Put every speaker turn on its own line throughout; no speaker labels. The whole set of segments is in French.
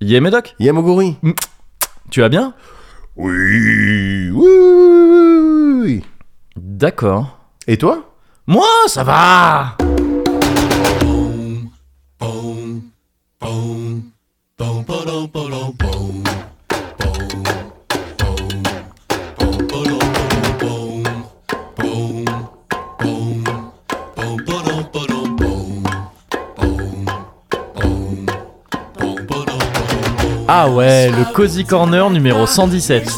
Yé Médoc,
Yamoguri.
tu vas bien
Oui, oui, oui, oui.
D'accord.
Et toi
Moi, ça va Ah ouais, le Cozy Corner numéro 117.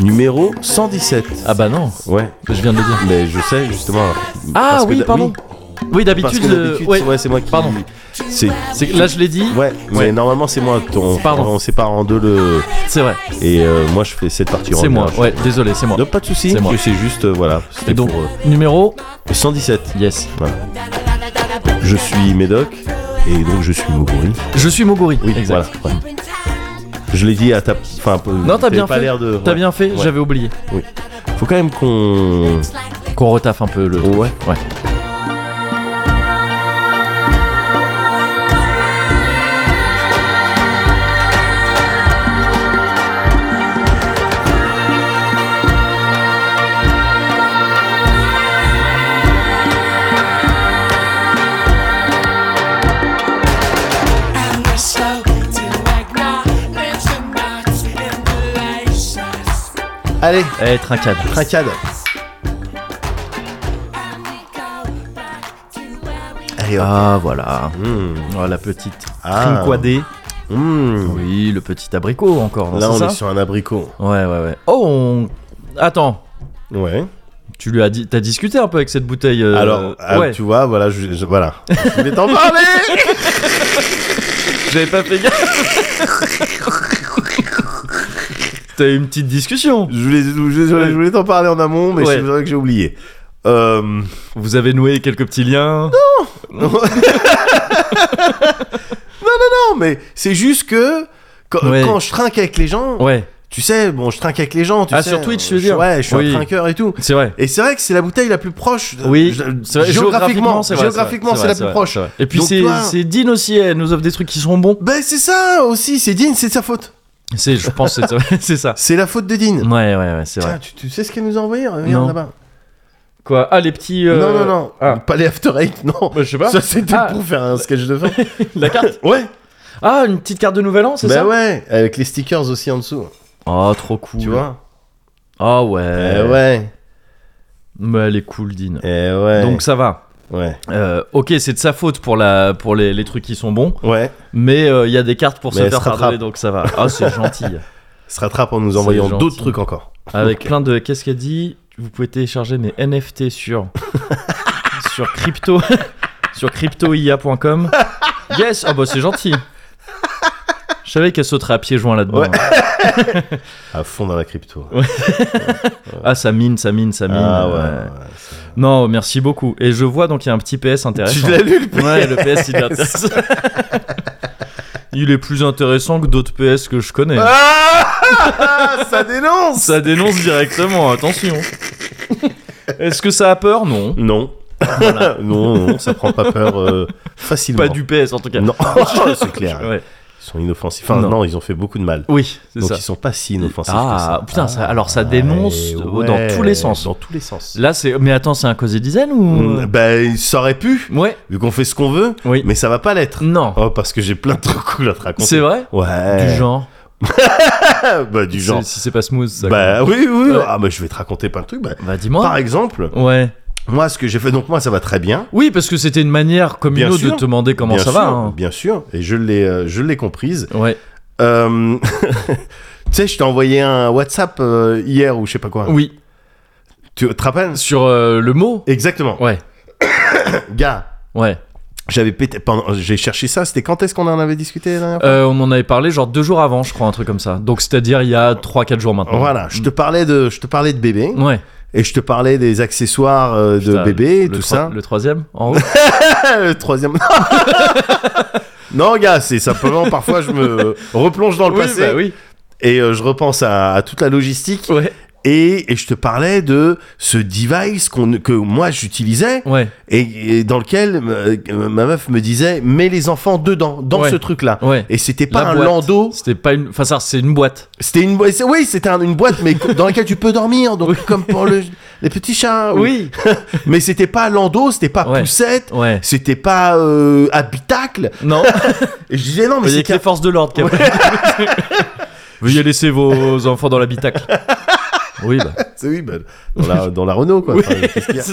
Numéro 117.
Ah bah non,
Ouais.
je viens de le dire.
Mais je sais justement.
Ah
parce que
oui,
d'a-
pardon. Oui,
Parce
d'habitude.
que
euh,
d'habitude,
ouais.
ouais, c'est moi qui.
Pardon.
C'est.
C'est que là, je l'ai dit.
Ouais, mais
Ouais.
normalement c'est moi. Ton,
Pardon.
On sépare en deux le.
C'est vrai.
Et euh, moi je fais cette partie en
C'est moi.
mélange.
Ouais, désolé, c'est moi.
Donc pas de soucis.
C'est moi.
C'est juste euh, voilà.
Et
C'était
donc,
pour euh,
numéro
117.
Yes.
Voilà. Je suis Médoc et donc je suis Moguri.
Je suis Moguri.
Oui,
exact.
voilà. ouais. Je l'ai dit à ta. Enfin, peu-
Non, t'as
t'avais
bien
pas
fait.
l'air de.
T'as bien fait,
Ouais.
j'avais oublié.
Faut quand même qu'on.
Qu'on retaffe un peu le.
Ouais.
Ouais.
Allez,
Eh, trincade.
trincade. Allez, hop.
Ah, voilà.
Mmh.
Oh, la petite
Ah.
trinquadée.
Mmh.
Oui, le petit abricot encore. non, c'est
Là, on
ça
est sur un abricot.
Ouais, ouais, ouais. Oh, on... attends.
Ouais.
Tu lui as dit, t'as discuté un peu avec cette bouteille. euh,
Alors, ah,
ouais.
tu vois, voilà, je, je- voilà. je voulais t'en parler.
J'avais pas fait gaffe. T'as eu une petite discussion.
Je voulais, je voulais- je voulais t'en parler en amont, mais
Ouais.
c'est vrai que j'ai oublié. Euh,
Vous avez noué quelques petits liens.
non, mais c'est juste que quand,
Ouais.
quand je trinque avec les gens,
Ouais,
tu sais, bon, je trinque avec les gens. Tu
Ah,
sais,
sur Twitch, tu
euh,
veux dire
Ouais, je suis
Oui.
un trinqueur et tout.
c'est vrai.
Et c'est vrai que c'est la bouteille la plus proche. de-
Oui,
je-
c'est vrai,
géographiquement,
c'est vrai, c'est vrai,
géographiquement, c'est
vrai,
la
vrai,
plus proche.
c'est vrai. Et puis
Donc,
c'est
toi-
c'est Dean aussi, elle nous offre des trucs qui sont bons.
Ben c'est ça aussi, c'est Dean, c'est de sa faute.
C'est, je pense, que c'est c'est ça.
C'est la faute de Dean.
Ouais, ouais, ouais, Mm, c'est
Tiens,
vrai.
tu, tu sais ce qu'elle nous a envoyé hein,
Non.
Regarde là-bas.
Quoi Ah, les petits. euh,
Non, non, non.
ah.
Pas les After Eight, non.
Bah, je sais pas.
Ça c'était
Ah.
pour faire un sketch de fin.
La carte.
ouais.
Ah, une petite carte de Nouvel An, c'est
Bah
ça
ouais, avec les stickers aussi en dessous.
Oh, trop cool.
Tu vois
Ah
Eh
ouais.
ouais.
Mais elle est cool, Dean.
Eh ouais.
Donc ça va.
ouais.
Euh, ok, c'est de sa faute pour, la, pour les, les trucs qui sont bons,
Ouais.
mais euh, il y a des cartes pour
Mais
se
elle
faire
se rattrape.
pardonner, donc ça va. Ah, c'est gentil.
Se rattrape en nous
C'est
envoyant
gentil.
d'autres trucs encore.
Avec
Ok.
plein de. Qu'est-ce qu'elle dit Vous pouvez télécharger mes NFT sur. sur crypto. sur cryptoia.com. Yes Ah bah c'est gentil Je savais qu'elle sauterait à pieds joints là-dedans. hein.
Ouais. À fond dans la crypto.
Ah, ça mine, ça mine, ça mine.
Ah
Euh,
ouais. ouais.
Non, merci beaucoup. Et je vois donc il y a un petit PS
Tu
intéressant.
l'as lu le PS
Ouais, le PS il t'intéresse. il est plus intéressant que d'autres PS que je connais.
Ah Ça dénonce
Ça dénonce directement, attention. Est-ce que ça a peur Non.
Non. non, non, ça prend pas peur euh, facilement.
Pas du PS en tout cas.
Non, c'est clair.
Ouais.
Ils sont inoffensifs. Enfin,
Non.
non. ils ont fait beaucoup de mal.
Oui, c'est
Donc
ça.
ils sont pas si inoffensifs que
Ah,
ça.
putain, ça- alors ça
Ah,
dénonce euh,
et
dans
ouais,
tous les sens.
Dans tous les sens.
Là, euh, c'est. Mais attends, c'est un cause et dizaine ou.
Mm, Ben, ça aurait pu,
Ouais,
vu qu'on fait ce qu'on veut,
oui.
mais ça va pas l'être.
Non.
Oh, parce que j'ai plein de trucs cool à te raconter.
C'est vrai
Ouais.
Du genre.
Ah, bah, du
C'est-
genre.
Si c'est pas smooth, ça.
Bah, oui, oui.
Ouais.
Ah, mais je vais te raconter plein de trucs. Bah,
quoi. Bah, dis-moi.
Par exemple,
Ouais.
moi, ce que j'ai fait, donc moi, ça va très bien.
Oui, parce que c'était une manière comme une
Bien
autre de
sûr.
te demander comment
bien
ça
sûr,
va. hein.
Bien sûr, et je l'ai, euh, je l'ai comprise.
Ouais.
Euh, tu sais, je t'ai envoyé un WhatsApp euh, hier ou je sais pas quoi.
Oui.
Tu te rappelles
Sur euh, le mot
Exactement.
Ouais.
Gars,
Ouais.
j'avais pété. pendant- J'ai cherché ça. C'était quand est-ce qu'on en avait discuté la dernière fois
Euh, on en avait parlé genre deux jours avant, je crois, un truc comme ça. Donc, c'est-à-dire il y a 3-4 jours maintenant. Mm.
Voilà, je te parlais de, je te parlais de bébé
Ouais.
et je te parlais des accessoires euh, de
Putain,
bébé, et
le
tout
troi-
ça.
Le troisième en haut
le troisième. non, gars, c'est simplement parfois je me replonge dans le
Oui,
passé
bah oui.
et euh, je repense à, à toute la logistique
Ouais.
Et, et je te parlais de ce device qu'on- que moi j'utilisais
Ouais,
et, et dans lequel euh, ma meuf me disait mets les enfants dedans, dans
Ouais.
ce truc-là.
ouais.
Et c'était pas
La
un
boîte.
landau,
C'était pas une. Enfin, ça, c'est une boîte.
c'était une boîte. Oui, c'était un- une boîte, mais co- dans laquelle tu peux dormir, donc
Oui.
comme pour le- les petits chats.
Oui.
Mais c'était pas landau, c'était pas
Ouais.
poussette,
Ouais.
c'était pas euh, habitacle.
Non,
Et je disais non, mais
il y
c'est
a que les forces de l'ordre qui
Ouais.
Veuillez laisser vos enfants dans l'habitacle. Oui, bah.
C'est oui, bah, dans, la, dans la Renault, quoi.
Oui.
Enfin, qu'est-ce qu'il y a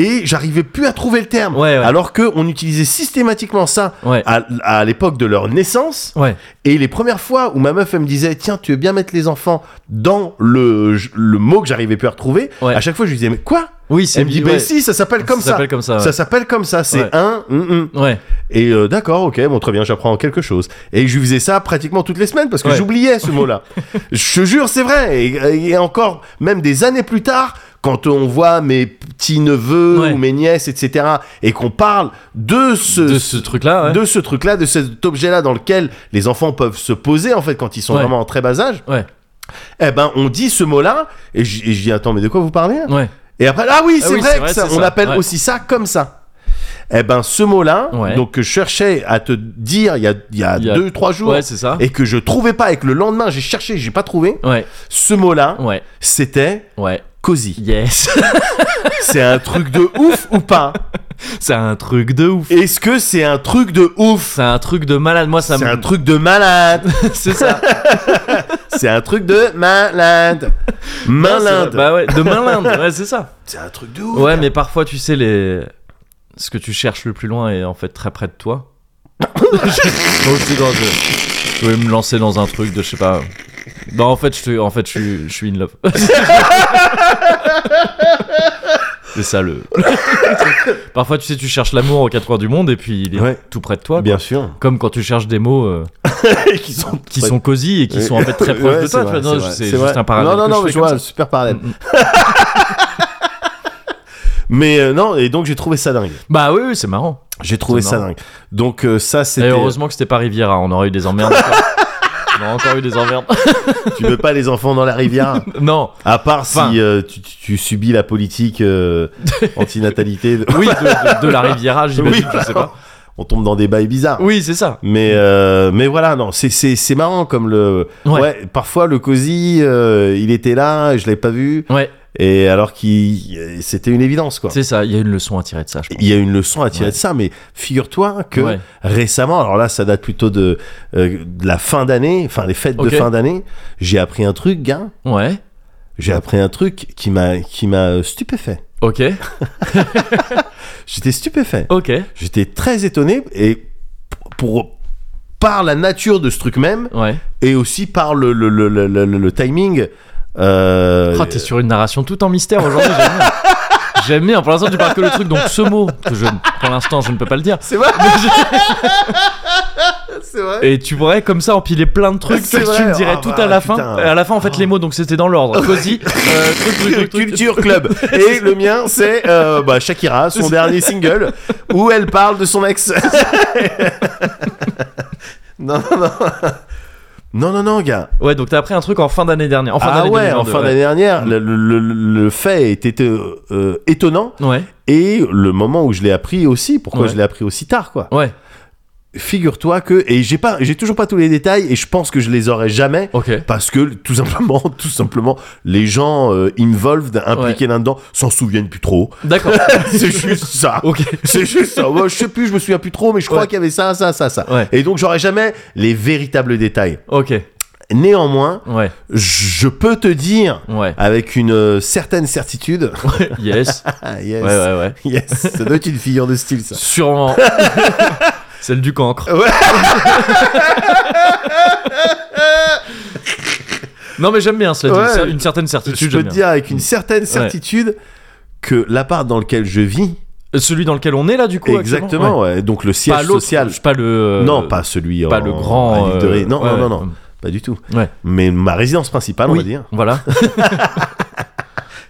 et j'arrivais plus à trouver le terme.
Ouais, ouais.
Alors que on utilisait systématiquement ça
Ouais.
à, à l'époque de leur naissance.
Ouais.
Et les premières fois où ma meuf, elle me disait Tiens, tu veux bien mettre les enfants dans le, le mot que j'arrivais plus à retrouver,
Ouais.
à chaque fois, je lui disais Mais quoi
Oui, c'est
Elle me dit Bah
ouais.
si, ça s'appelle comme ça.
s'appelle comme ça.
Ça s'appelle comme ça, c'est
Ouais.
un. hum, hum.
ouais. Ouais.
Et euh, d'accord, ok, bon, très bien, j'apprends quelque chose. Et je lui faisais ça pratiquement toutes les semaines parce que
Ouais.
j'oubliais ce mot-là. je te jure, c'est vrai. Et, et encore, même des années plus tard, quand on voit mes petits neveux
Ouais.
ou mes nièces, etc., et qu'on parle de ce,
De ce truc-là, ouais.
de ce truc-là, de cet objet-là dans lequel les enfants peuvent se poser en fait quand ils sont
Ouais.
vraiment en très bas âge,
Ouais.
eh ben on dit ce mot-là et je et je dis attends mais de quoi vous parlez là
Ouais.
et après, ah oui,
Ah
c'est
oui,
vrai,
c'est
que
vrai,
ça-
c'est
on
ça,
appelle
ouais.
aussi ça comme ça. Eh ben, ce mot-là,
Ouais.
donc que je cherchais à te dire il y a, il y a
Il y a-
deux, trois jours,
Ouais, c'est ça.
et que je trouvais pas, et que le lendemain j'ai cherché, j'ai pas trouvé,
Ouais.
ce mot-là,
Ouais.
c'était
Ouais.
cosy.
Yes.
c'est un truc de ouf ou pas
c'est un truc de ouf.
Est-ce que c'est un truc de ouf
C'est un truc de malade. Moi, ça
C'est
me.
un truc de malade.
c'est ça.
c'est un truc de malade. Malade.
Bah ouais, de malade. Ouais, c'est ça.
C'est un truc de ouf.
Ouais, mais parfois, tu sais, les... ce que tu cherches le plus loin est en fait très près de toi. Moi aussi, dans- je... je vais me lancer dans un truc de je sais pas. Non, en fait, je, suis- en fait, je, suis- je suis in love. c'est ça le. parfois, tu sais, tu cherches l'amour aux quatre coins du monde et puis il est
Ouais.
tout près de toi.
Bien sûr.
Comme quand tu cherches des mots euh,
qui sont,
qui sont cosy et qui sont en fait très proches
Ouais,
de
c'est
toi.
vrai,
tu vois. Non,
c'est vrai,
c'est
c'est
juste
vrai.
un parallèle.
Non, non,
que
non,
je
mais
fais
je
comme
vois,
ça.
le super parallèle.
Mm, mm.
Mais euh, non, et donc j'ai trouvé ça dingue.
Bah oui, oui, c'est marrant.
J'ai trouvé
C'est
ça
marrant.
dingue. Donc euh, ça,
Et
c'était.
heureusement que c'était pas Riviera, on aurait eu des emmerdes. encore. on aurait encore eu des emmerdes.
Tu veux pas les enfants dans la rivière
non,
À part
Enfin.
si euh, tu, tu- tu subis la politique euh, antinatalité.
oui, de, de- de la Riviera, j'imagine,
Oui,
je sais pas.
On tombe dans des bails bizarres.
Oui, c'est ça.
Mais, euh, mais voilà, non, c'est- c'est c'est marrant comme le.
Ouais.
parfois le cosy, euh, il était là, et je l'avais pas vu.
Ouais,
Et alors qu'il. euh, C'était une évidence, quoi.
c'est ça, il y a une leçon à tirer de ça, je pense.
Il y a une leçon à tirer
Ouais.
de ça, mais figure-toi que
Ouais.
récemment, alors là, ça date plutôt de, euh, de la fin d'année, enfin les fêtes
Ok.
de fin d'année, j'ai appris un truc, gars.
Ouais,
J'ai appris un truc qui m'a qui m'a euh, stupéfait.
ok,
J'étais stupéfait.
ok,
J'étais très étonné et pour par la nature de ce truc même
ouais.
et aussi par le le le le, le- le- le timing. euh,
Oh, t'es sur une narration tout en mystère aujourd'hui, j'aime bien. J'aime bien, pour l'instant tu parles que le truc, donc ce mot, que je, pour l'instant je ne peux pas le dire.
c'est vrai, c'est vrai.
Et tu pourrais comme ça empiler plein de trucs
C'est
que tu
vrai,
me dirais
ah
tout
bah,
à la
putain.
fin. À la fin en fait les mots, donc c'était dans l'ordre. Cosy, euh, truc, truc, truc, truc.
Culture Club. Et le mien, c'est euh, bah, Shakira, son dernier single, où elle parle de son ex. non, non, non. Non, non, non, gars.
Ouais, donc t'as appris un truc en fin d'année dernière. En fin
ah
d'année
ouais,
2022,
en fin d'année dernière, le, le- le- le fait était euh, euh, étonnant.
Ouais,
Et le moment où je l'ai appris aussi, pourquoi
Ouais.
je l'ai appris aussi tard, quoi.
ouais,
Figure-toi que. Et j'ai pas, j'ai toujours pas tous les détails, et je pense que je les aurai jamais.
ok.
Parce que tout simplement, tout simplement, les gens euh, involved, impliqués là-dedans, s'en souviennent plus trop.
D'accord.
C'est juste ça.
ok.
C'est juste ça. Moi, je sais plus, je me souviens plus trop, mais je crois
Ouais.
qu'il y avait ça, ça, ça, ça.
Ouais.
Et donc, j'aurai jamais les véritables détails.
Ok.
Néanmoins,
Ouais,
je peux te dire
ouais.
avec une euh, certaine certitude.
Yes.
Ah, yes.
Ouais, ouais, ouais.
Yes. Ça doit être une figure de style, ça.
Sûrement. Celle du cancre.
Ouais.
non, mais j'aime bien cela. dit.
Ouais.
Cer- Une certaine
Je
certitude,
peux
j'aime
te
bien.
dire avec une certaine certitude que l'appart dans lequel je vis,
Euh, Celui dans lequel on est là, du coup. actuellement
exactement,
Ouais.
ouais, donc le siège
Pas l'autre.
social.
Pas le. euh,
non, pas celui
Pas
en-
le
à
grand.
l'île de Ré.
euh,
Non,
ouais,
non, Ah, non,
ouais.
non, pas du tout.
Ouais.
Mais ma résidence principale, on
Oui,
va dire.
Voilà.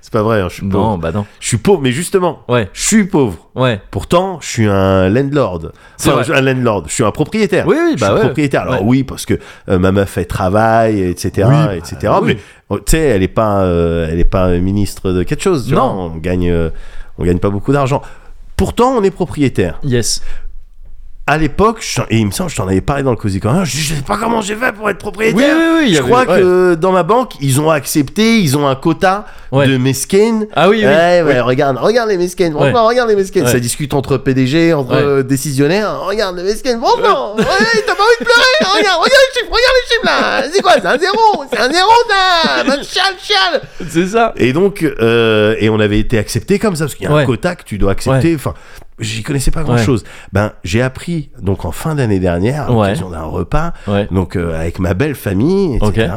C'est pas vrai, hein, je suis pauvre.
Non, bah non.
Je suis pauvre, mais justement,
Ouais,
je suis pauvre.
ouais.
Pourtant, je suis un landlord.
C'est
Enfin,
vrai.
un landlord. Je suis un propriétaire.
Oui, oui,
je suis
bah ouais.
propriétaire. Alors
Ouais.
oui, parce que euh, ma meuf elle travaille, etc.,
Oui, bah,
etc.
oui.
Mais euh, tu sais, elle est pas, euh, elle est pas ministre de quelque chose. tu
Non.
vois. on gagne, euh, on gagne pas beaucoup d'argent. Pourtant, on est propriétaire.
Yes.
À l'époque, je- et il me semble, que je t'en avais parlé dans le cosy corner. Je, je sais pas comment j'ai fait pour
Oui,
être
oui,
propriétaire.
oui. il y
Je
avait-
crois
ouais.
que dans ma banque, ils ont accepté, ils ont un quota
Ouais.
de mesquines
Ah oui, oui.
ouais, ouais, regarde, regarde les mesquines, franchement, regarde les mesquines.
Ouais.
Ça discute entre PDG, entre
Ouais.
euh, décisionnaires. Regarde les mesquines, franchement, ouais, t'as pas envie de pleurer. regarde, regarde les chiffres, regarde les chiffres là. C'est quoi, c'est un zéro, c'est un zéro ça. Va te chial, chial.
C'est ça.
Et donc, euh, et on avait été accepté comme ça, parce qu'il y a
Ouais.
un quota que tu dois accepter. Enfin, j'y connaissais pas grand chose. Ben, j'ai appris, donc en fin d'année dernière, à
Ouais.
l'occasion d'un repas,
Ouais,
donc euh, avec ma belle famille, etc.,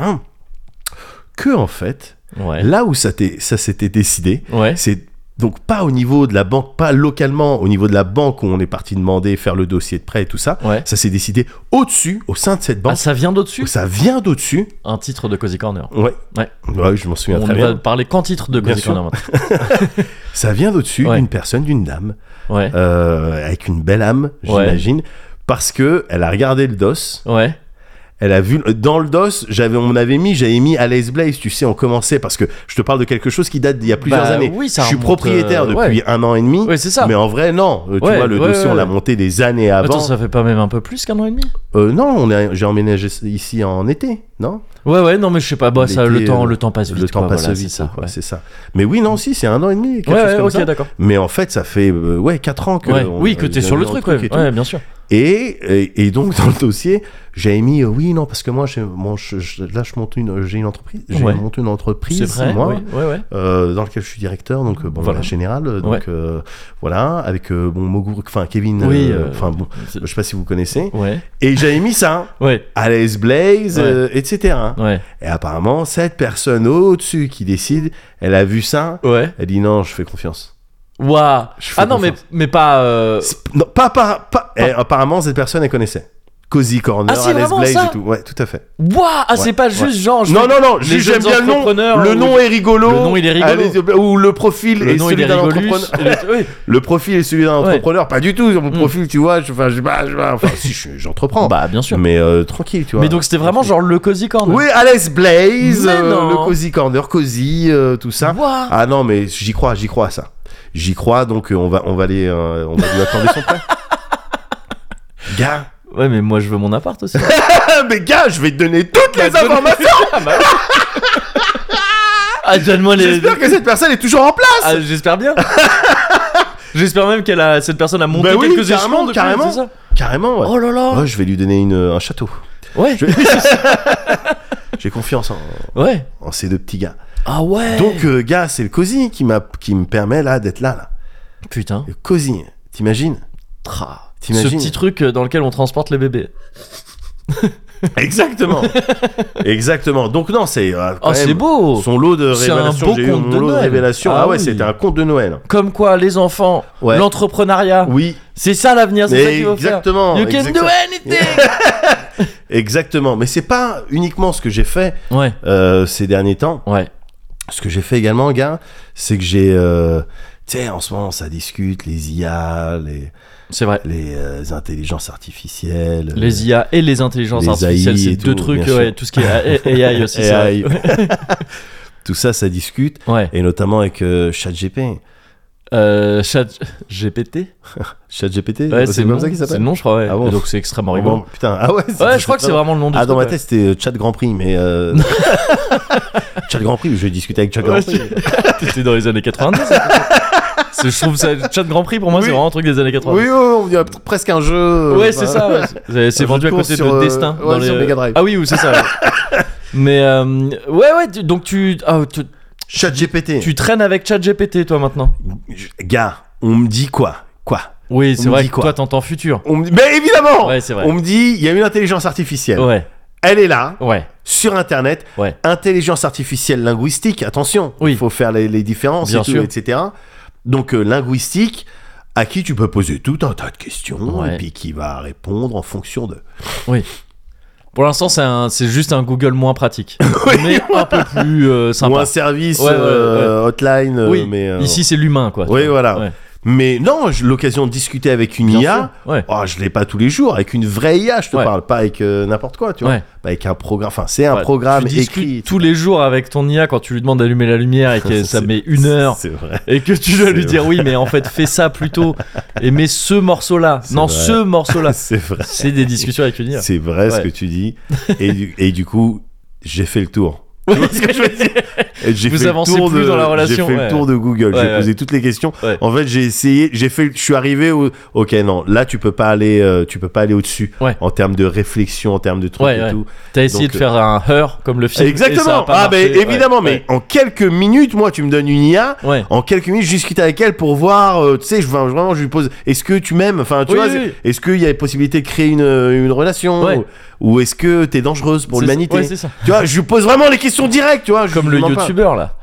que en fait,
ouais.
là où ça t'est- ça s'était décidé,
Ouais.
c'est donc pas au niveau de la banque, pas localement, au niveau de la banque où on est parti demander, faire le dossier de prêt et tout ça.
Ouais.
Ça s'est décidé au-dessus, au sein de cette
Ah,
banque.
ça vient d'au-dessus
ça vient d'au-dessus.
Un titre de Cozy Corner.
Ouais.
Ouais.
Ouais, je m'en souviens
On
très
ne
bien.
va parler qu'en titre de
Bien
Cozy
sûr.
Corner maintenant.
Ça vient d'au-dessus
Ouais.
d'une personne, d'une dame,
Ouais.
euh, avec une belle âme,
Ouais.
j'imagine, parce que elle a regardé le dos.
Ouais.
Elle a vu dans le dos, j'avais, on avait mis, j'avais mis Alice Blaze. Tu sais, on commençait parce que je te parle de quelque chose qui date d'il y a plusieurs
Bah
années.
oui, ça
je suis
remonte,
propriétaire
euh,
depuis un an et demi.
Ouais, c'est ça.
Mais en vrai, non. Euh, Tu
Ouais,
vois, le
ouais,
dossier,
ouais,
on l'a
ouais.
monté des années avant.
Attends, ça fait pas même un peu plus qu'un an et demi
Euh, non, on a- j'ai emménagé ici en été, non
Ouais, ouais, non, mais je sais pas. Bah, ça,
L'été,
le, temps,
euh,
le temps passe vite.
Le temps
quoi,
passe
voilà,
vite,
c'est ça.
quoi,
Ouais,
c'est ça. Mais oui, non, si, c'est un an et demi, quelque
Ouais,
chose
ouais,
comme
ok,
ça.
d'accord.
Mais en fait, ça fait, euh, ouais, 4 ans que...
Ouais.
on-
Oui, que
euh,
t'es sur le truc, ouais.
et tout.
Ouais, bien sûr.
Et, et, et donc, dans le dossier, j'avais mis, euh, oui, non, parce que moi, j'ai- moi, je- je- là, je monte une, j'ai une entreprise, j'ai
Ouais.
monté une
C'est
entreprise,
vrai.
moi,
ouais, ouais, ouais.
euh, dans laquelle je suis directeur, donc, euh, bon,
Voilà.
voilà. général, euh, donc,
Ouais.
euh, voilà, avec, euh, bon, Mogou, enfin, Kevin,
Oui,
euh,
euh,
enfin, bon,
C'est-
je sais pas si vous connaissez.
Ouais.
Et j'avais mis ça,
Ouais.
Alice Blaze,
Ouais.
euh, etc.
Ouais.
Et apparemment, cette personne au-dessus qui décide, elle a vu ça,
Ouais.
elle dit non, je fais confiance.
Ouah.
Je fais
Ah non, mais,
confiance.
mais pas. euh,
C'est- Non, pas, pas, pas. Eh, apparemment, cette personne, elle connaissait. Cozy Corner,
Ah, c'est
Alice
vraiment
Blaze
ça
et tout. Ouais, tout à fait.
Ouah. Ah, c'est
Ouais,
pas
ouais.
juste genre. je
Non, non, non,
les
ju- j'aime
jeunes
bien le nom.
entrepreneurs
Le
ou-
nom est rigolo.
Le nom, il est rigolo.
Alice Blaze- ou le profil
Le
est
nom, il
celui
est
d'un
rigolus.
entrepreneur.
Le- oui.
Le profil est celui d'un
Ouais. Mm.
entrepreneur. Pas du tout. Mon profil, tu vois, je, enfin, je, bah, je- enfin, si, je- j'entreprends.
Bah, bien sûr.
mais euh, tranquille, tu vois.
Mais donc, c'était vraiment genre le Cozy Corner.
Oui, Alice Blaze,
Mais
euh,
non.
le Cozy Corner, Cozy, euh, tout ça.
Ouah.
Ah non, mais j'y crois, j'y crois à ça. J'y crois, donc euh, on va, on va aller, euh, on va lui accorder son prêt. Gars,
Ouais, mais moi, je veux mon appart aussi.
Ah, mais gars, je vais te donner toutes les
Bah, donne-
informations.
ah, donne-moi les.
J'espère que cette personne est toujours en place.
Ah, j'espère bien. j'espère même qu'elle a cette personne a monté
Bah oui,
quelques
carrément,
échelons depuis,
carrément.
c'est ça
Carrément. Ouais.
Oh là là.
Ouais, je vais lui donner une, euh, un château.
Ouais.
Je- J'ai confiance en,
Ouais.
en ces deux petits gars.
Ah ouais.
Donc, euh, gars, c'est le cosy qui m'a, qui me permet là d'être là, là.
putain.
Le cosy, t'imagines
Tra. Ce
T'imagines
petit truc euh, dans lequel on transporte les bébés.
Exactement. Exactement. Donc non, c'est. euh, quand
Oh, c'est
même
beau.
Son lot de
C'est un
révélations.
beau
J'ai eu
conte
mon
de
lot de
Noël.
révélations.
Ah
Ah ouais,
oui.
c'était un conte de Noël.
Comme quoi, les enfants,
Ouais.
l'entrepreneuriat,
Oui,
c'est ça l'avenir, Ah, c'est ça qu'il faut faire.
exactement.
You can do
exactement.
anything.
Exactement. Mais c'est pas uniquement ce que j'ai fait
ouais.
euh, ces derniers temps.
Ouais.
Ce que j'ai fait également, gars, c'est que j'ai. euh, tu sais, en ce moment, ça discute les IA, les,
C'est vrai.
les euh, intelligences artificielles.
Les IA et les intelligences
les
artificielles,
AI et
c'est deux
tout,
trucs.
bien
ouais,
sûr.
tout ce qui est A- AI aussi. c'est vrai.
AI. Tout ça, ça discute.
Ouais.
Et notamment avec euh, ChatGPT.
Euh, chat GPT.
ChatGPT
Ouais,
C'est
le
comme
nom.
ça qu'il
C'est
s'appelle
le nom, je crois. ouais.
Ah bon
Donc c'est extrêmement
Ah
rigolo.
bon, putain, ah ouais,
Ouais, je crois que c'est vraiment
vraiment
le nom du
Ah,
truc,
dans ma
ouais.
tête, c'était euh, Chat Grand Prix, mais. Euh... Chat Grand Prix, je vais discuter avec Chat Grand
Ouais,
Prix.
tu- T'étais dans les années 90. C'est- je trouve ça, chat Grand Prix, pour moi,
Oui.
c'est vraiment un truc des années
Oui,
90.
oh, il y a p- presque un jeu. euh,
ouais,
enfin,
c'est ça. ouais. C'est- C'est
Un
vendu
jeu
à
de
côté
course sur,
de
euh,
Destin.
ouais, sur Mega Drive.
Ah oui, ou c'est ça. ouais. Mais euh, ouais, ouais. tu- donc tu, ah, tu,
Chat GPT.
tu traînes avec ChatGPT, toi, maintenant.
Gars, on me dit quoi Quoi
Oui,
On
c'est
me
vrai.
dit
que
quoi
Toi, t'entends futur.
on me dit... Mais évidemment
Ouais, c'est vrai.
On me dit, il y a une intelligence artificielle.
Ouais,
Elle est là,
ouais,
sur Internet.
Ouais.
Intelligence artificielle linguistique, attention.
Oui.
Il faut faire les, les différences,
Bien
et tout,
sûr.
etc. Donc, euh, linguistique, à qui tu peux poser tout un tas de questions,
Ouais.
et puis qui va répondre en fonction de.
oui. Pour l'instant, c'est un- c'est juste un Google moins pratique, mais un peu plus euh,
Ou
sympa.
un service
Ouais, ouais,
euh, hotline. euh,
Oui,
mais, euh,
Ici, c'est l'humain, quoi. tu
Oui,
vois.
voilà.
Ouais.
Mais non, j'ai l'occasion de discuter avec une
Bien
IA.
sûr, ouais.
Oh, je l'ai pas tous les jours. Avec une vraie IA, je te
Ouais.
parle. Pas avec euh, n'importe quoi, tu vois.
Ouais.
Bah, avec un programme. Enfin, c'est un
Ouais,
programme
tu discutes
écrit.
tous les jours avec ton IA quand tu lui demandes d'allumer la lumière et que euh, ça
C'est-
met une heure
C'est vrai.
et que tu dois
c'est
lui dire oui mais en fait fais ça plutôt et mets ce morceau là
C'est
non
vrai.
ce morceau là
C'est vrai.
c'est des discussions avec une IA
C'est vrai ce
Ouais.
que tu dis. Et du, et du coup, j'ai fait le tour. Tu vois ce que je veux dire Et j'ai
Vous
fait le
avancez
tour
plus
de-
dans la relation,
J'ai fait
ouais.
le tour de Google.
Ouais,
j'ai
ouais.
posé toutes les questions.
Ouais.
En fait, j'ai essayé. J'ai fait. Je suis arrivé au. Ok, non. Là, tu peux pas aller. euh, tu peux pas aller au-dessus.
Ouais.
En termes de réflexion, en termes de trucs
Ouais,
et
ouais.
tout.
t'as essayé
donc,
de faire un heur comme le film et ça a
Exactement.
pas
Ah, ben
marché. Ouais,
évidemment. mais
ouais.
en quelques minutes, moi, tu me donnes une IA.
ouais
En quelques minutes, je discute avec elle pour voir, euh, tu sais, je, enfin, vraiment, je lui pose, est-ce que tu m'aimes Enfin, tu
Oui,
vois,
oui,
c'est-
oui.
est-ce qu'il y a possibilité de créer une, une relation
Ouais.
Ou, ou est-ce que t'es dangereuse pour
C'est-
Oh, l'humanité
ouais, c'est ça.
Tu vois, je lui pose vraiment les questions directes, tu vois. je
comme
lui
le
demande pas.
youtubeur là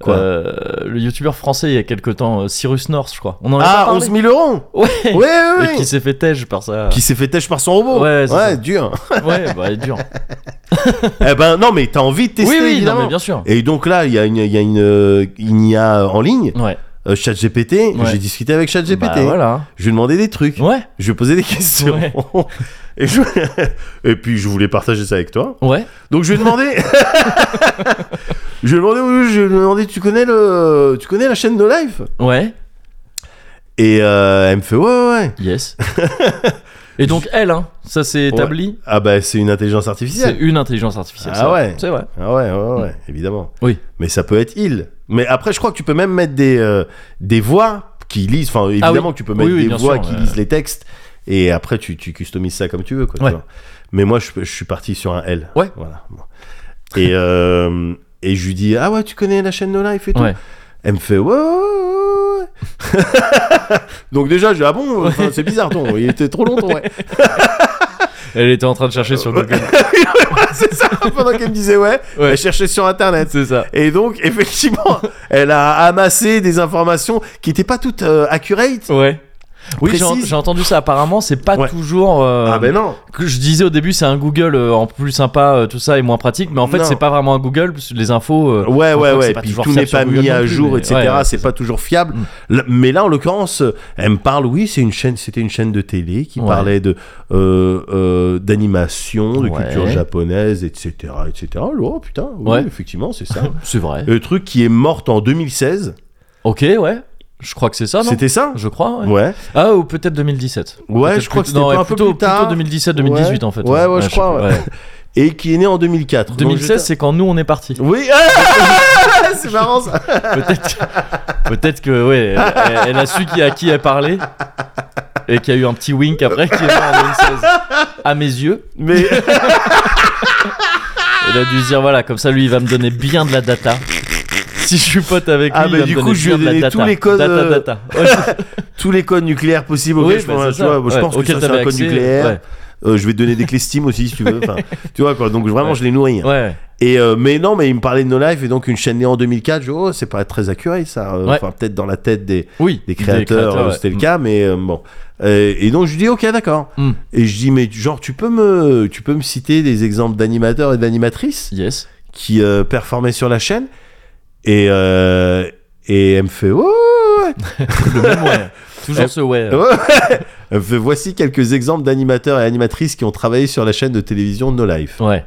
Quoi
Euh, le youtubeur français il y a quelque temps euh, Cyrus North je crois on en a
Ah,
pas
11
parlé
000 euros
ouais
Ouais, ouais,
et
ouais.
qui s'est fait tège par ça
Qui s'est fait têche par son robot.
Ouais, c'est ça.
dur.
ouais bah il est dur
eh ben, non, mais t'as envie de tester,
oui oui non
évidemment.
mais bien sûr
Et donc là, il y a une, il y a une, euh, une IA en ligne,
ouais
euh, ChatGPT. J'ai discuté avec ChatGPT.
Bah, voilà
Je lui ai demandé des trucs.
ouais
Je lui posais des questions.
Ouais.
Et, je- Et puis je voulais partager ça avec toi.
ouais
Donc je lui ai demandé. je lui ai demandé, je lui ai demandé, tu connais le, tu connais la chaîne No Life
ouais
Et euh, elle me fait ouais ouais. ouais.
Yes. Et donc elle, hein, ça s'est établi.
Ah bah c'est une intelligence
C'est
artificielle.
une intelligence artificielle.
Ah
ça.
ouais.
C'est vrai.
Ah ouais ouais ouais, évidemment.
Oui.
Mais ça peut être il. Mais après je crois que tu peux même mettre des euh, des voix qui lisent. Enfin évidemment que tu peux mettre
Ah Oui, oui,
des
bien
voix
sûr,
qui
euh.
lisent les textes. Et après tu, tu customises ça comme tu veux quoi. tu
Ouais.
vois. Mais moi je, je suis parti sur un L.
Ouais.
Voilà. Et euh, et je lui dis ah ouais tu connais la chaîne No Life et tout.
Ouais.
Elle me fait ouais. ouais, ouais, ouais. Donc déjà, j'ai ah bon, enfin, c'est bizarre ton, il était trop long ton ouais.
Elle était en train de chercher sur Google.
c'est ça. Pendant qu'elle me disait ouais,
Ouais.
elle cherchait sur internet.
C'est ça.
Et donc effectivement, elle a amassé des informations qui n'étaient pas toutes euh, accurate.
Ouais. Oui, j'ai
Précise.
en- j'ai entendu ça. Apparemment, c'est pas
Ouais.
toujours. euh,
Ah ben non.
Que je disais au début, c'est un Google euh, en plus sympa, euh, tout ça, et moins pratique. Mais en fait,
Non.
c'est pas vraiment un Google. parce que Les infos. euh,
Ouais,
on
ouais,
voit que
ouais.
c'est pas
Puis
toujours
tout
fiable
n'est pas
sur
mis
Google
à
non plus,
jour,
mais-
etc.
ouais, ouais,
c'est
c'est
pas toujours fiable.
Mm.
Là- Mais là, en l'occurrence, elle me parle. Oui, c'est une chaîne. C'était une chaîne de télé qui
Ouais.
parlait de euh, euh, d'animation, de
Ouais.
culture japonaise, etc., etc. Oh putain. Oui,
Ouais.
effectivement, c'est ça.
C'est vrai.
Le truc qui est morte en 2016.
Ok, ouais. Je crois que c'est ça, Ah non
C'était ça.
Je crois. ouais.
Ouais.
Ah, ou peut-être 2017.
Ouais,
Peut-être
je
plus-
crois que c'était
non,
pas
ouais,
un peu
plutôt,
plus tard.
Plutôt 2017-2018 en fait.
Ouais, ouais, je
sais
crois,
pas,
ouais. Et qui est né en 2004. Donc,
2016,
j'étais-
c'est quand nous on est parti.
Oui. Ah c'est marrant ça.
Peut-être peut-être que, ouais, elle, elle a su qui, à qui elle parlait. Et qu'il y a eu un petit wink après qui est mort en 2016. À mes yeux.
Mais
Elle a dû se dire, voilà, comme ça, lui, il va me donner bien de la data. Si je suis pote avec lui,
Ah,
il
mais
va me
du
donner
coup, je lui
bien
ai
de la
donné
data.
tous les codes,
Data,
euh,
data. Ouais, c'est-
tous les codes nucléaires possibles. auxquels
oui,
je,
bah,
pense,
c'est
tu
ça.
vois, je
Ouais,
pense que
auquel
ça c'est
t'avais
un code
accès,
nucléaire.
ouais.
Euh, je vais te donner des clés Steam aussi si tu veux. Enfin, tu vois quoi. Donc vraiment,
Ouais.
je les nourris. hein.
Ouais,
Et euh, mais non, mais il me parlait de No Life et donc une chaîne née en 2004. Je dis, oh, c'est pas très accurate ça. Euh,
Ouais.
Enfin, peut-être dans la tête des,
oui.
des créateurs, euh,
ouais.
c'était le cas, mais euh, bon. Euh, et donc je lui dis ok d'accord.
Mm.
Et je dis mais genre tu peux me tu peux me citer des exemples d'animateurs et d'animatrices
Yes.
qui euh, performaient sur la chaîne et euh, et elle me fait oh ouais, ouais,
Le même ouais.
Euh,
Toujours ce ouais. euh,
ouais, ouais. Elle me fait, voici quelques exemples d'animateurs et animatrices qui ont travaillé sur la chaîne de télévision No Life.
Ouais.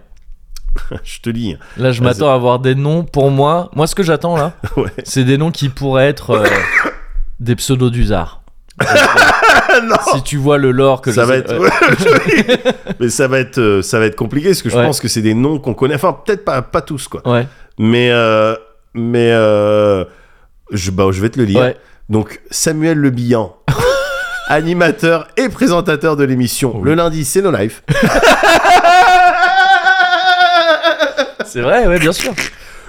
je te lis. hein.
Là, je
Vas-y.
m'attends à avoir des noms pour moi. Moi, ce que j'attends là,
Ouais.
c'est des noms qui pourraient être euh, des pseudos d'usard. Si tu vois le lore que
ça
je
va
sais-
être
Ah ouais.
mais ça va être euh, ça va être compliqué parce que je
Ouais.
pense que c'est des noms qu'on connaît. Enfin peut-être pas pas tous quoi.
Ouais,
Mais, euh, mais euh, je, bah, je vais te le lire.
ouais.
Donc, Samuel Le Bihan, animateur et présentateur de l'émission.
Oh Oui.
Le lundi, c'est No Life.
c'est vrai, ouais, bien sûr.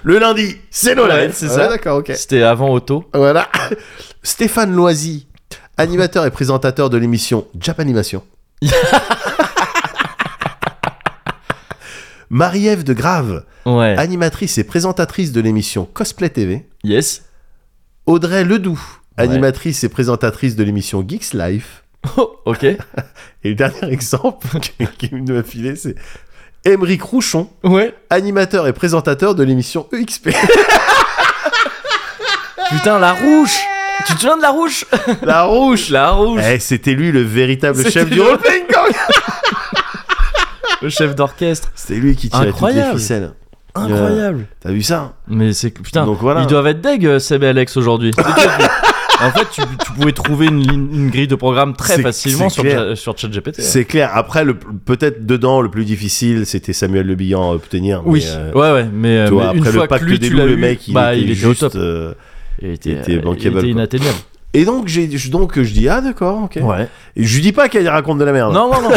Le lundi, c'est No
Ouais,
Life.
c'est ça.
D'accord, ok.
C'était avant Auto.
Voilà. Stéphane Loisy, animateur et présentateur de l'émission Japanimation. Marie-Ève de Grave,
Ouais,
Ah. animatrice et présentatrice de l'émission Cosplay TV.
yes.
Audrey Ledoux,
Ouais.
animatrice et présentatrice de l'émission Geeks Life.
Oh, ok.
Et le dernier exemple qui- qui me m'a filé, c'est Émeric Rouchon,
Ouais.
animateur et présentateur de l'émission E EXP.
Putain, la rouge Tu te souviens de la rouge
La rouge
La rouge
Eh, c'était lui le véritable
C'était
chef du
lui.
roleplay gang
Le chef d'orchestre.
C'est lui qui tirait toutes
Incroyable.
les ficelles.
Incroyable
T'as vu ça hein
Mais c'est que, putain,
Donc voilà.
ils doivent être deg, euh, Seb et Alex, aujourd'hui. C'est dur, mais- en fait, tu, tu pouvais trouver une, ligne- une grille de programme très
C'est-
facilement
c'est
sur,
clair.
Cha- sur ChatGPT.
C'est clair. Après, le- peut-être dedans, le plus difficile, c'était Samuel Le Bihan à obtenir. mais,
Oui,
euh,
ouais, ouais, mais, euh,
Tu vois,
mais une
après
fois
le pacte
que lui,
des
tu
loups,
l'as
le
eu,
mec, il
bah,
était
il était
juste,
au top.
euh,
Il
il était
euh,
bankable,
il
quoi.
était inatteignable.
Et donc, j'ai, je- donc, je dis, ah, d'accord, ok.
Ouais.
Et je lui dis pas qu'elle raconte de la merde.
Non, non, non.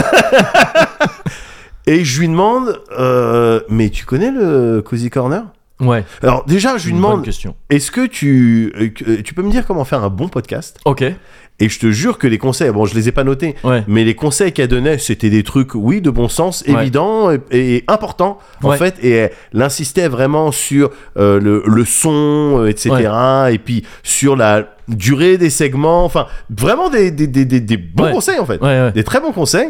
Et je lui demande, euh, mais tu connais le Cozy Corner
Ouais.
Alors, déjà, je lui
une bonne
demande,
question.
est-ce que tu, euh, que- euh, tu peux me dire comment faire un bon podcast
Ok.
Et je te jure que les conseils, bon, je les ai pas notés,
Ouais.
mais les conseils qu'elle donnait, c'était des trucs, oui, de bon sens,
Ouais.
évidents et, et importants, en
Ouais.
fait. Et elle insistait vraiment sur euh, le, le son, euh, etc. Et puis sur la durée des segments. Enfin, vraiment des, des, des, des, des bons
Ouais.
conseils, en fait.
Ouais, ouais.
Des très bons conseils.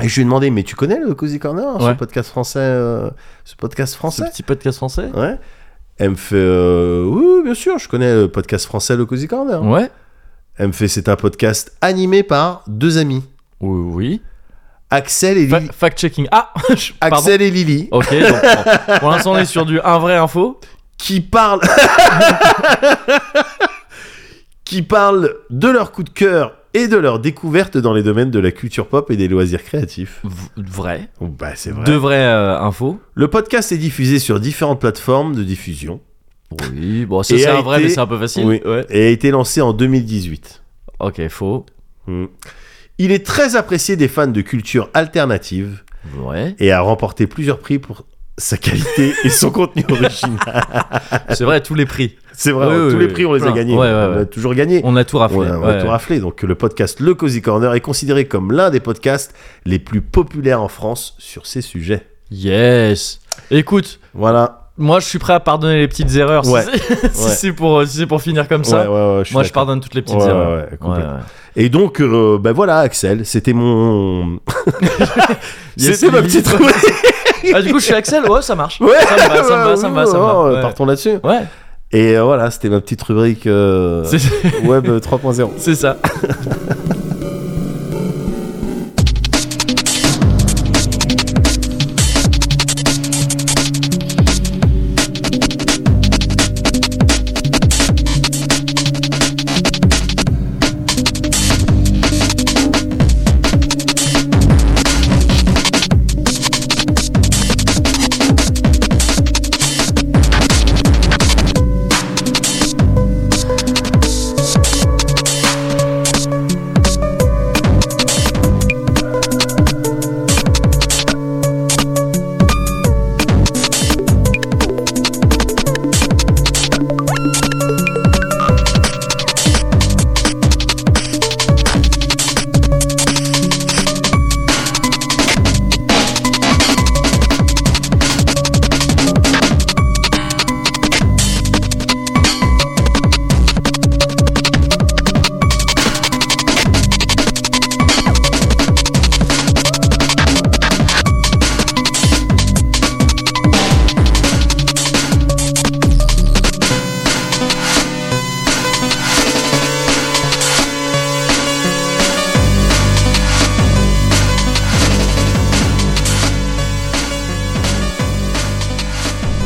Et je lui ai demandé, mais tu connais le Cozy Corner, ce
Ouais.
podcast français euh, Ce podcast
Ce
français
petit podcast français
Ouais. Elle me fait, euh, oui, bien sûr, je connais le podcast français, le Cozy Corner.
Ouais.
Elle me fait, c'est un podcast animé par deux amis.
Oui,
Axel
oui.
et Lily.
Fa- Fact-checking. Ah je- Pardon.
Axel et Lily
Ok, donc, bon. pour l'instant on est sur du un vrai info.
qui parlent qui parlent de leur coup de cœur et de leur découverte dans les domaines de la culture pop et des loisirs créatifs.
V- vrai.
Oh, Bah c'est vrai.
De vraies euh, infos.
Le podcast est diffusé sur différentes plateformes de diffusion
Oui, bon, ça
Et
c'est
a
un vrai,
été-
mais c'est un peu facile.
Oui.
Ouais.
et a été lancé en 2018.
Ok, faux.
Hmm. Il est très apprécié des fans de culture alternative
Ouais.
et a remporté plusieurs prix pour sa qualité et son contenu original.
C'est vrai, tous les prix.
C'est vrai, hein,
Oui, oui,
tous les
oui,
prix on les a
plein.
gagnés.
Ouais, ouais,
on a
ouais.
toujours gagné.
On a tout raflé.
Ouais, on va
ouais.
tout rafler. Donc, le podcast Le Cozy Corner est considéré comme l'un des podcasts les plus populaires en France sur ces sujets.
Yes. Écoute,
Voilà.
moi je suis prêt à pardonner les petites erreurs. si
Ouais.
c'est- Si
Ouais.
c'est pour, euh, si c'est pour finir comme ça.
Ouais, ouais, ouais, suis
Moi, je
d'accord.
pardonne toutes les petites
Ouais, ouais,
erreurs.
ouais, complètement. Et donc, euh, ben voilà, Axel, c'était mon.
Yes,
c'était ma
Lily.
petite trouvaille.
Ah, du coup, je suis Axel. Ouais, ça marche.
Ouais,
ça me va, ça me va,
ouais,
ça me
oui,
va, ça me
non,
va.
euh,
Ouais.
Partons là-dessus.
Ouais,
Et euh, voilà, c'était ma petite rubrique euh,
c'est- c'est-
Web 3.0.
c'est ça.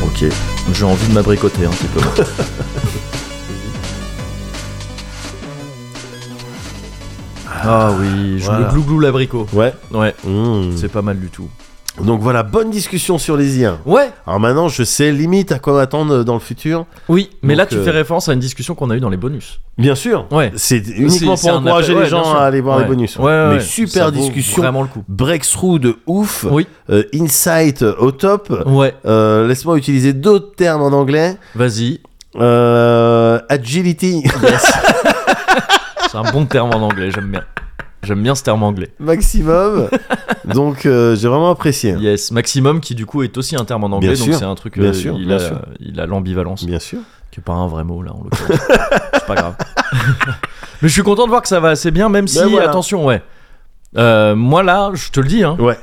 Ok, j'ai envie de m'abricoter un petit peu. ah oui, je
Voilà.
me glouglou l'abricot.
Ouais.
Ouais,
Mmh.
c'est pas mal du tout.
Donc voilà, bonne discussion sur les IA.
Ouais,
Alors maintenant, je sais limite à quoi m'attendre dans le futur.
oui, mais
Donc,
là tu
euh,
fais référence à une discussion qu'on a eue dans les bonus.
Bien sûr.
Ouais.
C'est uniquement
C'est-
pour
c'est un
encourager
appel-
les
ouais, bien
gens
sûr.
à aller voir
Ouais.
les bonus. hein.
Ouais, ouais,
Mais
ouais. Ça
super
vaut
discussion.
Vraiment le coup.
breakthrough de ouf,
Oui,
euh, insight au top.
ouais,
Euh, Laisse-moi utiliser d'autres termes en anglais.
vas-y.
Euh, agility,
Yes. c'est un bon terme en anglais, j'aime bien. J'aime bien ce terme anglais.
maximum. Donc euh, j'ai vraiment apprécié.
Yes, maximum qui du coup est aussi un terme en anglais,
Bien
donc
sûr,
c'est un truc.
bien
euh,
sûr,
il,
bien
a,
sûr.
il a l'ambivalence,
Bien sûr.
qui est pas un vrai mot là en l'occurrence. c'est pas grave. Mais je suis content de voir que ça va assez bien, même si
Ben voilà.
attention, ouais. Euh, moi là, je te le dis, hein,
Ouais.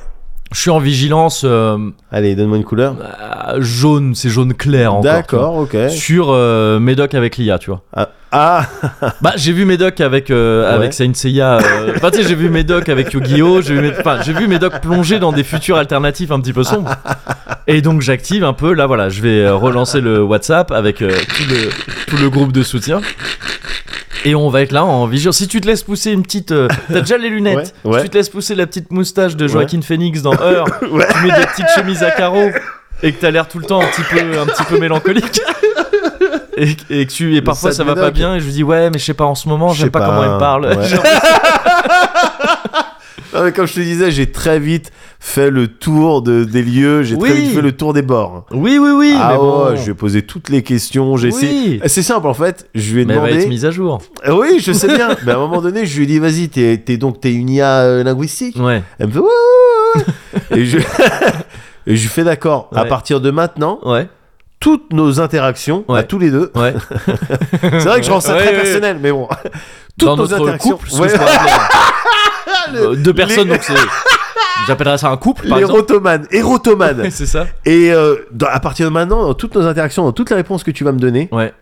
Je suis en vigilance euh,
Allez, donne-moi une couleur.
euh, jaune, c'est jaune clair encore.
D'accord, ok.
tu vois. Sur euh, Médoc avec l'IA, tu vois.
Ah, ah,
Bah, j'ai vu Médoc avec, euh,
Ouais.
avec Saint Seiya. euh, Enfin, tu sais, j'ai vu Médoc avec Yu-Gi-Oh! J'ai vu, Médoc- enfin, j'ai vu Médoc plonger dans des futurs alternatifs un petit peu sombres. Et donc, j'active un peu. Là, voilà, je vais euh, relancer le WhatsApp avec euh, tout, le, tout le groupe de soutien. Et on va être là en vision. Si tu te laisses pousser une petite. euh, T'as déjà les lunettes.
Ouais, ouais.
Si tu te laisses pousser la petite moustache de Joaquin Phoenix dans Heure, tu mets des petites chemises à carreaux et que t'as l'air tout le temps un petit peu, un petit peu mélancolique. Et, et que tu et parfois
sad
ça va pas
médoc.
bien et je lui dis ouais mais je sais pas en ce moment
Je
j'aime
sais
pas,
pas,
comment elle me parle
ouais.
Genre,
Non, mais comme je te disais, j'ai très vite fait le tour de, des lieux, j'ai très
Oui.
vite fait le tour des bords.
oui oui oui
ah
mais bon.
ouais, je vais poser toutes les questions, j'ai
Oui.
essayé- Eh, C'est simple en fait, je lui ai
mais elle va être
demandé.
mise à jour
Euh, Oui, je sais bien. Mais à un moment donné, je lui ai dit, vas-y, t'es t'es donc t'es une IA euh, linguistique.
ouais
Elle me fait, ouais, ouais, ouais. Et je, et je lui fais d'accord. À
Ouais.
partir de maintenant,
ouais
toutes nos interactions, à
Ouais.
tous les deux.
ouais
C'est vrai que je rends ça
Ouais,
très
ouais, ouais.
personnel, mais bon. Toutes
dans
nos
notre
interactions.
couple ce que
Ouais.
je pourrais appeler, euh, deux personnes donc c'est j'appellerais ça un couple par exemple
L'érotomane, érotomane.
c'est ça
Et euh, dans- à partir de maintenant, dans toutes nos interactions, dans toutes les réponses que tu vas me donner,
ouais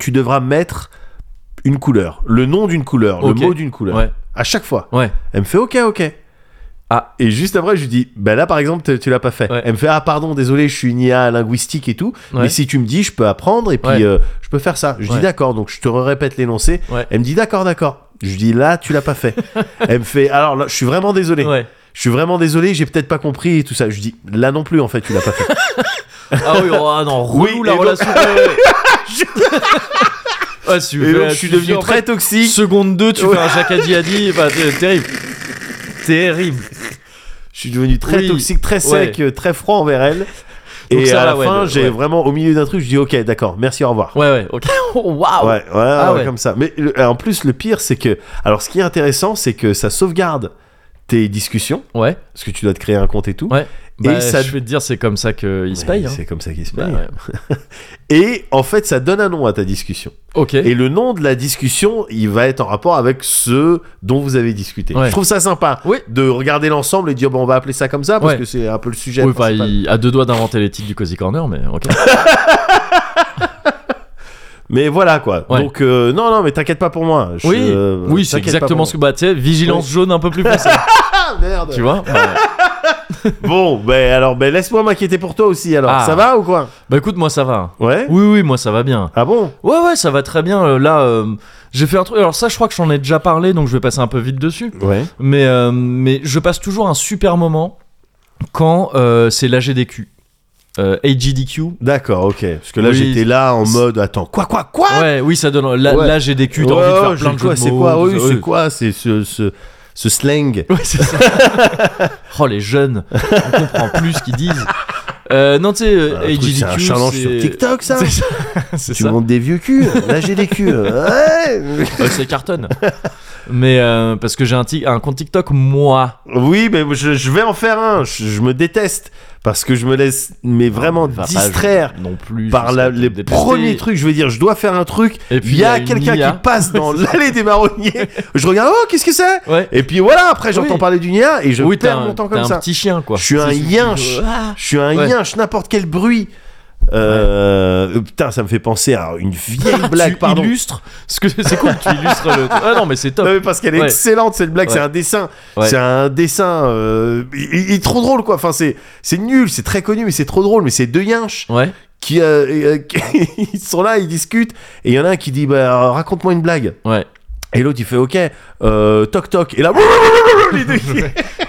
tu devras mettre une couleur, le nom d'une couleur,
Ok.
le mot d'une couleur.
ouais
À chaque fois.
ouais
Elle me fait OK, OK.
Ah.
Et juste après, je lui dis, bah là par exemple, tu- tu l'as pas fait.
Ouais.
Elle me fait, ah pardon, désolé, je suis une IA linguistique et tout,
Ouais.
mais si tu me dis, je peux apprendre et puis
Ouais.
euh, je peux faire ça. Je
Ouais.
dis d'accord, donc je te répète l'énoncé.
Ouais.
Elle me dit d'accord, d'accord. Je lui dis là, tu l'as pas fait. Elle me fait, alors là, je suis vraiment désolé.
ouais
Je suis vraiment désolé, j'ai peut-être pas compris et tout ça. Je lui dis là non plus en fait, tu l'as pas fait.
ah oui oh, ah non
Oui,
relou la
et donc-
relation ouais, ouais. Ouais, tu
et
fais-
donc je suis
tu
devenu
fais, en
très
fait,
toxique.
Seconde 2, tu
Ouais.
fais un Jacadi à bah, t'es- terrible. Terrible.
Je suis devenu très
Oui.
toxique, très sec, euh, très froid envers elle.
Donc
Et
ça,
à
là,
la
ouais,
fin,
le-
j'ai
ouais.
vraiment au milieu d'un truc, je dis ok, d'accord, merci, au revoir.
Ouais, ouais, ok. Oh, Waouh!
Ouais, ouais, ouais,
ouais.
comme ça. Mais le- en plus, le pire, c'est que. Alors, ce qui est intéressant, c'est que ça sauvegarde tes discussions,
Ouais.
parce que tu dois te créer un compte et tout.
Ouais. Bah,
ça-
Je vais te dire, c'est comme ça qu'ils se
Mais
payent. hein.
C'est comme ça qu'il se
Bah,
paye.
ouais.
Et en fait, ça donne un nom à ta discussion.
Ok.
Et le nom de la discussion, il va être en rapport avec ce dont vous avez discuté.
Ouais.
Je trouve ça sympa
Oui.
de regarder l'ensemble et dire bon, on va appeler ça comme ça parce
Ouais.
que c'est un peu le sujet.
Oui, bah,
principal.
il a deux doigts d'inventer les titres du Cozy Corner, mais ok.
Mais voilà quoi.
Ouais.
Donc euh, non, non, mais t'inquiète pas pour moi. Je-
Oui,
euh,
oui c'est
t'inquiète pas pour
exactement
moi.
ce que. Bah, tu sais, vigilance jaune un peu plus poussée,
Ah merde.
tu vois. Bah, ouais.
Bon, ben alors, ben laisse-moi m'inquiéter pour toi aussi. Alors,
Ah.
ça va ou quoi
bah, écoute, moi ça va.
Ouais.
Oui, oui, moi ça va bien.
Ah bon
Ouais, ouais, ça va très bien. Euh, Là, euh, j'ai fait un truc. Alors, ça, je crois que j'en ai déjà parlé, donc je vais passer un peu vite dessus.
Ouais.
Mais, euh, mais je passe toujours un super moment quand euh, c'est l'AGDQ. Euh, AGDQ.
D'accord, ok. Parce que là,
Oui.
j'étais là en mode, attends, quoi, quoi, quoi
Ouais, oui, ça donne. la-
Ouais.
L'AGDQ, t'as
Ouais,
envie de
ouais,
faire plein
j'ai
de
quoi,
jeux de
C'est
mots,
quoi Oui,
tout ça,
c'est
oui.
quoi C'est ce, ce, ce slang.
Ouais, c'est ça. oh, les jeunes, on comprend plus ce qu'ils disent. Euh, non, tu sais, euh,
Un truc,
AGDQ.
C'est un challenge
c'est-
sur TikTok, ça
C'est ça. C'est
Tu
ça.
montes des vieux culs. Là, j'ai des culs. Ouais.
Euh, c'est Carton. Mais euh, parce que j'ai un, ti- un compte TikTok, moi.
Oui, mais je, je vais en faire un. Je, je me déteste parce que je me laisse, mais vraiment
Enfin, pas
distraire.
je- non plus.
par
jusqu'à
la-
te
les
détester.
premiers trucs, je veux dire, je dois faire un truc.
Et puis,
Il y a
une
quelqu'un
IA.
qui passe dans l'allée des marronniers. Je regarde, oh, qu'est-ce que c'est
Ouais.
Et puis voilà, après j'entends
Oui.
parler du nia et je
oui, t'as
perds
un,
mon temps
t'as
comme
un
ça.
petit chien, quoi.
Je suis un
C'est-
yinche.
Ah.
Je suis un
Ouais.
yinche, n'importe quel bruit. Euh, euh, Putain, ça me fait penser à une vieille blague,
tu
pardon.
illustres ce que c'est cool tu illustres le ah non mais c'est
Non,
top
mais parce qu'elle est
Ouais.
excellente cette blague,
Ouais.
c'est un dessin.
Ouais.
C'est un dessin. euh, il, il est trop drôle quoi. Enfin, c'est, c'est nul, c'est très connu, mais c'est trop drôle. Mais c'est deux yinches
ouais
qui, euh, et, euh, qui- ils sont là, ils discutent. Et il y en a un qui dit bah, Raconte-moi une blague.
ouais
Et l'autre il fait Ok, euh, toc toc. Et là, les deux,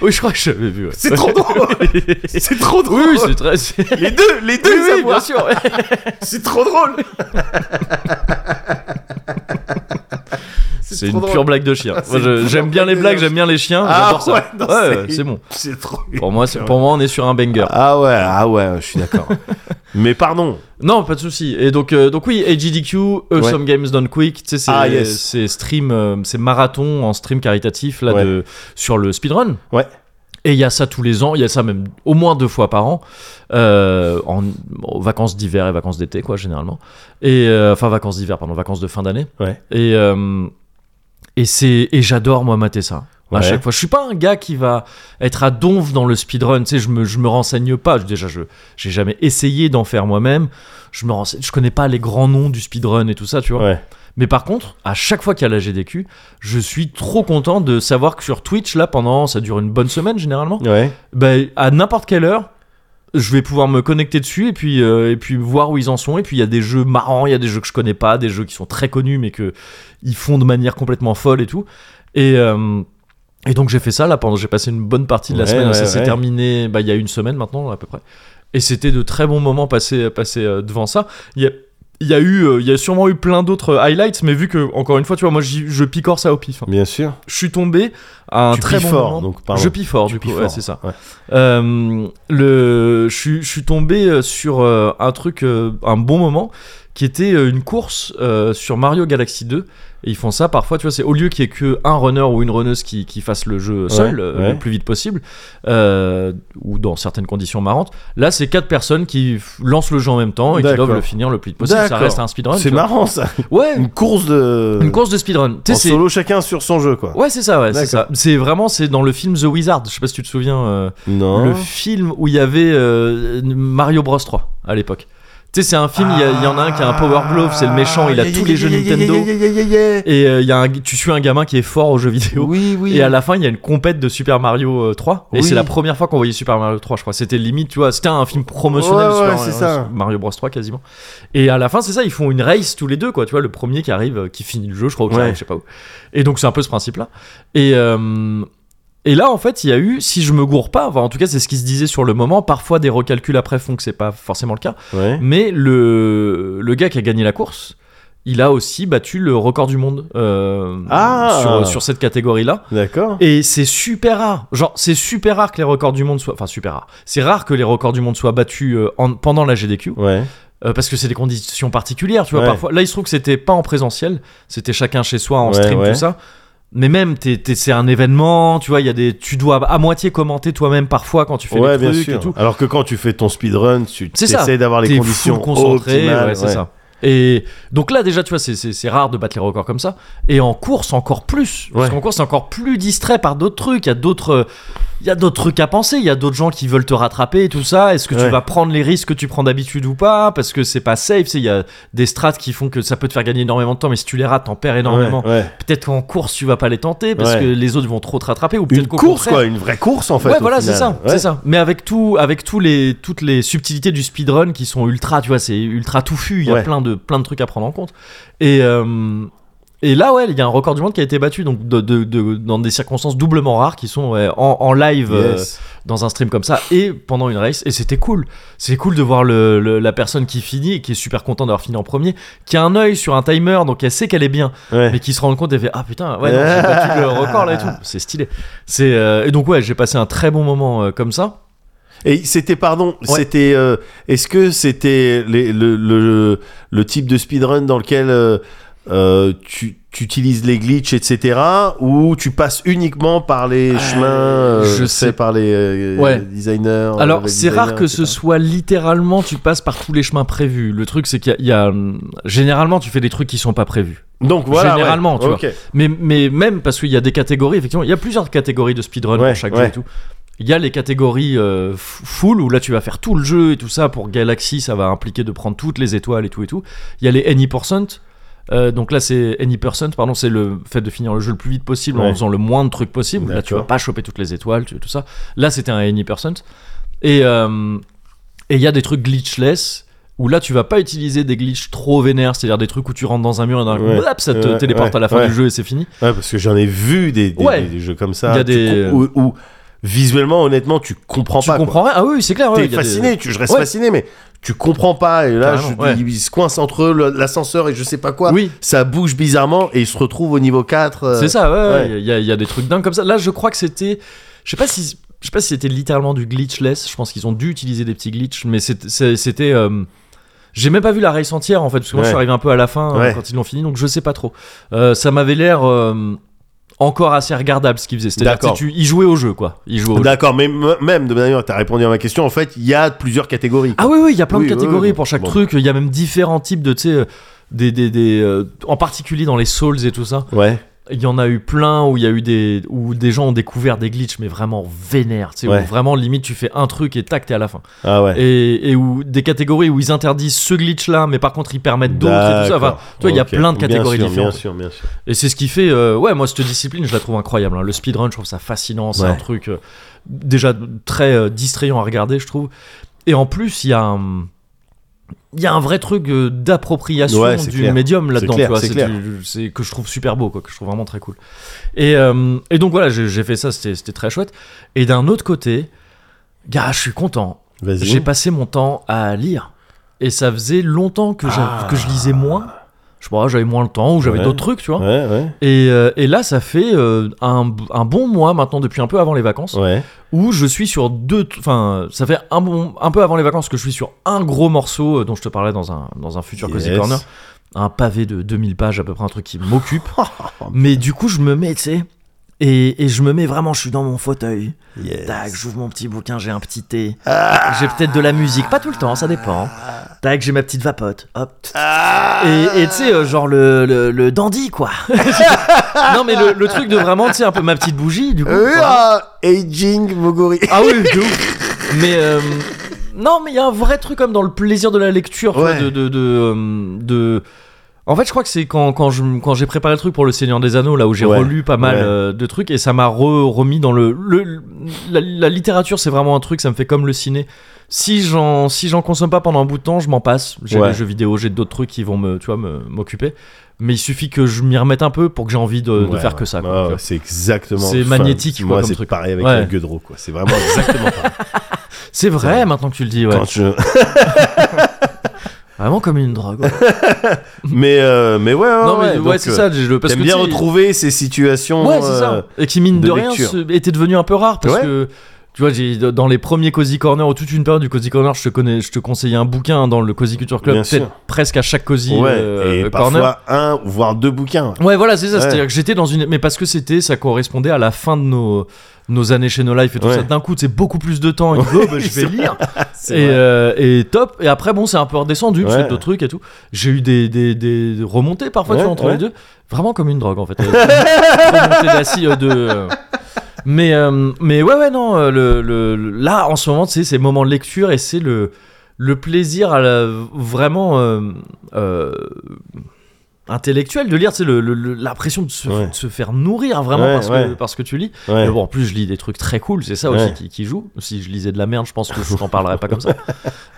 oui je crois que j'avais vu ouais.
c'est trop drôle. C'est trop drôle.
oui oui, c'est très c'est- oui,
Les deux, les deux, ils
oui,
aboient.
bien sûr ouais.
C'est trop drôle.
c'est
trop
une
drôle.
pure blague de chien
c'est
Moi, je-
une pure
j'aime bien
blague
les
de
blagues
chien.
j'aime bien les chiens
Ah,
j'adore ça
ouais, non,
ouais, ouais,
c'est-
c'est bon
C'est trop.
pour moi c'est pour moi on est sur un banger
Ah ouais, ah ouais, je suis d'accord. Mais pardon.
non pas de souci et donc euh, donc oui AGDQ Awesome euh, Games Done Quick tu sais c'est
Ah, yes.
c'est stream euh, c'est marathon en stream caritatif là
Ouais.
de sur le speedrun
Ouais.
Et il y a ça tous les ans, il y a ça même au moins deux fois par an, euh, en en vacances d'hiver et vacances d'été, quoi, généralement. Et, euh, enfin, vacances d'hiver, pardon, vacances de fin d'année.
Ouais.
Et, euh, et, c'est- et j'adore, moi, mater ça. à
Ouais.
chaque fois. Je suis pas un gars qui va être à donf dans le speedrun, tu sais, je me, je me renseigne pas. Je- Déjà, je j'ai jamais essayé d'en faire moi-même. Je me renseigne, je connais pas les grands noms du speedrun et tout ça, tu vois.
Ouais.
Mais par contre, à chaque fois qu'il y a la GDQ, je suis trop content de savoir que sur Twitch, là, pendant, ça dure une bonne semaine généralement,
Ouais.
ben, à n'importe quelle heure, je vais pouvoir me connecter dessus et puis, euh, et puis voir où ils en sont. Et puis il y a des jeux marrants, il y a des jeux que je connais pas, des jeux qui sont très connus mais que ils font de manière complètement folle et tout. Et, euh, et donc j'ai fait ça là pendant, j'ai passé une bonne partie de la
Ouais,
semaine.
ouais,
ça s'est
ouais.
terminé bah, il y a une semaine maintenant à peu près. Et c'était de très bons moments passés, passés euh, devant ça. Il y a, il y a eu, euh, il y a sûrement eu plein d'autres euh, highlights, mais vu que encore une fois, tu vois, moi j'y- je picore ça au pif. hein.
Bien sûr.
Je suis tombé à un
Tu
très
pies
bon
fort,
moment.
donc, pardon.
Je pie fort,
Tu
du coup,
pies
ouais,
fort.
c'est ça.
Ouais.
Euh, le, je, suis- je suis tombé euh, sur euh, un truc, euh, un bon moment, qui était euh, une course euh, sur Mario Galaxy 2. Et ils font ça parfois, tu vois, c'est au lieu qu'il y ait que un runner ou une runneuse qui, qui fasse le jeu seul,
Ouais,
euh,
ouais.
le plus vite possible, euh, ou dans certaines conditions marrantes. Là, c'est quatre personnes qui f- lancent le jeu en même temps et qui
D'accord.
doivent le finir le plus vite possible. Ça
D'accord.
reste un speedrun. tu
C'est
vois.
marrant ça.
Ouais,
Une course de.
une course de speedrun. Tu
En
sais, c'est-
solo, chacun sur son jeu, quoi.
Ouais, c'est ça, ouais, c'est ça.
D'accord.
C'est vraiment, c'est dans le film The Wizard. Je sais pas si tu te souviens, euh,
Non.
le film où il y avait euh, Mario Bros 3 à l'époque. Tu sais, c'est un film, il y a- il y, en a un qui a un power glove, c'est le méchant,
Ah,
il a tous les jeux Nintendo. Et euh, il y a un- tu suis un gamin qui est fort aux jeux vidéo.
Oui, oui.
Et à la fin, il y a une compète de Super Mario euh, 3. Et
Oui.
c'est la première fois qu'on voyait Super Mario 3, je crois. C'était limite, tu vois, c'était un film promotionnel
Ouais,
sur
ouais,
un-
c'est
un-
ça.
Mario Bros 3 quasiment. Et à la fin, c'est ça, ils font une race tous les deux, quoi. Tu vois, le premier qui arrive, euh, qui finit le jeu, je crois, ou qui
Ouais.
arrive, je sais pas où. Et donc, c'est un peu ce principe-là. Et. euh, et là, en fait, il y a eu, si je me gourre pas, enfin, en tout cas, c'est ce qui se disait sur le moment, parfois des recalculs après font que c'est pas forcément le cas,
Ouais.
mais le, le gars qui a gagné la course, il a aussi battu le record du monde euh,
Ah.
sur, sur cette catégorie-là.
D'accord.
Et c'est super rare. Genre, c'est super rare que les records du monde soient. Enfin, super rare. C'est rare que les records du monde soient battus euh, en- pendant la GDQ.
Ouais.
euh, parce que c'est des conditions particulières, tu vois.
Ouais.
Parfois, là, il se trouve que c'était pas en présentiel. C'était chacun chez soi en
Ouais,
stream,
ouais.
tout ça. Mais même, t'es- t'es- c'est un événement, tu vois. Il y a des, tu dois à moitié commenter toi-même parfois quand tu fais
Ouais,
les
bien
trucs et
sûr.
tout.
Alors que quand tu fais ton speedrun, tu
C'est ça.
essayes d'avoir les
T'es
conditions
full concentré,
optimales.
ouais, c'est ça. Et donc là déjà tu vois c'est- c'est c'est rare de battre les records comme ça et en course encore plus parce
Ouais.
qu'en course c'est encore plus distrait par d'autres trucs il y a d'autres il y a d'autres trucs à penser il y a d'autres gens qui veulent te rattraper et tout ça est-ce que
Ouais.
tu vas prendre les risques que tu prends d'habitude ou pas parce que c'est pas safe tu sais, il y a des strates qui font que ça peut te faire gagner énormément de temps mais si tu les rates t'en perds énormément
Ouais, ouais.
peut-être qu'en course tu vas pas les tenter parce
Ouais.
que les autres vont trop te rattraper ou
Une
peut-être qu'au
course,
contraire-
quoi. Une vraie course, en fait.
ouais,
au
voilà, c'est
final.
ça,
Ouais.
c'est ça. Mais avec tout, avec tous les, toutes les subtilités du speedrun qui sont ultra, tu vois, c'est ultra touffu. Il y a
Ouais.
plein de, plein de trucs à prendre en compte. Et euh, et là, ouais, il y a un record du monde qui a été battu, donc de, de- de- dans des circonstances doublement rares qui sont ouais, en, en live euh,
Yes.
dans un stream comme ça et pendant une race. Et c'était cool. C'est cool de voir le, le- la personne qui finit et qui est super contente d'avoir fini en premier, qui a un œil sur un timer, donc elle sait qu'elle est bien
Ouais.
mais qui se rendent compte et fait ah putain ouais non, j'ai battu le record là et tout c'est stylé c'est euh, et donc ouais j'ai passé un très bon moment euh, comme ça
Et c'était, pardon,
Ouais.
c'était. euh, Est-ce que c'était les- le, le, le type de speedrun dans lequel euh, euh, tu, tu utilises les glitches, etc., ou tu passes uniquement par les chemins, euh,
je
tu
sais.
par les euh,
Ouais.
designers
alors
les
c'est rare
designers,
que ce
etc..
soit littéralement tu passes par tous les chemins prévus le truc c'est qu'il y a- il y, a hum, généralement tu fais des trucs qui sont pas prévus
Donc voilà.
Généralement,
ouais.
tu vois.
Ok.
mais mais même parce qu'il y a des catégories effectivement il y a plusieurs catégories de speedrun
Ouais,
pour chaque
ouais.
jeu et tout il y a les catégories euh, f- full où là tu vas faire tout le jeu et tout ça pour Galaxy ça va impliquer de prendre toutes les étoiles et tout et tout il y a les any percent Euh, donc là, c'est any percent, pardon, c'est le fait de finir le jeu le plus vite possible en
Ouais.
faisant le moins de trucs possible. Là, tu vas
D'accord.
pas choper toutes les étoiles, tu- tout ça. Là, c'était un any percent. Et euh, et il y a des trucs glitchless où là, tu vas pas utiliser des glitches trop vénères, c'est-à-dire des trucs où tu rentres dans un mur et d'un coup,
Ouais.
blap, ça te
Ouais,
téléporte
Euh, ouais,
à la fin
ouais.
du jeu et c'est fini.
Ouais, parce que j'en ai vu des, des,
Ouais.
des- des jeux comme ça.
Il y a
tu
des-
com- où, où visuellement, honnêtement, tu comprends
tu
pas. quoi.
comprends rien Ah oui, c'est clair. ouais,
T'es
il y a des-
fasciné, tu, je reste
Ouais.
fasciné, mais tu comprends pas. Et là,
Carrément,
je-
ouais.
ils, ils se coincent entre eux, le- l'ascenseur et je sais pas quoi.
Oui.
Ça bouge bizarrement et ils se retrouvent au niveau 4. euh,
C'est ça, ouais,
ouais.
Il y, a- il y a des trucs dingues comme ça. Là, je crois que c'était. Je sais pas si. Je sais pas si c'était littéralement du glitchless. Je pense qu'ils ont dû utiliser des petits glitches, mais c'est- c'est- c'était. euh, J'ai même pas vu la race entière en fait, parce que moi
Ouais.
je suis arrivé un peu à la fin euh,
Ouais.
quand ils l'ont fini, donc je sais pas trop. Euh, ça m'avait l'air euh, encore assez regardable ce qu'ils faisaient. C'est-à-dire que
D'accord.
tu- ils jouaient au jeu quoi. Ils jouaient au jeu.
D'accord, mais m- même de manière, t'as répondu à ma question. En fait, il y a plusieurs catégories.
Ah oui, oui, il y a plein
Oui,
de
oui,
catégories
oui.
pour chaque
Bon.
truc. Il y a même différents types de, tu sais, euh, des, des, des, euh, en particulier dans les Souls et tout ça.
Ouais.
Il y en a eu plein où il y a eu des où des gens ont découvert des glitches mais vraiment vénères, tu sais, où
Ouais.
vraiment limite tu fais un truc et tac t'es à la fin.
Ah ouais.
Et, et où des catégories où ils interdisent ce glitch là mais par contre ils permettent d'autres et tout ça. Enfin,
D'accord.
tu vois, il y a
Ok.
plein de
Bien
catégories
sûr,
différentes.
Bien sûr, bien sûr.
Et c'est ce qui fait, euh, ouais, moi cette discipline, je la trouve incroyable. hein. Le speedrun, je trouve ça fascinant. C'est
Ouais.
un truc euh, déjà très euh, distrayant à regarder, je trouve. Et en plus, il y a un, il y a un vrai truc euh, d'appropriation
Ouais, c'est
du
clair.
médium là-dedans.
C'est clair,
tu vois.
c'est
C'est
clair.
du- c'est que je trouve super beau, quoi, que je trouve vraiment très cool. Et, euh, et donc voilà, j'ai j'ai fait ça, c'était c'était très chouette. Et d'un autre côté, gars, je suis content.
Vas-y.
J'ai passé mon temps à lire. Et ça faisait longtemps que, j'a-
Ah.
que je lisais moins. Je sais pas, j'avais moins le temps ou j'avais
Ouais.
d'autres trucs, tu vois.
Ouais, ouais.
Et, euh, et là, ça fait euh, un, un bon mois maintenant, depuis un peu avant les vacances,
Ouais.
où je suis sur deux. t- Enfin, ça fait un, bon, un peu avant les vacances que je suis sur un gros morceau euh, dont je te parlais dans un, dans un futur Cozy
Yes.
Corner. Un pavé de 2000 pages, à peu près, un truc qui m'occupe.
Oh,
Mais du coup, je me mets, tu sais. Et, et je me mets vraiment, je suis dans mon fauteuil.
yes. Ah.
Tac, j'ouvre mon petit bouquin, j'ai un petit thé. J'ai peut-être de la musique, pas tout le temps, ça dépend. Tac, j'ai ma petite vapote. Hop.
Ah
Et et tu sais, euh, genre le, le, le dandy, quoi. non, mais le, le truc de vraiment, tu sais, un peu ma petite bougie, du coup.
Euh,
voilà.
ah, aging Mogori.
Ah oui, de ouf. Mais euh, non, mais il y a un vrai truc comme dans le plaisir de la lecture, tu vois,
Ouais.
de, de, de, euh, de- En fait, je crois que c'est quand, quand, je, quand j'ai préparé le truc pour Le Seigneur des Anneaux, là où j'ai
Ouais.
relu pas mal
Ouais.
euh, de trucs, et ça m'a re- remis dans le... le la, la littérature, c'est vraiment un truc, ça me fait comme le ciné. Si j'en, si j'en consomme pas pendant un bout de temps, je m'en passe. J'ai
Ouais.
les jeux vidéo, j'ai d'autres trucs qui vont me, tu vois, me- m'occuper. Mais il suffit que je m'y remette un peu pour que j'ai envie Euh, de, de
Ouais,
faire
ouais.
que ça. quoi,
Ah
tu vois.
ouais, c'est exactement.
C'est
enfin,
magnétique, quoi,
Moi,
comme
c'est
truc.
pareil avec
Ouais.
le Gueudreau, quoi. C'est vraiment exactement pareil.
C'est vrai,
Ouais.
maintenant que tu le dis, ouais.
Quand je-
Vraiment comme une drogue. ouais.
Mais, euh, mais ouais, ouais,
non mais
ouais,
Ah ouais,
donc,
c'est
euh,
ça je- parce
T'aimes
que
bien
tu sais,
retrouver ces situations.
ouais c'est
euh,
ça et qui mine
de
de, rien
lecture.
se- était devenu un peu rare parce
Ouais.
que tu vois j'ai dans les premiers cozy corner ou toute une période du cozy corner je te connais je te conseillais un bouquin hein, dans le cozy culture club
Bien
peut-être
sûr.
presque à chaque cozy
ouais,
euh,
et
corner
parfois un, voire deux bouquins.
ouais voilà c'est ça
Ouais.
c'est-à-dire que j'étais dans une mais parce que c'était ça correspondait à la fin de nos nos années chez nos life et tout
Ouais.
ça d'un coup c'est beaucoup plus de temps et tu dis, oh, bah, je
c'est
vais lire
C'est
et,
vrai.
euh, et top. Et après, bon, c'est un peu redescendu, parce
Ouais.
que d'autres trucs et tout. J'ai eu des, des, des remontées parfois
Ouais,
tu vois, entre
ouais.
les deux. Vraiment comme une drogue, en fait. Euh, remontée d'acide, euh, de. euh, Mais, euh, mais ouais, ouais, non. euh, Le, le- le- là, en ce moment, tu sais, c'est le moment de lecture et c'est le, le plaisir à la- vraiment. euh, euh, intellectuel de lire, c'est le, le- le- la pression de se,
Ouais.
de se faire nourrir vraiment
Ouais,
parce, Que,
ouais.
parce que tu lis.
Ouais.
Mais bon, en plus, je lis des trucs très cool, c'est ça aussi
Ouais.
qui, qui joue. Si je lisais de la merde, je pense que je t'en parlerais pas comme ça.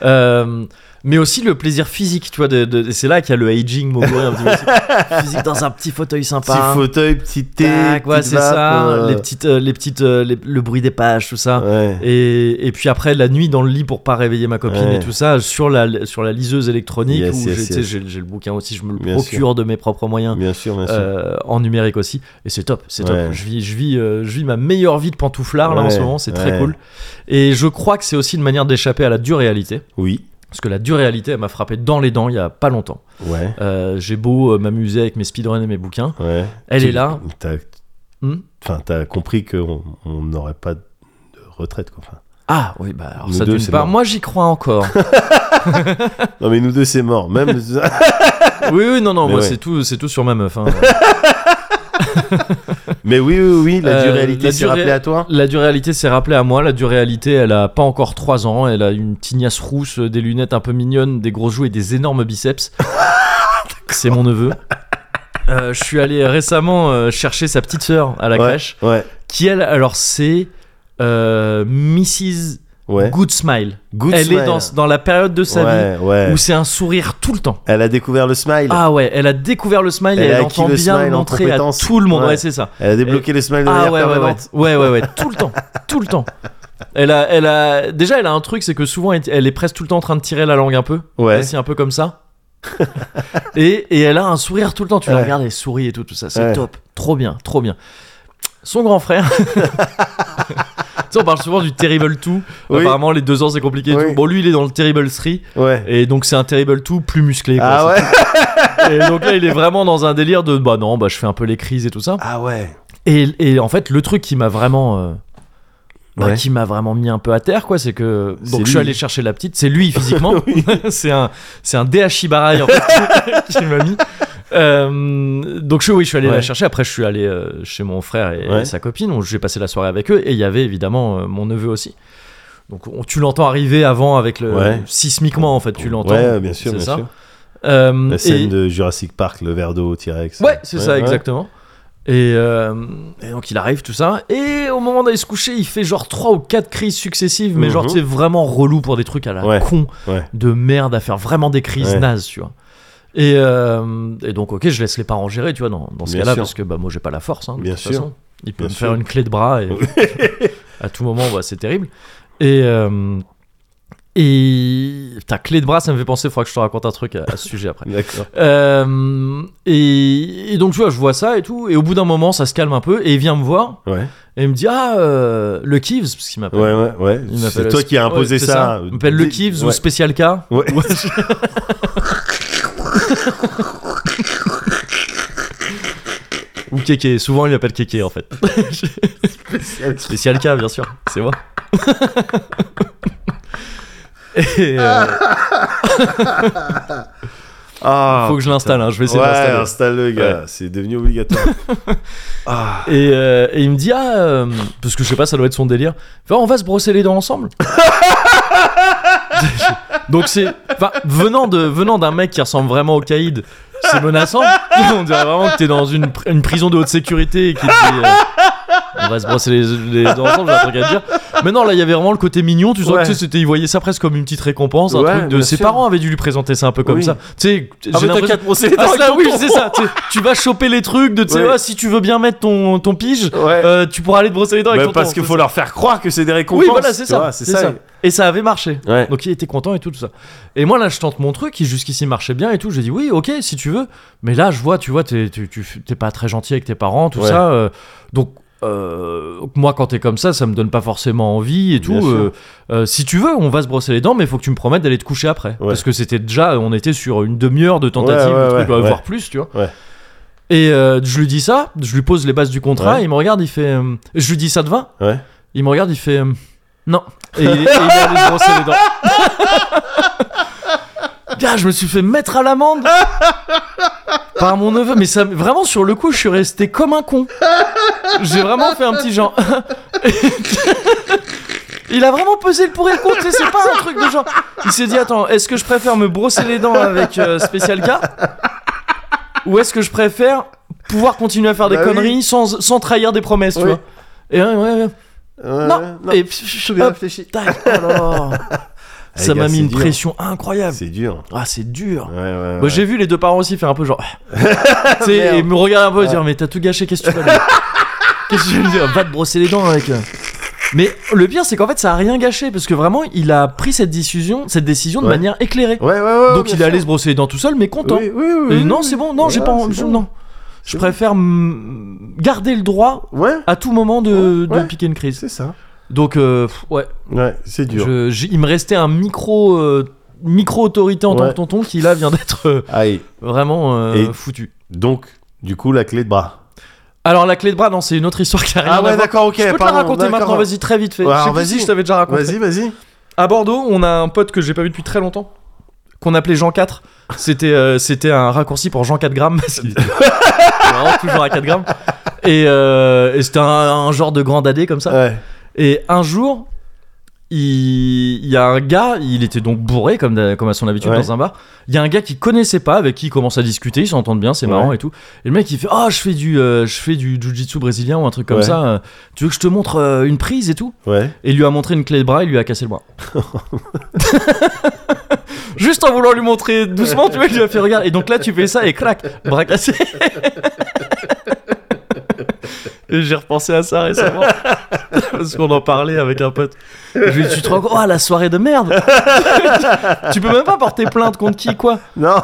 Euh, mais aussi le plaisir physique, tu vois. de- de- c'est là qu'il y a le aging, Moguri, un petit peu aussi. physique dans un petit fauteuil
Petit
sympa.
fauteuil, petit thé.
Tac, ouais,
petite
c'est
vape,
ça.
euh,
Les petites, euh, les petites, euh, les- le bruit des pages, tout ça.
ouais.
Et, et puis après la nuit dans le lit pour pas réveiller ma copine
Ouais.
et tout ça sur la sur la liseuse électronique
Yes,
où
yes,
j'ai- tu sais,
yes.
j'ai j'ai le bouquin aussi je me le
Bien
procure de mes propres moyens
Bien sûr, bien sûr.
euh, en numérique aussi et c'est top c'est
Ouais.
top je vis je vis euh, je vis ma meilleure vie de pantouflard là en
Ouais,
ce moment c'est
ouais.
très cool et je crois que c'est aussi une manière d'échapper à la dure réalité
Oui.
parce que la dure réalité elle m'a frappé dans les dents il y a pas longtemps
Ouais.
Euh, j'ai beau euh, m'amuser avec mes speedruns et mes bouquins
Ouais.
elle
Tu-
est là
T'as
Hmm
enfin, t'as compris qu'on on n'aurait pas de retraite, quoi. Enfin,
ah oui bah alors
Nous
ça
deux,
d'une
c'est
part
mort.
moi j'y crois encore
Non, mais nous deux, c'est mort. Même.
oui oui non non
Mais
moi
ouais.
c'est tout c'est tout sur ma meuf hein.
mais oui, oui, oui, la
Euh,
dure réalité
la
s'est
dure
rappelée
ré-
à toi.
La dure réalité s'est rappelée à moi. La dure réalité, elle a pas encore 3 ans. Elle a une tignasse rousse, des lunettes un peu mignonnes, des gros joues et des énormes biceps. C'est mon neveu. Euh, je suis allé récemment euh, chercher sa petite sœur à la
ouais,
crèche,
Ouais,
qui elle, alors c'est euh, Mrs.
ouais.
Good Smile.
Good
elle
smile.
est dans, dans la période de sa
ouais,
vie
ouais.
où c'est un sourire tout le temps.
Elle a découvert le smile.
Ah ouais, elle a découvert le smile
Elle
et
a
elle
acquis
entend
le
bien
smile
le
en
montrer à
compétence.
tout le monde.
Ouais.
ouais c'est ça.
Elle a débloqué le smile de
Ah
manière
ouais, ouais, ouais,
permanente.
ouais, ouais, ouais, tout le temps, tout le temps. Elle a, elle a, déjà, elle a un truc, c'est que souvent, elle- elle est presque tout le temps en train de tirer la langue un peu,
Ouais.
assis un peu comme ça. et, et elle a un sourire tout le temps. Tu la
Ouais.
regardes, elle sourit et tout, tout ça, c'est
Ouais.
top, trop bien, trop bien. Son grand frère. tu sais, on parle souvent du terrible 2.
Oui.
Apparemment, les deux ans, c'est compliqué. et
Oui.
tout. Bon, lui, il est dans le terrible 3.
Ouais.
Et donc, c'est un terrible 2 plus musclé. quoi.
Ah ouais.
Et donc là, il est vraiment dans un délire de bah non, bah je fais un peu les crises et tout ça.
Ah ouais.
Et, et en fait, le truc qui m'a vraiment. euh, bah,
Ouais.
qui m'a vraiment mis un peu à terre, quoi, c'est que.
C'est
Donc, je
lui.
suis allé chercher la petite, c'est lui physiquement. c'est un, c'est un DHI Barail, en fait, qui, qui m'a mis. Euh, donc je, oui, je suis allé
Ouais.
la chercher. Après, je suis allé euh, chez mon frère et,
Ouais.
et sa copine. où J'ai passé la soirée avec eux. Et il y avait évidemment euh, mon neveu aussi. Donc on- tu l'entends arriver avant avec le
Ouais.
sismiquement en fait. Tu l'entends.
Ouais, bien sûr,
C'est
bien
ça.
sûr.
Euh,
La scène
et-
de Jurassic Park, le verre d'eau au T-Rex.
Ouais, c'est ça,
ouais.
exactement. Et, euh, et donc il arrive, tout ça. Et au moment d'aller se coucher, il fait genre 3 ou 4 crises successives, mais genre
Mhm.
c'est vraiment relou pour des trucs à la
Ouais,
con
ouais.
de merde à faire vraiment des crises
Ouais.
nazes, tu vois. Et, euh, et donc, ok, je laisse les parents gérer, tu vois, dans, dans ce
Bien
cas-là,
sûr.
parce que bah, moi j'ai pas la force, hein, de
Bien
toute
sûr.
façon. Il peut
Bien
me
sûr.
faire une clé de bras et à tout moment, bah, c'est terrible. Et. euh, et ta clé de bras, ça me fait penser, il faudra que je te raconte un truc à- à ce sujet après.
D'accord.
Euh, et, et donc, tu vois, je vois ça et tout. Et au bout d'un moment, ça se calme un peu. Et il vient me voir.
Ouais,
Et il me dit Ah, euh, le Kivs, parce qu'il m'appelle.
ouais, ouais. ouais.
Il m'appelle-
C'est toi qui as imposé
Ouais, c'est
ça.
Il m'appelle le Kivs ou
Ouais.
Spécial K.
Ouais.
Ou Kéké. Souvent, il m'appelle Kéké, en fait. Spécial K, bien sûr. C'est moi. et euh,
Ah,
faut que je l'installe, hein, je vais essayer de
ouais,
l'installer.
installe-le, gars. C'est devenu obligatoire. ah,
Et, euh, et il me dit ah euh, parce que je sais pas ça doit être son délire. Enfin, on va se brosser les dents ensemble. Donc c'est enfin, venant de venant d'un mec qui ressemble vraiment au caïd, c'est menaçant. On dirait vraiment que t'es dans une, pr- une prison de haute sécurité et qu'il te dit euh, on va se brosser les, les dents ensemble. J'ai un truc à te dire. Mais non là il y avait vraiment le côté mignon. Tu sens
Ouais.
que tu sais, c'était il voyait ça presque comme une petite récompense, un
Ouais,
truc de
bien
ses
sûr.
parents avaient dû lui présenter ça un peu comme
Oui.
ça. Tu sais
Ah,
j'ai
mais t'as
l'impression
qu'à te brosser les dents.
ah,
avec
ça,
ton
oui,
tronc.
c'est ça. Tu, tu vas choper les trucs de, tu sais,
Ouais.
ah, si tu veux bien mettre ton, ton pige,
Ouais.
euh, tu pourras aller te brosser les dents avec
Bah,
ton
parce
tronc,
qu'il
c'est
faut
ça.
leur faire croire que c'est des récompenses.
Oui, voilà, c'est
tu
ça.
vois,
c'est ça. Et ça avait marché.
Ouais.
Donc il était content et tout, tout ça. Et moi là, je tente mon truc qui jusqu'ici marchait bien et tout. J'ai dit oui, ok, si tu veux. Mais là, je vois, tu vois, t'es, tu- tu- t'es pas très gentil avec tes parents, tout
Ouais.
ça. euh, donc euh, moi, quand t'es comme ça, ça me donne pas forcément envie et tout.
Bien sûr.
euh, euh, si tu veux, on va se brosser les dents, mais faut que tu me promettes d'aller te coucher après.
Ouais.
Parce que c'était déjà, on était sur une demi-heure de tentative,
Ouais,
de
ouais,
truc,
ouais,
euh,
ouais.
voire plus, tu vois.
Ouais.
Et euh, je lui dis ça, je lui pose les bases du contrat,
Ouais.
et il me regarde, il fait. euh, je lui dis ça te va
Ouais.
Il me regarde, il fait. euh, non. Et il, et il est allé se brosser les dents. Gars, je me suis fait mettre à l'amende par mon neveu, mais ça, vraiment sur le coup, je suis resté comme un con. J'ai vraiment fait un petit genre. Il a vraiment pesé le pour et le contre, tu sais, c'est pas un truc de genre. Il s'est dit attends, est-ce que je préfère me brosser les dents avec euh, Spécial K ou est-ce que je préfère pouvoir continuer à faire des
Bah oui.
conneries sans, sans trahir des promesses, tu
Oui.
vois Et ouais, ouais, ouais.
Ouais,
non.
non.
Et puis, je hop,
réfléchi.
tac, oh là là.
Eh,
Ça
gars,
m'a mis
c'est
une
dur.
pression incroyable.
C'est dur.
Ah, c'est dur.
Ouais, ouais,
Moi,
Euh, ouais.
j'ai vu les deux parents aussi faire un peu genre. ah. Tu sais, et
Merde.
me regarder un peu et dire Mais t'as tout gâché, qu'est-ce que tu vas dire Qu'est-ce que tu vas lui dire Va te brosser les dents avec. Mais le pire, c'est qu'en fait, ça a rien gâché parce que vraiment, il a pris cette décision, cette décision de
Ouais.
manière éclairée.
Ouais, ouais, ouais.
Donc, il est allé se brosser les dents tout seul, mais content.
Oui, oui, oui,
Et
oui,
non,
oui.
c'est bon, non, j'ai
Ouais,
pas en-
c'est
je-
bon.
Non. Je
C'est
préfère mm, garder le droit
Ouais,
à tout moment de, de
Ouais.
piquer une crise.
c'est ça.
Donc, euh, pff, ouais,
Ouais, c'est dur.
Je- j'ai- il me restait un micro. euh, micro-autorité en tant
Ouais.
que tonton qui là vient d'être euh,
Aïe.
vraiment euh,
Et-
foutu.
Donc, du coup, la clé de bras.
Alors la clé de bras, non, c'est une autre histoire qui arrive.
Ah ouais, d'accord, ok.
Je peux te la
pardon,
raconter
d'accord.
maintenant, vas-y, très vite fait.
Ouais,
je sais
alors,
plus si
vas-y.
je t'avais déjà raconté.
Vas-y, vas-y.
À Bordeaux, on a un pote que j'ai pas vu depuis très longtemps, qu'on appelait Jean 4. C'était euh, c'était un raccourci pour Jean 4 grammes. parce qu'il était vraiment toujours à 4 grammes. Et, euh, et c'était un, un genre de grand dadé comme ça.
Ouais.
Et un jour, il il y a un gars, il était donc bourré comme, d'a- comme à son habitude
Ouais.
dans un bar. Il y a un gars qu'il connaissait pas, avec qui il commence à discuter, ils s'entendent bien, c'est marrant
Ouais.
et tout. Et le mec il fait Ah, je fais du, euh, je fais du jujitsu brésilien ou un truc comme
Ouais.
ça. euh, Tu veux que je te montre euh, une prise et tout
Ouais.
Et il lui a montré une clé de bras, il lui a cassé le bras. Juste en voulant lui montrer doucement, tu vois, il lui a fait Regarde. Et donc là, tu fais ça et crac, bras cassé. Et j'ai repensé à ça récemment. Parce qu'on en parlait avec un pote. Je lui ai dit, tu te rends compte Oh, la soirée de merde Tu peux même pas porter plainte contre qui, quoi
Non,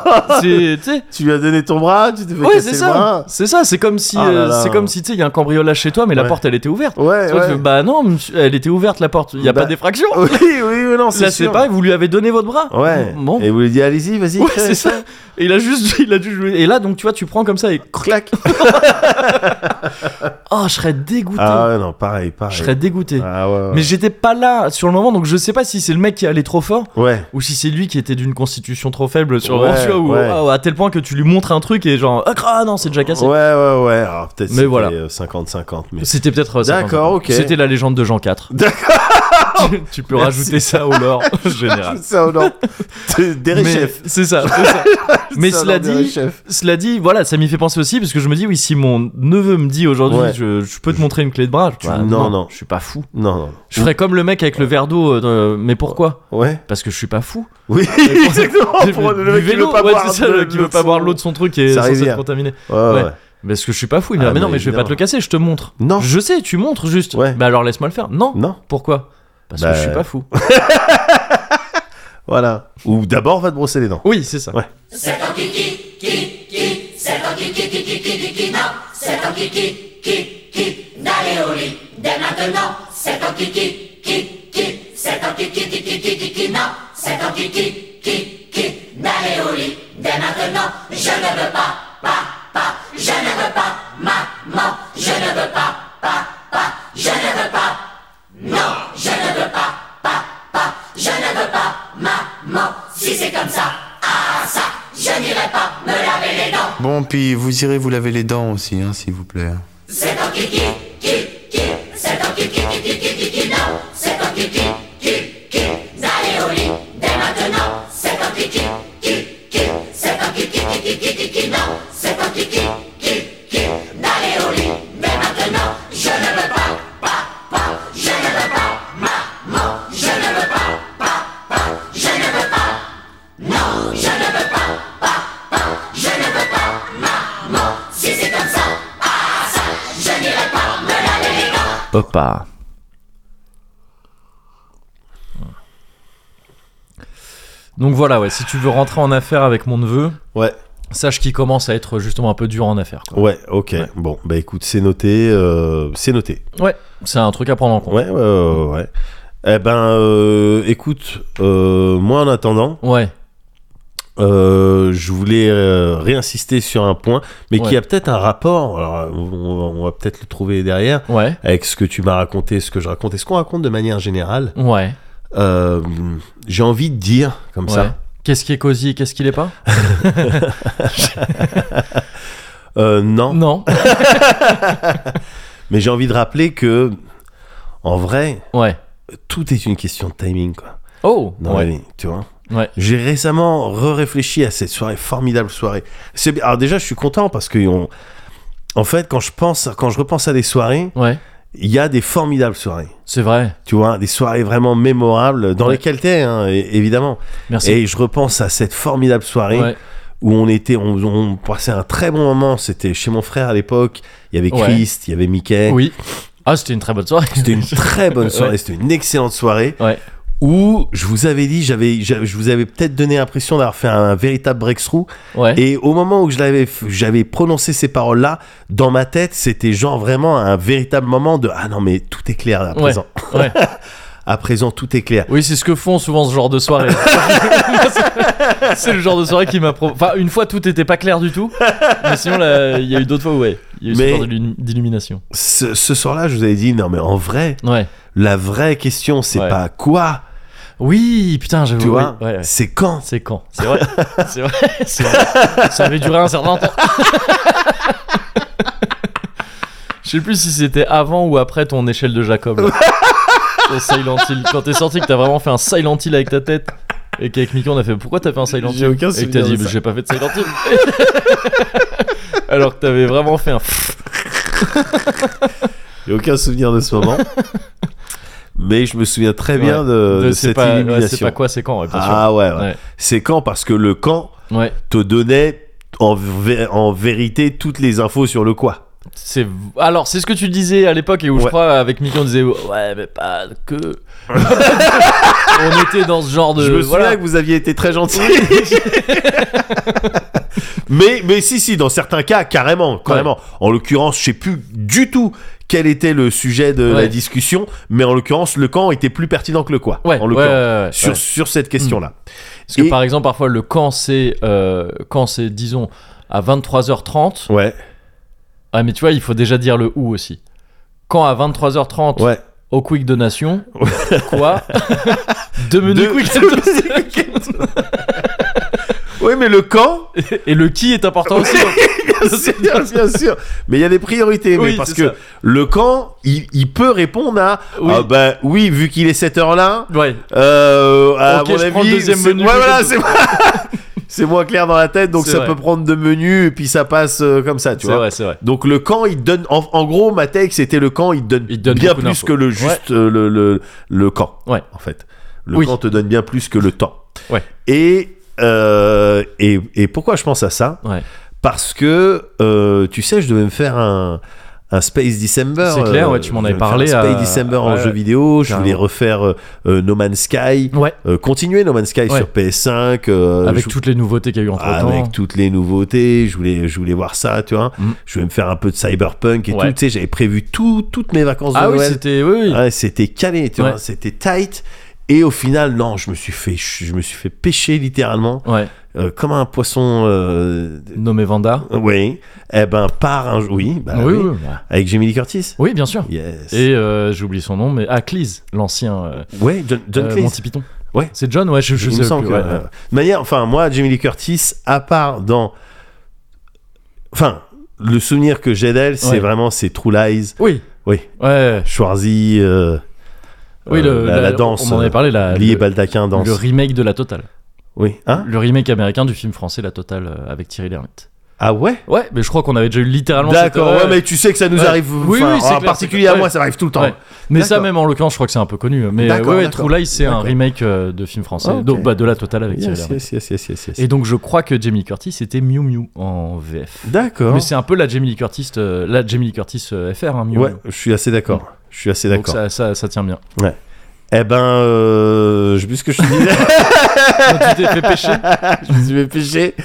C'est. Tu sais
tu lui as donné ton bras, tu t'es fait
Ouais,
casser
c'est
le
ça
bras.
C'est ça, c'est comme si.
Ah là
euh,
là.
C'est comme si, tu sais, il y a un cambriolage chez toi, mais la
Ouais.
porte, elle était ouverte.
Ouais,
Toi, tu fais,
ouais.
bah non, monsieur, elle était ouverte, la porte. Il y a
Bah,
pas d'effraction
Oui, oui, oui, non, c'est
Là, c'est
sûr.
pas, vous lui avez donné votre bras
Ouais.
Bon.
Et vous lui dites, allez-y, vas-y.
Ouais,
fais,
c'est ça. Et il a juste, il a dû jouer. Et là, donc, tu vois, tu prends comme ça et
Clac.
Oh Oh, je serais dégoûté.
Ah ouais, non, pareil, pareil.
je serais dégoûté.
Ah ouais, ouais.
Mais j'étais pas là sur le moment, donc je sais pas si c'est le mec qui allait trop fort
Ouais.
ou si c'est lui qui était d'une constitution trop faible sur le
Ouais,
moment, tu vois, ou
ouais.
ah, à tel point que tu lui montres un truc et genre ah, ah non c'est déjà cassé.
Ouais, ouais, ouais. Alors peut-être
Mais
c'était
voilà.
euh, 50-50. Mais...
C'était peut-être euh, ça,
D'accord,
quand-
ok.
C'était la légende de Jean IV. D'accord. tu, tu peux rajouter ça au lore général.
Ça ou non Derrick
Mais-
Chef.
C'est ça. c'est ça. Mais
Ça,
cela
non, Derrick
dit,
Chef.
Cela dit, voilà, ça m'y fait penser aussi parce que je me dis, oui, si mon neveu me dit aujourd'hui,
Ouais.
je, je peux te montrer une clé de bras, je- bah,
non, non.
je suis pas fou.
Non, non.
Je ferais comme le mec avec le verre d'eau, euh, dans- mais pourquoi
Ouais.
Parce que je suis pas fou.
Oui, exactement.
Du-
Oh, Pour
du
le mec qui
vélo,
veut pas
ouais,
boire
c'est ça,
de-
le- qui
de
veut pas
son-
boire l'eau de son truc et est
sa
censé
rivière.
être contaminé.
Ouais, ouais.
Parce que je suis pas fou. Il me dit,
Ah,
ah, mais non,
mais
mais je vais pas te le
évidemment.
casser, je te montre.
Non.
Je sais, tu montres juste.
Ouais.
Bah alors laisse-moi le faire. Non.
Non.
Pourquoi Parce
Bah,
que je suis pas fou.
Voilà. Ou d'abord, va te brosser les dents.
Oui, c'est ça.
Ouais.
C'est ton kiki, qui, qui, c'est ton kiki, qui, qui, qui, qui, qui, non. C'est ton kiki, qui, qui, d'aller au lit dès maintenant. C'est ton kiki, qui, qui, c'est ton kiki, qui, qui, qui, qui, qui, non. C'est ton kiki, qui, qui, d'aller au lit dès maintenant. Je ne veux pas, pas, pas, je ne veux pas, maman, je ne veux pas, pas, pas, je ne veux pas, non, je ne veux pas, pas, pas, je ne veux pas, maman, si c'est comme ça, ah ça, je n'irai pas me laver les dents.
Bon, puis vous irez vous laver les dents aussi, hein, s'il vous plaît.
C'est ton kiki, qui, qui, c'est ton kiki, qui, qui, qui, qui, qui, non, c'est ton kiki, qui, qui, d'aller au lit dès maintenant, c'est ton kiki, qui, qui, c'est ton kiki, qui, qui, qui, qui, qui, non, c'est ton kiki, qui, qui, d'aller au lit dès maintenant, je ne veux pas, pas, pas, je ne veux pas, maman, je ne veux pas, pas, pas, je ne veux pas, non, je ne veux pas, pas, pas, je ne veux pas, maman, si c'est comme ça, ah ça, je n'irai pas me laver les dents.
Opa. Donc voilà, ouais, si tu veux rentrer en affaires avec mon neveu,
Ouais.
sache qu'il commence à être justement un peu dur en affaires. quoi.
Ouais, ok.
Ouais.
Bon, bah écoute, c'est noté. euh, c'est noté.
Ouais, c'est un truc à prendre en compte.
Ouais, ouais, ouais. ouais. Eh ben, euh, écoute, euh, moi en attendant,
Ouais,
euh, je voulais euh, réinsister sur un point, mais qui
Ouais.
a peut-être un rapport, alors on, on va peut-être le trouver derrière,
ouais,
avec ce que tu m'as raconté, ce que je raconte et ce qu'on raconte de manière générale.
ouais.
Euh, J'ai envie de dire, comme
ouais.
ça,
Qu'est-ce qui est cosy et qu'est-ce qui l'est pas
euh, non,
Non.
Mais j'ai envie de rappeler que, en vrai,
Ouais.
tout est une question de timing, quoi.
Oh
Dans
ouais.
la vie, tu vois.
Ouais.
J'ai récemment réfléchi à cette soirée, formidable soirée. C'est bien- Alors déjà, je suis content parce que on- en fait, quand je pense, quand je repense à des soirées,
Ouais,
il y a des formidables soirées.
c'est vrai.
Tu vois, des soirées vraiment mémorables dans
Ouais.
lesquelles t'es, hein, é- évidemment.
Merci.
Et je repense à cette formidable soirée
Ouais,
où on était, on, on passait un très bon moment. C'était chez mon frère à l'époque. Il y avait
Ouais.
Christ, il y avait Mickey.
Oui. Ah, c'était une très bonne soirée.
C'était une très bonne soirée,
Ouais.
c'était une excellente soirée.
Ouais.
Où je vous avais dit, j'avais, j'a- je vous avais peut-être donné l'impression d'avoir fait un véritable breakthrough.
Ouais.
Et au moment où je l'avais, f- j'avais prononcé ces paroles-là, dans ma tête, c'était genre vraiment un véritable moment de ah non mais tout est clair à
Ouais.
présent.
Ouais.
À présent tout est clair.
Oui, c'est ce que font souvent ce genre de soirée. c'est le genre de soirée qui m'a provo- Enfin, une fois tout était pas clair du tout, mais sinon là, il y a eu d'autres fois où ouais, il y a eu ce
Mais-
genre de lumi- d'illumination.
Ce, ce soir-là, je vous avais dit non mais en vrai,
Ouais.
la vraie question c'est
Ouais.
pas quoi,
Oui, putain, j'avoue.
tu
oui.
vois,
Ouais, ouais.
c'est quand.
C'est quand C'est vrai. C'est vrai. C'est vrai. Ça avait duré un certain temps. Je sais plus si c'était avant ou après ton échelle de Jacob. là. Ton Silent Hill. Quand t'es sorti, que t'as vraiment fait un Silent Hill avec ta tête. Et qu'avec Mickey, on a fait Pourquoi t'as fait un Silent Hill
J'ai aucun
Et que
souvenir
t'as dit
de
Bah,
ça.
J'ai pas fait de Silent Hill. Alors que t'avais vraiment fait un.
J'ai aucun souvenir de ce moment. Mais je me souviens très
Ouais.
bien de, de
c'est
Euh, cette
pas, ouais, c'est
illumination.
pas quoi, c'est quand, ouais, bien sûr.
ah ouais, ouais.
Ouais.
C'est quand Parce que le quand
Ouais.
te donnait en, vé- en vérité toutes les infos sur le quoi.
C'est alors c'est ce que tu disais à l'époque et où je
Ouais.
crois avec Mickey on disait ouais mais pas que on était dans ce genre de
je me souviens
Euh, voilà.
que vous aviez été très gentil. mais, mais si, si, dans certains cas, carrément. carrément. En l'occurrence, je sais plus du tout quel était le sujet de la
Ouais.
discussion, mais en l'occurrence, le quand était plus pertinent que le quoi.
ouais,
en
ouais, ouais,
l'occurrence.
ouais,
Sur,
ouais.
sur cette question-là.
parce que
et-
par exemple parfois le quand c'est euh, quand c'est disons à 23h30
Ouais.
ah mais tu vois il faut déjà dire le où aussi quand à 23h30
Ouais.
au Quick Donation, quoi Deux menus
Deux
Quick Donation.
Oui, mais le camp,
Et le qui est important aussi.
bien sûr, bien sûr. Mais il y a des priorités.
Oui,
mais parce
c'est
que
ça.
le camp, il, il peut répondre à.
Oui.
Ah ben oui, vu qu'il est 7 h là.
Ouais.
Euh, à
Ok,
mon
je
avis,
prends le deuxième
c'est-
menu,
ouais,
je
voilà,
fais
c'est c'est moins clair dans la tête, donc
C'est
ça
vrai.
peut prendre deux menus et puis ça passe euh, comme ça, tu
C'est
vois.
vrai, c'est vrai.
Donc le camp, il donne. En, en gros, ma take, c'était le camp, il donne,
Il donne
bien
beaucoup
plus
d'infos.
que le juste euh, le, le, le camp.
Ouais.
En fait, le
Oui.
camp te donne bien plus que le temps.
Ouais.
Et euh, et, et pourquoi je pense à ça
Ouais.
Parce que euh, tu sais, je devais me faire un un Space December. euh,
C'est clair, ouais, tu m'en
je
avais
devais me faire
parlé
Un Space
à-
December en
ouais,
jeu vidéo. Je voulais
carrément.
refaire euh, euh, No Man's Sky.
Ouais.
euh, continuer No Man's Sky
Ouais.
sur PS5. euh,
Avec
je- Ah,
toutes les nouveautés qu'il y a eu entre temps.
avec toutes les nouveautés, je voulais, je voulais voir ça, tu vois.
Mm.
Je voulais me faire un peu de cyberpunk et
Ouais.
tout. Tu sais, j'avais prévu tout, toutes mes vacances de
Ah oui,
Noël.
c'était. Oui, oui.
Ouais, c'était calé, tu
Ouais.
vois. C'était tight. Et au final, non, je me suis fait, je me suis fait pêcher littéralement,
Ouais.
euh, comme un poisson. euh,
Nommé Vanda.
oui. Eh ben, par un, oui, bah
oui,
oui.
oui, bah.
avec Jamie Lee Curtis.
Oui, bien sûr.
Yes.
Et euh, j'oublie son nom, mais ah, Cleese, l'ancien euh,
ouais, John, John
euh,
Cleese.
Monty Python.
Ouais.
C'est John, ouais, je, je
Il
sais
me semble
plus,
que,
ouais,
euh,
ouais.
de manière, enfin, moi, Jamie Lee Curtis, à part dans, enfin, le souvenir que j'ai d'elle, c'est
Ouais.
vraiment ses True Lies,
Oui.
Oui.
Ouais.
Schwarzy, euh,
Oui,
euh,
le-
la, la danse,
On en avait parlé, la,
Lee et
le,
Baldaquin danse.
le remake de La Totale.
Oui, hein
Le remake américain du film français La Totale euh, avec Thierry Lhermitte.
Ah ouais.
Ouais, mais je crois qu'on avait déjà eu littéralement. cette-
D'accord. Ouais, mais tu sais que ça nous
Ouais.
arrive.
Oui,
enfin,
oui, c'est
en
clair,
particulier
c'est
à
clair.
moi, ça arrive tout le temps.
Ouais. Mais ça,
D'accord.
même en l'occurrence, je crois que c'est un peu connu. Mais euh,
D'accord,
ouais, ouais,
d'accord.
True Lies, c'est un
D'accord.
remake euh, de film français.
Ah, ok.
Donc, bah, de La Totale avec Thierry
Yes,
Lhermitte.
yes, yes, yes, yes, yes.
Et donc, je crois que Jamie Lee Curtis était Miu Miu en VF.
D'accord.
Mais c'est un peu la Jamie Lee Curtis, euh, la Jamie Lee Curtis euh, FR, hein, Miu
Ouais,
Miu.
je suis assez d'accord. Je suis assez
Donc
d'accord.
ça, ça, ça tient bien.
Eh ben, euh, je sais plus ce que je te disais.
Donc, tu t'es fait pêcher
je me suis fait pêcher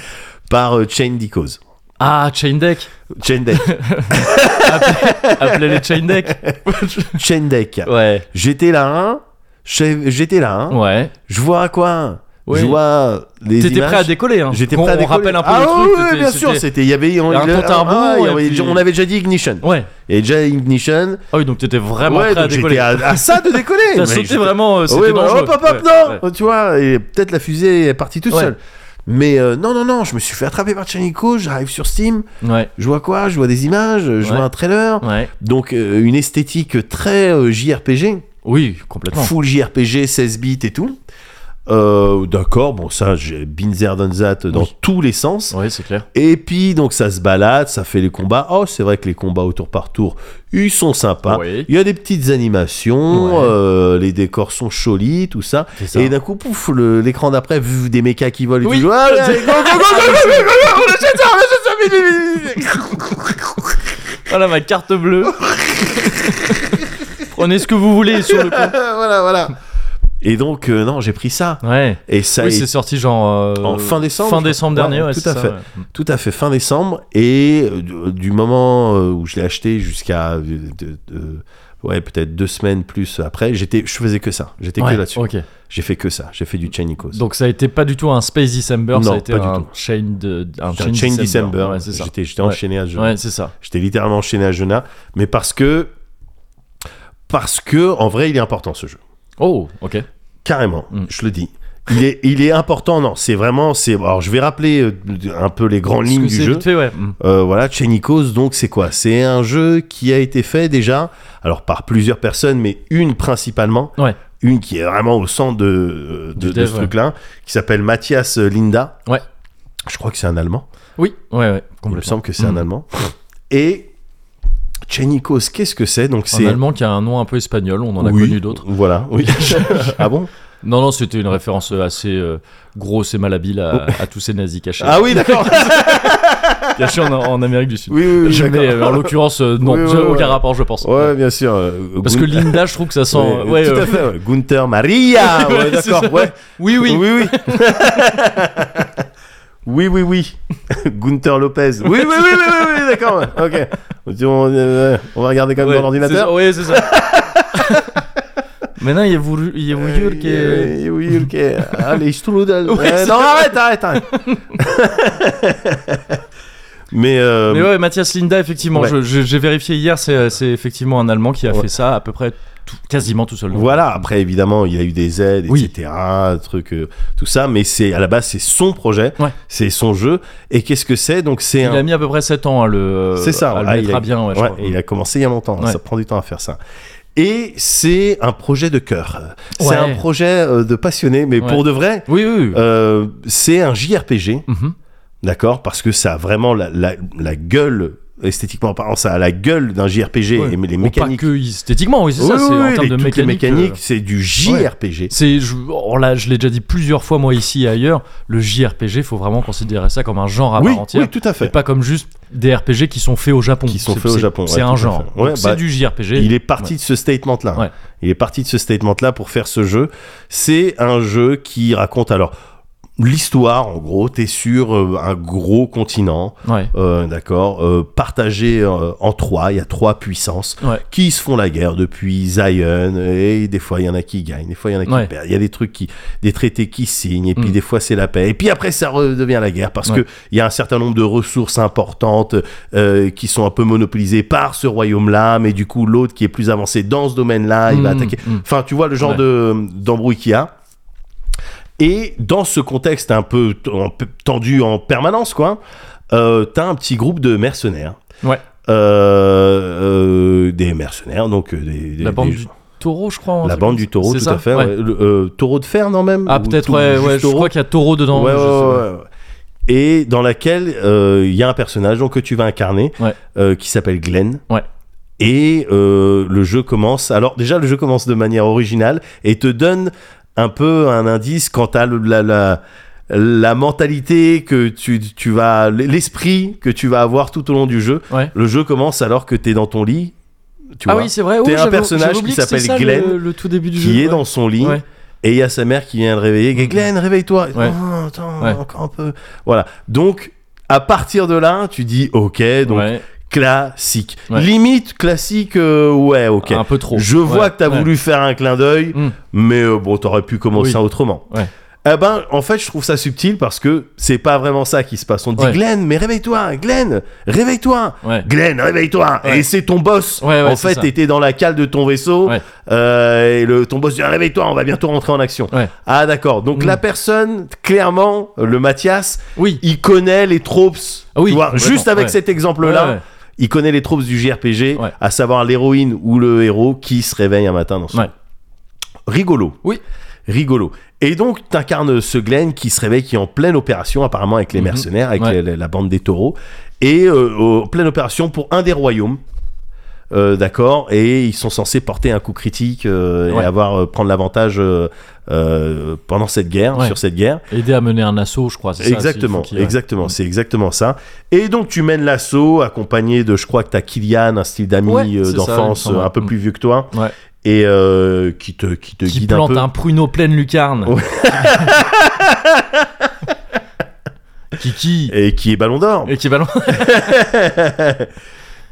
par euh, Chain Decoz.
Ah, Chain Deck
Chain Deck.
Appelez les Chain Deck
Chain Deck.
Ouais.
J'étais là, hein. J'ai- J'étais là, hein.
Ouais.
Je vois quoi
Oui.
Je vois les
T'étais
images.
prêt à décoller, hein
J'étais
Qu'on-
prêt à
On rappelle
décoller.
un peu
ah,
le truc.
oui, oui,
c'était-
bien sûr, c'était il y avait on,
Il y a un
le-
compte à rebours,
ah, il y
et
avait-
puis-
on avait déjà dit ignition.
Ouais.
Et déjà ignition.
Ah oui, donc t'étais vraiment
ouais,
prêt à
donc
décoller.
j'étais à, à ça de décoller.
T'as
Mais
sauté
j'étais-
vraiment, euh, c'était
Oui, voilà,
dangereux.
hop, hop, hop,
Ouais, ouais.
non, tu vois, et peut-être la fusée est partie toute
Ouais.
seule. Mais euh, non, non, non, je me suis fait attraper par Tcherniko, j'arrive sur Steam,
Ouais,
je vois quoi Je vois des images, je vois
Ouais.
un trailer.
ouais.
Donc euh, une esthétique très euh, JRPG.
Oui, complètement.
full JRPG, 16 bits et tout. Euh, D'accord, bon ça j'ai Binzer Danzat dans
Oui.
tous les sens.
Ouais, c'est clair.
Et puis donc ça se balade, ça fait les combats. Oh c'est vrai que les combats au tour par tour, ils sont sympas.
Oui.
Il y a des petites animations,
Ouais.
euh, les décors sont jolis, tout ça.
C'est ça.
Et d'un coup, pouf, le- l'écran d'après, vu des mechas qui volent et
Oui.
tout. Ah, là,
C'est-
go, go, go, go, go, go, go, go, on achète ça, on achète ça, vite, vite, vite, vite.
Voilà ma carte bleue. Prenez ce que vous voulez sur le compte.
Voilà, voilà. Et donc, euh, non, j'ai pris ça.
Ouais.
Et ça
oui,
est-
c'est sorti genre. euh,
En fin décembre,
Fin
je crois.
décembre
Ouais,
dernier, ouais,
tout
c'est
à
ça,
fait.
ouais.
Tout à fait, fin décembre. Et euh, du- du moment euh, où je l'ai acheté jusqu'à. euh, de- de- ouais, peut-être deux semaines plus après, j'étais, je faisais que ça. J'étais
Ouais,
que là-dessus.
ok.
J'ai fait que ça. J'ai fait du Chain Echoes.
Donc ça a été pas du tout un Space December,
Non,
ça a été
pas du
un
tout.
chain, de, un
J'ai un Chain December.
Ouais, c'est ça.
J'étais, j'étais
Ouais.
enchaîné à ce jeu.
Ouais, c'est ça.
J'étais littéralement enchaîné à Jeunas. Mais parce que. Parce que, en vrai, il est important ce jeu.
Oh, ok.
Carrément,
Mm.
je le dis. Il est, il est important, non, c'est vraiment. c'est Alors, je vais rappeler euh, un peu les grandes
Ce
lignes
que
du
c'est
jeu.
vite fait, ouais. Mm.
Euh, voilà, Chenikos, donc c'est quoi C'est un jeu qui a été fait déjà, alors par plusieurs personnes, mais une principalement.
Ouais.
Une qui est vraiment au centre de, de,
Du
de
dev,
ce
ouais.
truc-là, qui s'appelle Matthias Linda.
Ouais.
Je crois que c'est un Allemand.
Oui, ouais, ouais.
Il me
Complètement.
semble que c'est
Mm.
un Allemand. Et Chenikos, qu'est-ce que c'est Donc
Un
c'est.
allemand qui a un nom un peu espagnol, on en a
Oui,
connu d'autres.
Voilà, oui. ah bon
Non, non, c'était une référence assez euh, grosse et malhabile à, à tous ces nazis cachés,
Oh. Ah oui, d'accord.
cachés en, en Amérique du Sud.
oui, oui, oui.
Je- mais euh, en
d'accord.
l'occurrence, euh, non,
Oui, oui,
ça n'a
oui,
aucun
ouais.
rapport, je pense.
Ouais, bien sûr. euh,
Parce que
Gun-
Linda, je trouve que ça sent.
Ouais,
ouais,
tout
euh,
à fait. ouais. Gunther Maria. ouais,
Ouais, c'est
d'accord.
ça.
Ouais.
Oui, oui.
Oui, oui. oui, oui, oui. Gunther Lopez. Oui, oui, oui, oui, oui, oui, oui, d'accord. ouais. Ok. On, dit, on, euh, on va regarder quand même
Ouais,
dans l'ordinateur.
c'est ça, Ouais, c'est ça. Maintenant, il y a voulu- il y a voulu dire que-
Euh, oui, ok. Allez, Strudel.
Ouais,
Euh,
c'est
non, arrête, arrête, arrête. Mais, euh,
Mais ouais, Mathias Linda, effectivement,
ouais.
je- je- j'ai vérifié hier, c'est euh, c'est effectivement un Allemand qui a
Ouais.
fait ça à peu près tout- quasiment tout seul.
Voilà, après évidemment, il a eu des aides,
Oui.
etc., truc, euh, tout ça, mais c'est à la base, c'est son projet,
Ouais.
c'est son jeu. Et qu'est-ce que c'est Donc c'est
Il a
un.
mis à peu près 7 ans à le, euh,
C'est ça,
à le
ah,
mettre
il a-
à bien. ouais, je
ouais,
crois.
il a commencé il y a longtemps, hein,
Ouais.
ça prend du temps à faire ça. Et c'est un projet de cœur. C'est
Ouais.
un projet euh, de passionné, mais
Ouais.
pour de vrai,
Oui, oui, oui.
euh, c'est un JRPG,
Mhm.
d'accord Parce que ça a vraiment la, la- la gueule, esthétiquement parlant, ça a la gueule d'un JRPG
Ouais.
et les
Bon,
mécaniques.
Pas que esthétiquement, oui, c'est
Oui,
ça, c'est
oui,
en
oui,
termes
les-
de
toutes les
mécanique.
mécaniques,
euh,
c'est du JRPG.
c'est, je, oh là, je l'ai déjà dit plusieurs fois, moi, ici et ailleurs, le JRPG, faut vraiment considérer ça comme un genre à
oui,
part entière.
oui, tout à fait.
Et pas comme juste des RPG qui sont faits au Japon.
Qui sont
C'est-
faits au
c'est-
Japon, ouais,
C'est
tout
un
à
genre.
fait. Ouais,
Donc,
bah,
c'est du JRPG.
Il est parti
Ouais.
de ce statement-là. hein.
Ouais.
Il est parti de ce statement-là pour faire ce jeu. C'est un jeu qui raconte alors l'histoire, en gros. T'es sur euh, un gros continent,
Ouais.
euh, d'accord, euh, partagé euh, en trois. Il y a trois puissances
Ouais.
qui se font la guerre depuis Zion. Et des fois, il y en a qui gagnent, des fois, il y en a qui
Ouais.
perdent. Il y a des trucs qui, des traités qui signent. Et puis,
Mm.
des fois, c'est la paix. Et puis après, ça redevient la guerre parce
Ouais.
que il y a un certain nombre de ressources importantes euh, qui sont un peu monopolisées par ce royaume-là, mais du coup, l'autre qui est plus avancé dans ce domaine-là, il va
Mm,
attaquer.
mm.
Enfin, tu vois le genre
Ouais.
de d'embrouille qu'il y a. Et dans ce contexte un peu t- en- peu tendu en permanence, quoi, euh, t'as un petit groupe de mercenaires.
Ouais.
Euh, euh, des mercenaires, donc euh, des, des-
La bande
des-
du taureau, je crois. un
la
truc
bande
comme
du
ça.
taureau,
C'est
tout
ça
à fait.
Ouais.
ouais. Le- euh, taureau de fer, non même
Ah,
Ou
peut-être,
tout-
ouais,
juste
ouais, je
taureau
crois qu'il y a taureau dedans.
ouais,
je sais
ouais,
pas.
ouais, ouais. Et dans laquelle euh, il y a un personnage donc, que tu vas incarner
Ouais.
euh, qui s'appelle Glenn.
Ouais.
Et euh, le jeu commence. Alors, déjà, le jeu commence de manière originale et te donne un peu un indice quant à le- la. la la mentalité que tu, tu vas l'esprit que tu vas avoir tout au long du jeu
Ouais.
le jeu commence alors que t'es dans ton lit tu
Ah
vois
oui, c'est vrai.
T'es
oui,
un
j'avais-
personnage
j'avais
qui
oublié que c'était
s'appelle
ça,
Glenn,
le, le tout début du jeu.
qui est
ouais.
dans son lit
Ouais.
et il y a sa mère qui vient le réveiller. Et Glenn, réveille-toi.
Ouais.
Oh, attends,
Ouais.
encore un peu. Voilà. Donc, à partir de là, tu dis OK, donc
Ouais,
classique.
Ouais.
Limite classique, euh, ouais, OK.
Un peu trop.
Je vois
Ouais,
que t'as
ouais.
voulu faire un clin d'œil,
Mm.
mais euh, bon, t'aurais pu commencer
Oui.
autrement.
Ouais.
Eh ben, en fait, je trouve ça subtil parce que c'est pas vraiment ça qui se passe. On te dit
Ouais.
Glenn, mais réveille-toi, Glenn, réveille-toi.
Ouais.
Glenn, réveille-toi hein.
Ouais.
Et c'est ton boss
Ouais, ouais,
En
c'est
fait,
ça.
t'étais dans la cale de ton vaisseau,
Ouais.
euh, et le, ton boss dit Ah, Réveille-toi, on va bientôt rentrer en action.
Ouais.
Ah, d'accord. Donc
Mm.
la personne, clairement, le Mathias,
Oui.
il connaît les tropes.
Ah oui,
tu vois,
complètement,
juste avec
ouais.
cet exemple-là,
Ouais, ouais.
il connaît les tropes du JRPG,
Ouais.
à savoir l'héroïne ou le héros qui se réveille un matin dans son
Ouais.
rigolo.
Oui.
Rigolo. Et donc, t'incarnes ce Glenn qui se réveille, qui est en pleine opération, apparemment avec les
Mhm.
mercenaires, avec
Ouais.
la, la- la bande des taureaux, et euh, en pleine opération pour un des royaumes. Euh, D'accord, et ils sont censés porter un coup critique euh,
Ouais.
et avoir euh, prendre l'avantage euh, euh, pendant cette guerre,
Ouais.
sur cette guerre.
Aider à mener un assaut, je crois. c'est ça,
Exactement,
s'il faut qu'il-
exactement, c'est exactement ça. Et donc tu mènes l'assaut accompagné de, je crois que t'as Kylian, un style d'ami
Ouais,
euh,
c'est ça,
d'enfance
il me semble.
euh, un peu
Mm.
plus vieux que toi,
Ouais.
et euh, qui te qui te
Qui
guide un
plante
peu.
un pruneau pleine lucarne.
Ouais.
Kiki.
Et qui est Ballon d'Or.
Et qui balance.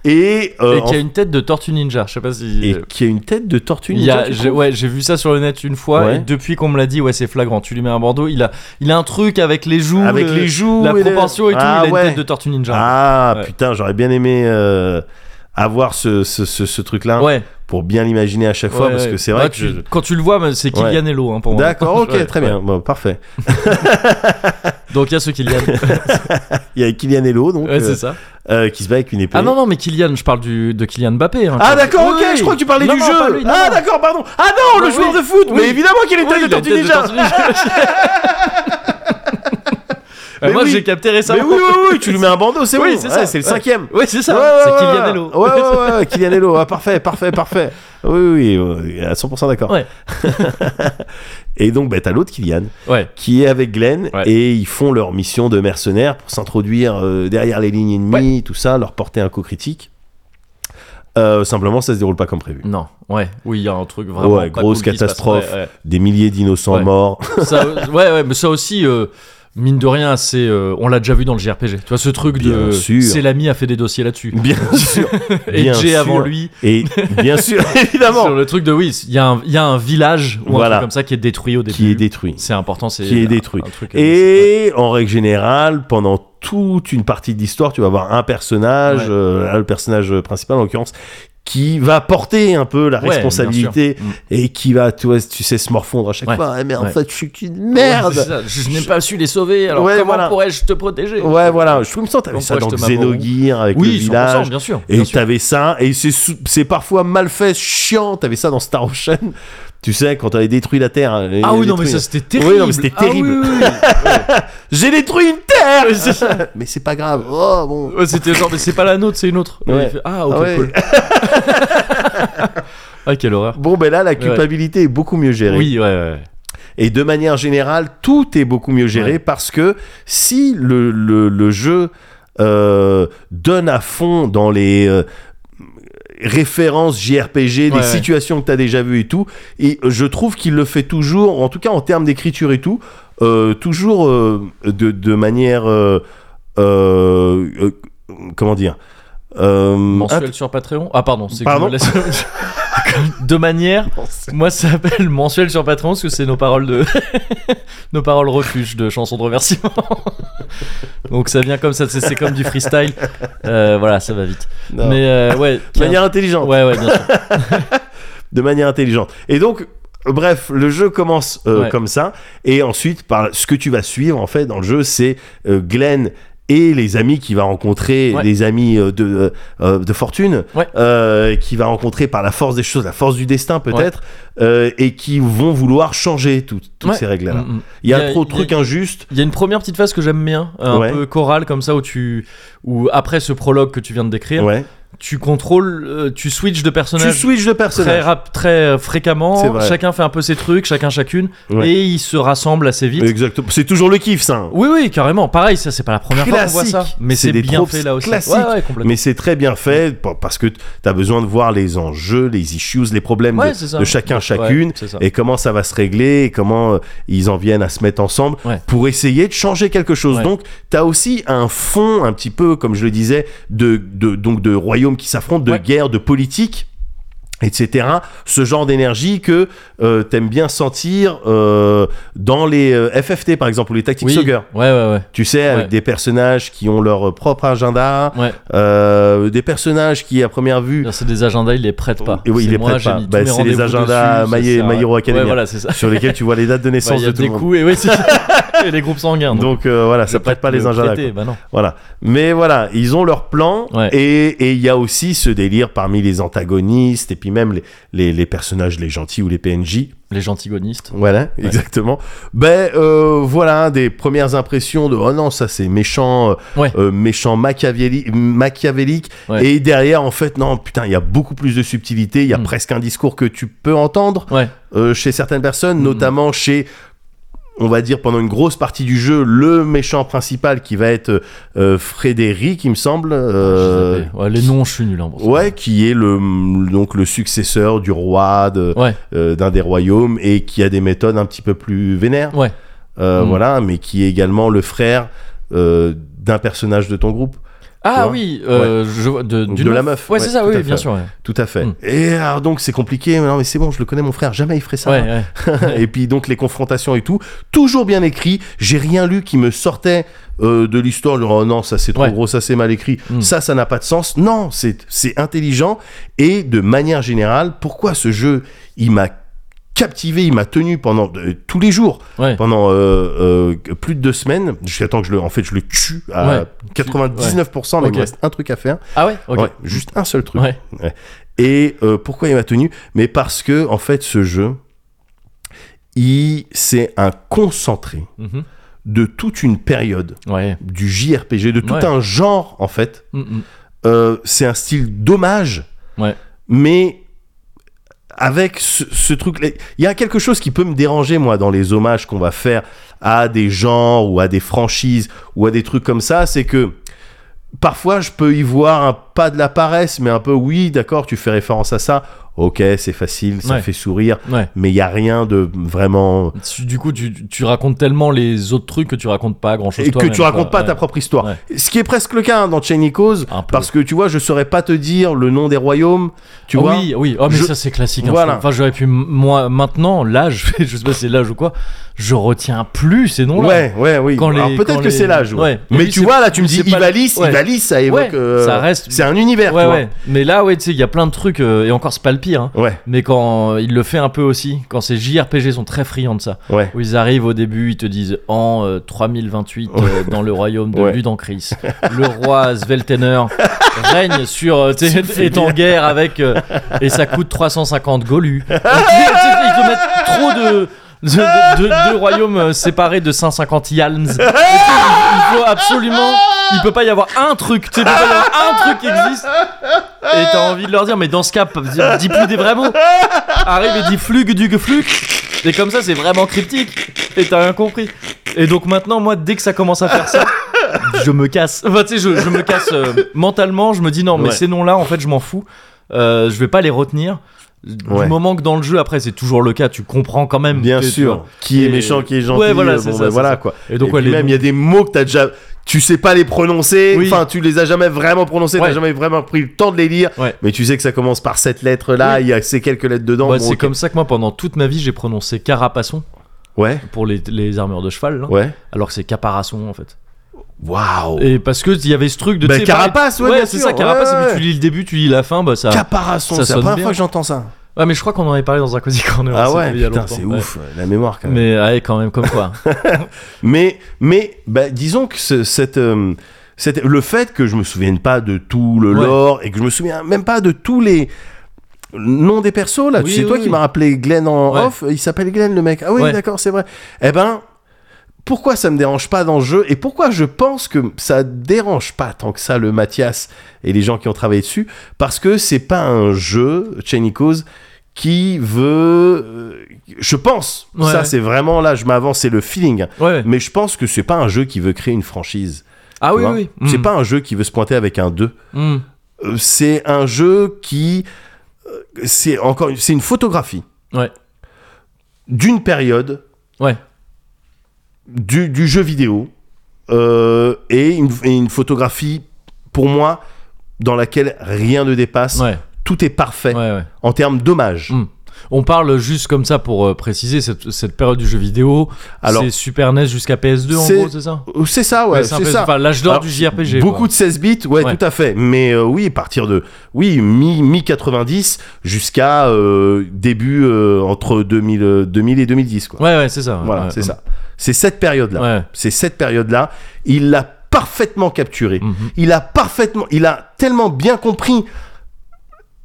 Et, euh,
Et qui a
en-
une tête de tortue ninja. Je sais pas si.
et qui a une tête de tortue
Il y
ninja.
a,
tu
j'ai-
trouves
ouais, j'ai vu ça sur le net une fois
Ouais.
et depuis qu'on me l'a dit, ouais, c'est flagrant. Tu lui mets un bandeau, il a, il a un truc avec les joues,
Avec
le-
les joues,
la
et les-
propension et tout.
Ah
il a
ouais.
une tête de tortue ninja.
Ah
Ouais.
putain, j'aurais bien aimé euh, avoir ce, ce, ce, ce truc-là
ouais.
pour bien l'imaginer à chaque fois
ouais,
Ah, parce
ouais.
que c'est vrai
Bah,
que
tu-
je-
quand tu le vois, bah, c'est
Ouais.
Kylian Hello hein, pour moi.
D'accord, ok,
Ouais,
très
ouais.
bien, Bon, parfait.
Donc il y a ce Kylian.
Il y a Kylian Hello donc
ouais,
euh,
c'est ça.
euh, qui se bat avec une épée.
Ah non non, mais Kylian, je parle du de Kylian Mbappé. hein.
Ah d'accord, ok,
Oui, oui.
je crois que tu parlais
Non,
du
non,
jeu.
pas lui, non,
ah
non.
d'accord, pardon. Ah non, le
Oui,
joueur
oui.
de foot.
Oui.
Mais évidemment qu'il est
Oui,
tête
il
de
a
tortue
une tête de tortue
ninja.
Bah,
Mais
moi
oui.
j'ai capté récemment.
Mais oui, oui, oui, tu lui mets un bandeau, c'est
Oui,
bon.
c'est ça,
Ouais, c'est le
ouais.
cinquième.
Ouais, c'est ça.
Ouais, ouais,
c'est
ouais,
Kylian
ouais.
Hello.
Ouais, ouais, ouais, ouais, Kylian Hello. Ah, parfait, parfait, parfait. Oui, oui, oui, euh, à 100% d'accord.
Ouais.
Et donc, bah, t'as l'autre Kylian
Ouais.
qui est avec Glenn
Ouais.
et ils font leur mission de mercenaires pour s'introduire euh, derrière les lignes ennemies, tout ça, leur porter un coup critique. Euh, simplement, ça se déroule pas comme prévu.
Non. Ouais. Oui, il y a un truc vraiment.
Ouais,
pas
grosse
cool qui se passe.
catastrophe.
Ouais, ouais.
Des milliers d'innocents
Ouais.
morts.
ça, ouais, ouais, mais ça aussi, euh, mine de rien, c'est, euh, on l'a déjà vu dans le JRPG. Tu vois, ce truc
Bien
de.
sûr.
C'est l'ami a fait des dossiers là-dessus.
Bien sûr.
Et
bien
Jay
sûr.
avant lui.
Et bien sûr,
Sur
évidemment,
le truc de oui, il y, a un- il y a un village ou un
Voilà.
truc comme ça qui est détruit au début.
qui est détruit.
C'est important, c'est.
Qui est
un-
détruit.
un truc-
Et en règle générale, pendant tout toute une partie de l'histoire, tu vas avoir un personnage,
Ouais.
euh, là, le personnage principal en l'occurrence, qui va porter un peu la
Ouais,
responsabilité
bien sûr. Mm.
et qui va, tu, vois, tu sais, se morfondre à chaque
Ouais.
fois. Ah, mais en
Ouais.
fait, je suis une
Ouais, c'est
merde.
ça. Je, je n'ai pas su les sauver, alors
Ouais,
comment
voilà.
pourrais-je te protéger
Ouais, voilà. Je trouve il me semble que t'avais
Donc,
ça
moi,
dans
je te m'amoureux.
Xenogears avec le
Oui, 100%,
village.
bien sûr.
Et
bien sûr.
t'avais ça, et c'est sou- c'est parfois mal fait, chiant. T'avais ça dans Star Ocean. Tu sais, quand t'avais détruit la Terre. hein,
Ah oui,
les
non, mais
détruits-
ça c'était terrible.
Oui, non, mais c'était
Ah oui,
terrible.
oui, oui.
J'ai détruit une Terre Mais c'est pas grave. Oh, bon.
Ouais, c'était genre, mais c'est pas la nôtre, c'est une autre.
Ouais.
Et il fait, ah, ok,
Ah ouais.
cool. ah, quelle horreur.
Bon, ben là, la culpabilité est beaucoup mieux gérée.
Oui, ouais, ouais.
Et de manière générale, tout est beaucoup mieux géré
Ouais.
parce que si le, le- le jeu euh, donne à fond dans les euh, références JRPG,
Ouais,
des
ouais.
situations que tu as déjà vues et tout, et je trouve qu'il le fait toujours, en tout cas en termes d'écriture et tout, euh, toujours euh, de, de manière. euh, euh, euh, comment dire euh,
Mensuel sur Patreon. Ah, pardon, c'est que
Pardon
je me laisse- De manière, moi ça s'appelle mensuel sur Patreon parce que c'est nos paroles de nos paroles refuge de chansons de remerciement. Donc ça vient comme ça, c'est c'est comme du freestyle. Euh, voilà, ça va vite.
Non.
Mais euh, ouais,
de manière intelligente.
ouais, ouais, bien sûr.
de manière intelligente. Et donc, euh, bref, le jeu commence euh,
Ouais.
comme ça, et ensuite, par ce que tu vas suivre en fait dans le jeu, c'est euh, Glenn et les amis qu'il va rencontrer,
Ouais.
les amis euh, de, euh, de fortune,
Ouais.
euh, qu'il va rencontrer par la force des choses, la force du destin peut-être, euh, et qui vont vouloir changer tout- toutes
Ouais.
ces règles-là.
Mm, mm.
Il y a,
Il y a-
trop de
il y a-
trucs injustes.
Il y a une première petite phase que j'aime bien, euh, un
Ouais.
peu chorale comme ça où tu où après ce prologue que tu viens de décrire,
Ouais.
tu contrôles, euh, tu switches de
Tu
personnage
switches de
très
personnage.
rap- très euh,
C'est
fréquemment.
vrai.
Chacun fait un peu ses trucs, chacun chacune,
Ouais.
et ils se rassemblent assez vite.
Exactement. C'est toujours le kiff, ça.
Oui, oui, carrément. Pareil, ça, c'est pas la première fois qu'on
Classique.
voit ça. Mais
C'est
c'est
des
bien
tropes
fait là aussi.
classiques.
Ouais, ouais, complètement.
Mais c'est très bien fait pa- parce que tu as besoin de voir les enjeux, les issues, les problèmes
Ouais,
de,
c'est ça.
de chacun, chacune.
Ouais, c'est ça.
et comment ça va se régler et comment euh, ils en viennent à se mettre ensemble
Ouais.
pour essayer de changer quelque chose.
Ouais.
Donc, tu as aussi un fond un petit peu, comme je le disais, de, de, donc de royaumes qui s'affrontent, de
Ouais.
guerres, de politique etc. Ce genre d'énergie que euh, t'aimes bien sentir euh, dans les euh, FFT par exemple ou les Tactics
Oui.
Ogre.
Ouais, ouais, ouais.
Tu sais, avec
Ouais.
des personnages qui ont leur euh, propre agenda,
Ouais.
euh, des personnages qui à première vue
Là, C'est des agendas, ils les prêtent pas.
Et oui, ils
C'est
les
moi,
prêtent
j'ai
pas.
mis tous
Bah,
mes
c'est les
rendez-vous
agendas
dessus, ça
My-
sert à-
My Hero Academia.
Ouais, voilà, c'est ça.
sur lesquels tu vois les dates de
Bah,
naissance
Il y a
de tout
des
le monde.
coups et, oui, c'est ça. et les groupes sanguins. Donc,
Donc euh, voilà, ça
Je
prête pas les
le
uns à
prêter, bah non.
Voilà. Mais voilà, ils ont leur plan
Ouais.
et et il y a aussi ce délire parmi les antagonistes et puis même les, les, les personnages, les gentils ou les PNJ.
Les gentigonistes.
Voilà,
Ouais.
exactement. Ben euh, voilà des premières impressions de oh non ça c'est méchant, euh,
Ouais.
euh, méchant machiavéli- machiavélique.
Ouais.
Et derrière en fait non putain il y a beaucoup plus de subtilité, il y a
Mm.
presque un discours que tu peux entendre
Ouais.
euh, chez certaines personnes,
Mm.
notamment chez on va dire pendant une grosse partie du jeu le méchant principal qui va être euh, Frédéric il me semble. euh,
Ah, Je les avais. Ouais, les noms, je suis nul. hein, pour ça.
Ouais, qui est le donc le successeur du roi de-
Ouais.
euh, d'un des royaumes et qui a des méthodes un petit peu plus vénères.
Ouais.
Euh,
Mm.
Voilà, mais qui est également le frère euh, d'un personnage de ton groupe. Tu
Ah
vois
oui, euh, je vois- de,
Donc,
d'une
de la meuf,
Ouais,
ouais,
c'est ça,
tout à
oui,
fait.
bien sûr. Ouais,
Tout à fait.
Mm.
Et alors donc c'est compliqué. Non mais c'est bon, je le connais mon frère. Jamais il ferait ça.
ouais. ouais.
et puis donc les confrontations et tout, toujours bien écrit. J'ai rien lu qui me sortait euh, de l'histoire. Genre oh non, ça c'est trop
Ouais.
gros, ça c'est mal écrit,
Mm.
ça ça n'a pas de sens. Non, c'est c'est intelligent et de manière générale, pourquoi ce jeu il m'a captivé, il m'a tenu pendant euh, tous les jours,
Ouais.
pendant euh, euh, plus de deux semaines. Jusqu'à temps que je le, en fait, je le tue à
Ouais.
99%, mais il
Ok.
me reste un truc à faire.
Ah ouais Ok.
Ouais, juste un seul truc.
Ouais.
Et euh, pourquoi il m'a tenu Mais parce que, en fait, ce jeu, il c'est un concentré
Mhm.
de toute une période
Ouais.
du JRPG, de tout
Ouais.
un genre, en fait.
Mm, mm.
Euh, c'est un style dommage,
Ouais.
mais avec ce, ce truc-là. Il y a quelque chose qui peut me déranger, moi, dans les hommages qu'on va faire à des genres ou à des franchises ou à des trucs comme ça, c'est que parfois je peux y voir un pas de la paresse, mais un peu oui, d'accord, tu fais référence à ça. Ok, c'est facile, ça
Ouais.
fait sourire,
mhm. Ouais.
mais il y a rien de vraiment
Tu- Du coup, tu, tu racontes tellement les autres trucs que tu racontes pas grand chose.
et que tu racontes pas ta propre histoire.
Ouais.
Ce qui est presque le cas hein, dans Chain Cause,
Un peu.
parce que tu vois, je saurais pas te dire le nom des royaumes, tu vois.
Oui, oui. Oh, mais
Je-
ça, c'est classique. hein.
Voilà.
Enfin, j'aurais pu, m- moi, maintenant, là, je, vais- je sais pas si c'est l'âge ou quoi, je retiens plus ces noms-là.
Ouais, ouais, oui.
Quand les-
Alors peut-être
quand
que
les-
c'est l'âge. ouais.
Ouais.
Mais
Lui,
tu
c'est-
vois, là, tu me
lui,
dis
c'est pas-
Ivalice,
ouais.
Ivalice, ça évoque. euh,
ça reste-
C'est un univers,
Ouais,
tu vois.
ouais. Mais là, ouais, tu sais, il y a plein de trucs, euh, et encore, c'est pas le pire. hein.
Ouais,
Mais quand il le fait un peu aussi, quand ces JRPG sont très friands de ça,
ouais.
où ils arrivent au début, ils te disent en euh, 3028 euh, dans le royaume de
Ouais.
Ludancris, le roi Sveltener règne sur euh, t'sais, est en guerre avec euh, et ça coûte 350 golus. ils te mettent trop de de, de- de- de royaumes euh, séparés de 150 yalms. Et Il faut absolument, il peut pas y avoir un truc, tu sais, il peut pas y avoir un truc qui existe. Et t'as envie de leur dire, mais dans ce cas, p- dis plus des vrais mots. Arrive et dis flug du flug. Et comme ça, c'est vraiment cryptique. Et t'as rien compris. Et donc maintenant, moi, dès que ça commence à faire ça, je me casse. Enfin, tu sais, je, je me casse euh, mentalement. Je me dis, non, mais
Ouais.
ces noms-là, en fait, je m'en fous. Euh, je vais pas les retenir. Du
Ouais.
moment que dans le jeu, après, c'est toujours le cas, tu comprends quand même.
Bien
que-
sûr. Qui est
Et-
méchant, qui est gentil.
Ouais, voilà,
euh,
c'est
bon,
ça,
ben
c'est
voilà,
ça.
quoi.
Et donc,
Et
ouais,
puis
les
même,
noms-
il y a des mots que t'as déjà. Tu sais pas les prononcer,
Oui.
enfin tu les as jamais vraiment prononcés,
Ouais.
t'as jamais vraiment pris le temps de les lire,
Ouais.
mais tu sais que ça commence par cette lettre là, il y a ces quelques lettres dedans.
Ouais,
bon,
c'est
ok.
comme ça que moi, pendant toute ma vie, j'ai prononcé carapasson
Ouais,
pour les, les armures de cheval, là,
ouais.
alors que c'est caparasson en fait.
Waouh.
Et parce que il y avait ce truc de.
Bah,
tu sais, pareil-
carapace, ouais, bien
c'est
sûr,
ça, carapace.
ouais,
et puis
ouais.
tu lis le début, tu lis la fin, bah ça.
Caparasson,
ça
c'est la
sonne
première
bien.
fois que j'entends ça.
Ouais, mais je crois qu'on en avait parlé dans un Cozy Corner.
Ah
c'était
ouais,
il y a
putain,
longtemps.
c'est
Ouais.
ouf, la mémoire quand même.
Mais ah ouais, quand même, comme quoi.
Mais, mais bah, disons que ce- cette, euh, cette- le fait que je me souvienne pas de tout le
Ouais.
lore et que je me souviens même pas de tous les noms des persos là,
Oui,
tu sais, toi
oui,
qui
oui.
m'as rappelé Glenn en
Ouais.
off, il s'appelle Glenn le mec. Ah oui,
Ouais.
d'accord, c'est vrai. Eh ben. Pourquoi ça me dérange pas dans le jeu et pourquoi je pense que ça dérange pas tant que ça le Mathias et les gens qui ont travaillé dessus parce que c'est pas un jeu Chenikos qui veut euh, je pense
Ouais,
ça
ouais.
c'est vraiment là je m'avance c'est le feeling
Ouais, ouais.
mais je pense que c'est pas un jeu qui veut créer une franchise.
Ah
tu
oui,
vois.
oui.
C'est
Mm.
pas un jeu qui veut se pointer avec un 2.
Mm.
Euh, C'est un jeu qui. euh, C'est encore. une- C'est une photographie.
Ouais.
D'une période.
Ouais.
Du, du jeu vidéo. euh, et, une, et une photographie, pour moi, dans laquelle rien ne dépasse.
Ouais,
Tout est parfait
ouais, ouais.
en termes d'hommage.
Mm. On parle juste comme ça pour euh, préciser cette, cette période du jeu vidéo.
Alors-
c'est Super NES jusqu'à PS2 en
C'est-
gros, c'est ça
Euh, C'est ça, ouais.
un
c'est
PS2,
ça.
Enfin, l'âge d'or
Alors,
du JRPG.
Beaucoup
quoi.
de 16 bits, ouais,
Ouais.
tout à fait. Mais euh, oui, à partir de oui, mi, mi 90 jusqu'à euh, début euh, entre 2000, euh, 2000 et 2010 quoi.
Ouais, ouais, c'est ça.
voilà,
Ouais,
c'est
mm.
ça. C'est cette période là.
Ouais.
C'est cette période là, il l'a parfaitement capturé.
Mhm.
Il a parfaitement, il a tellement bien compris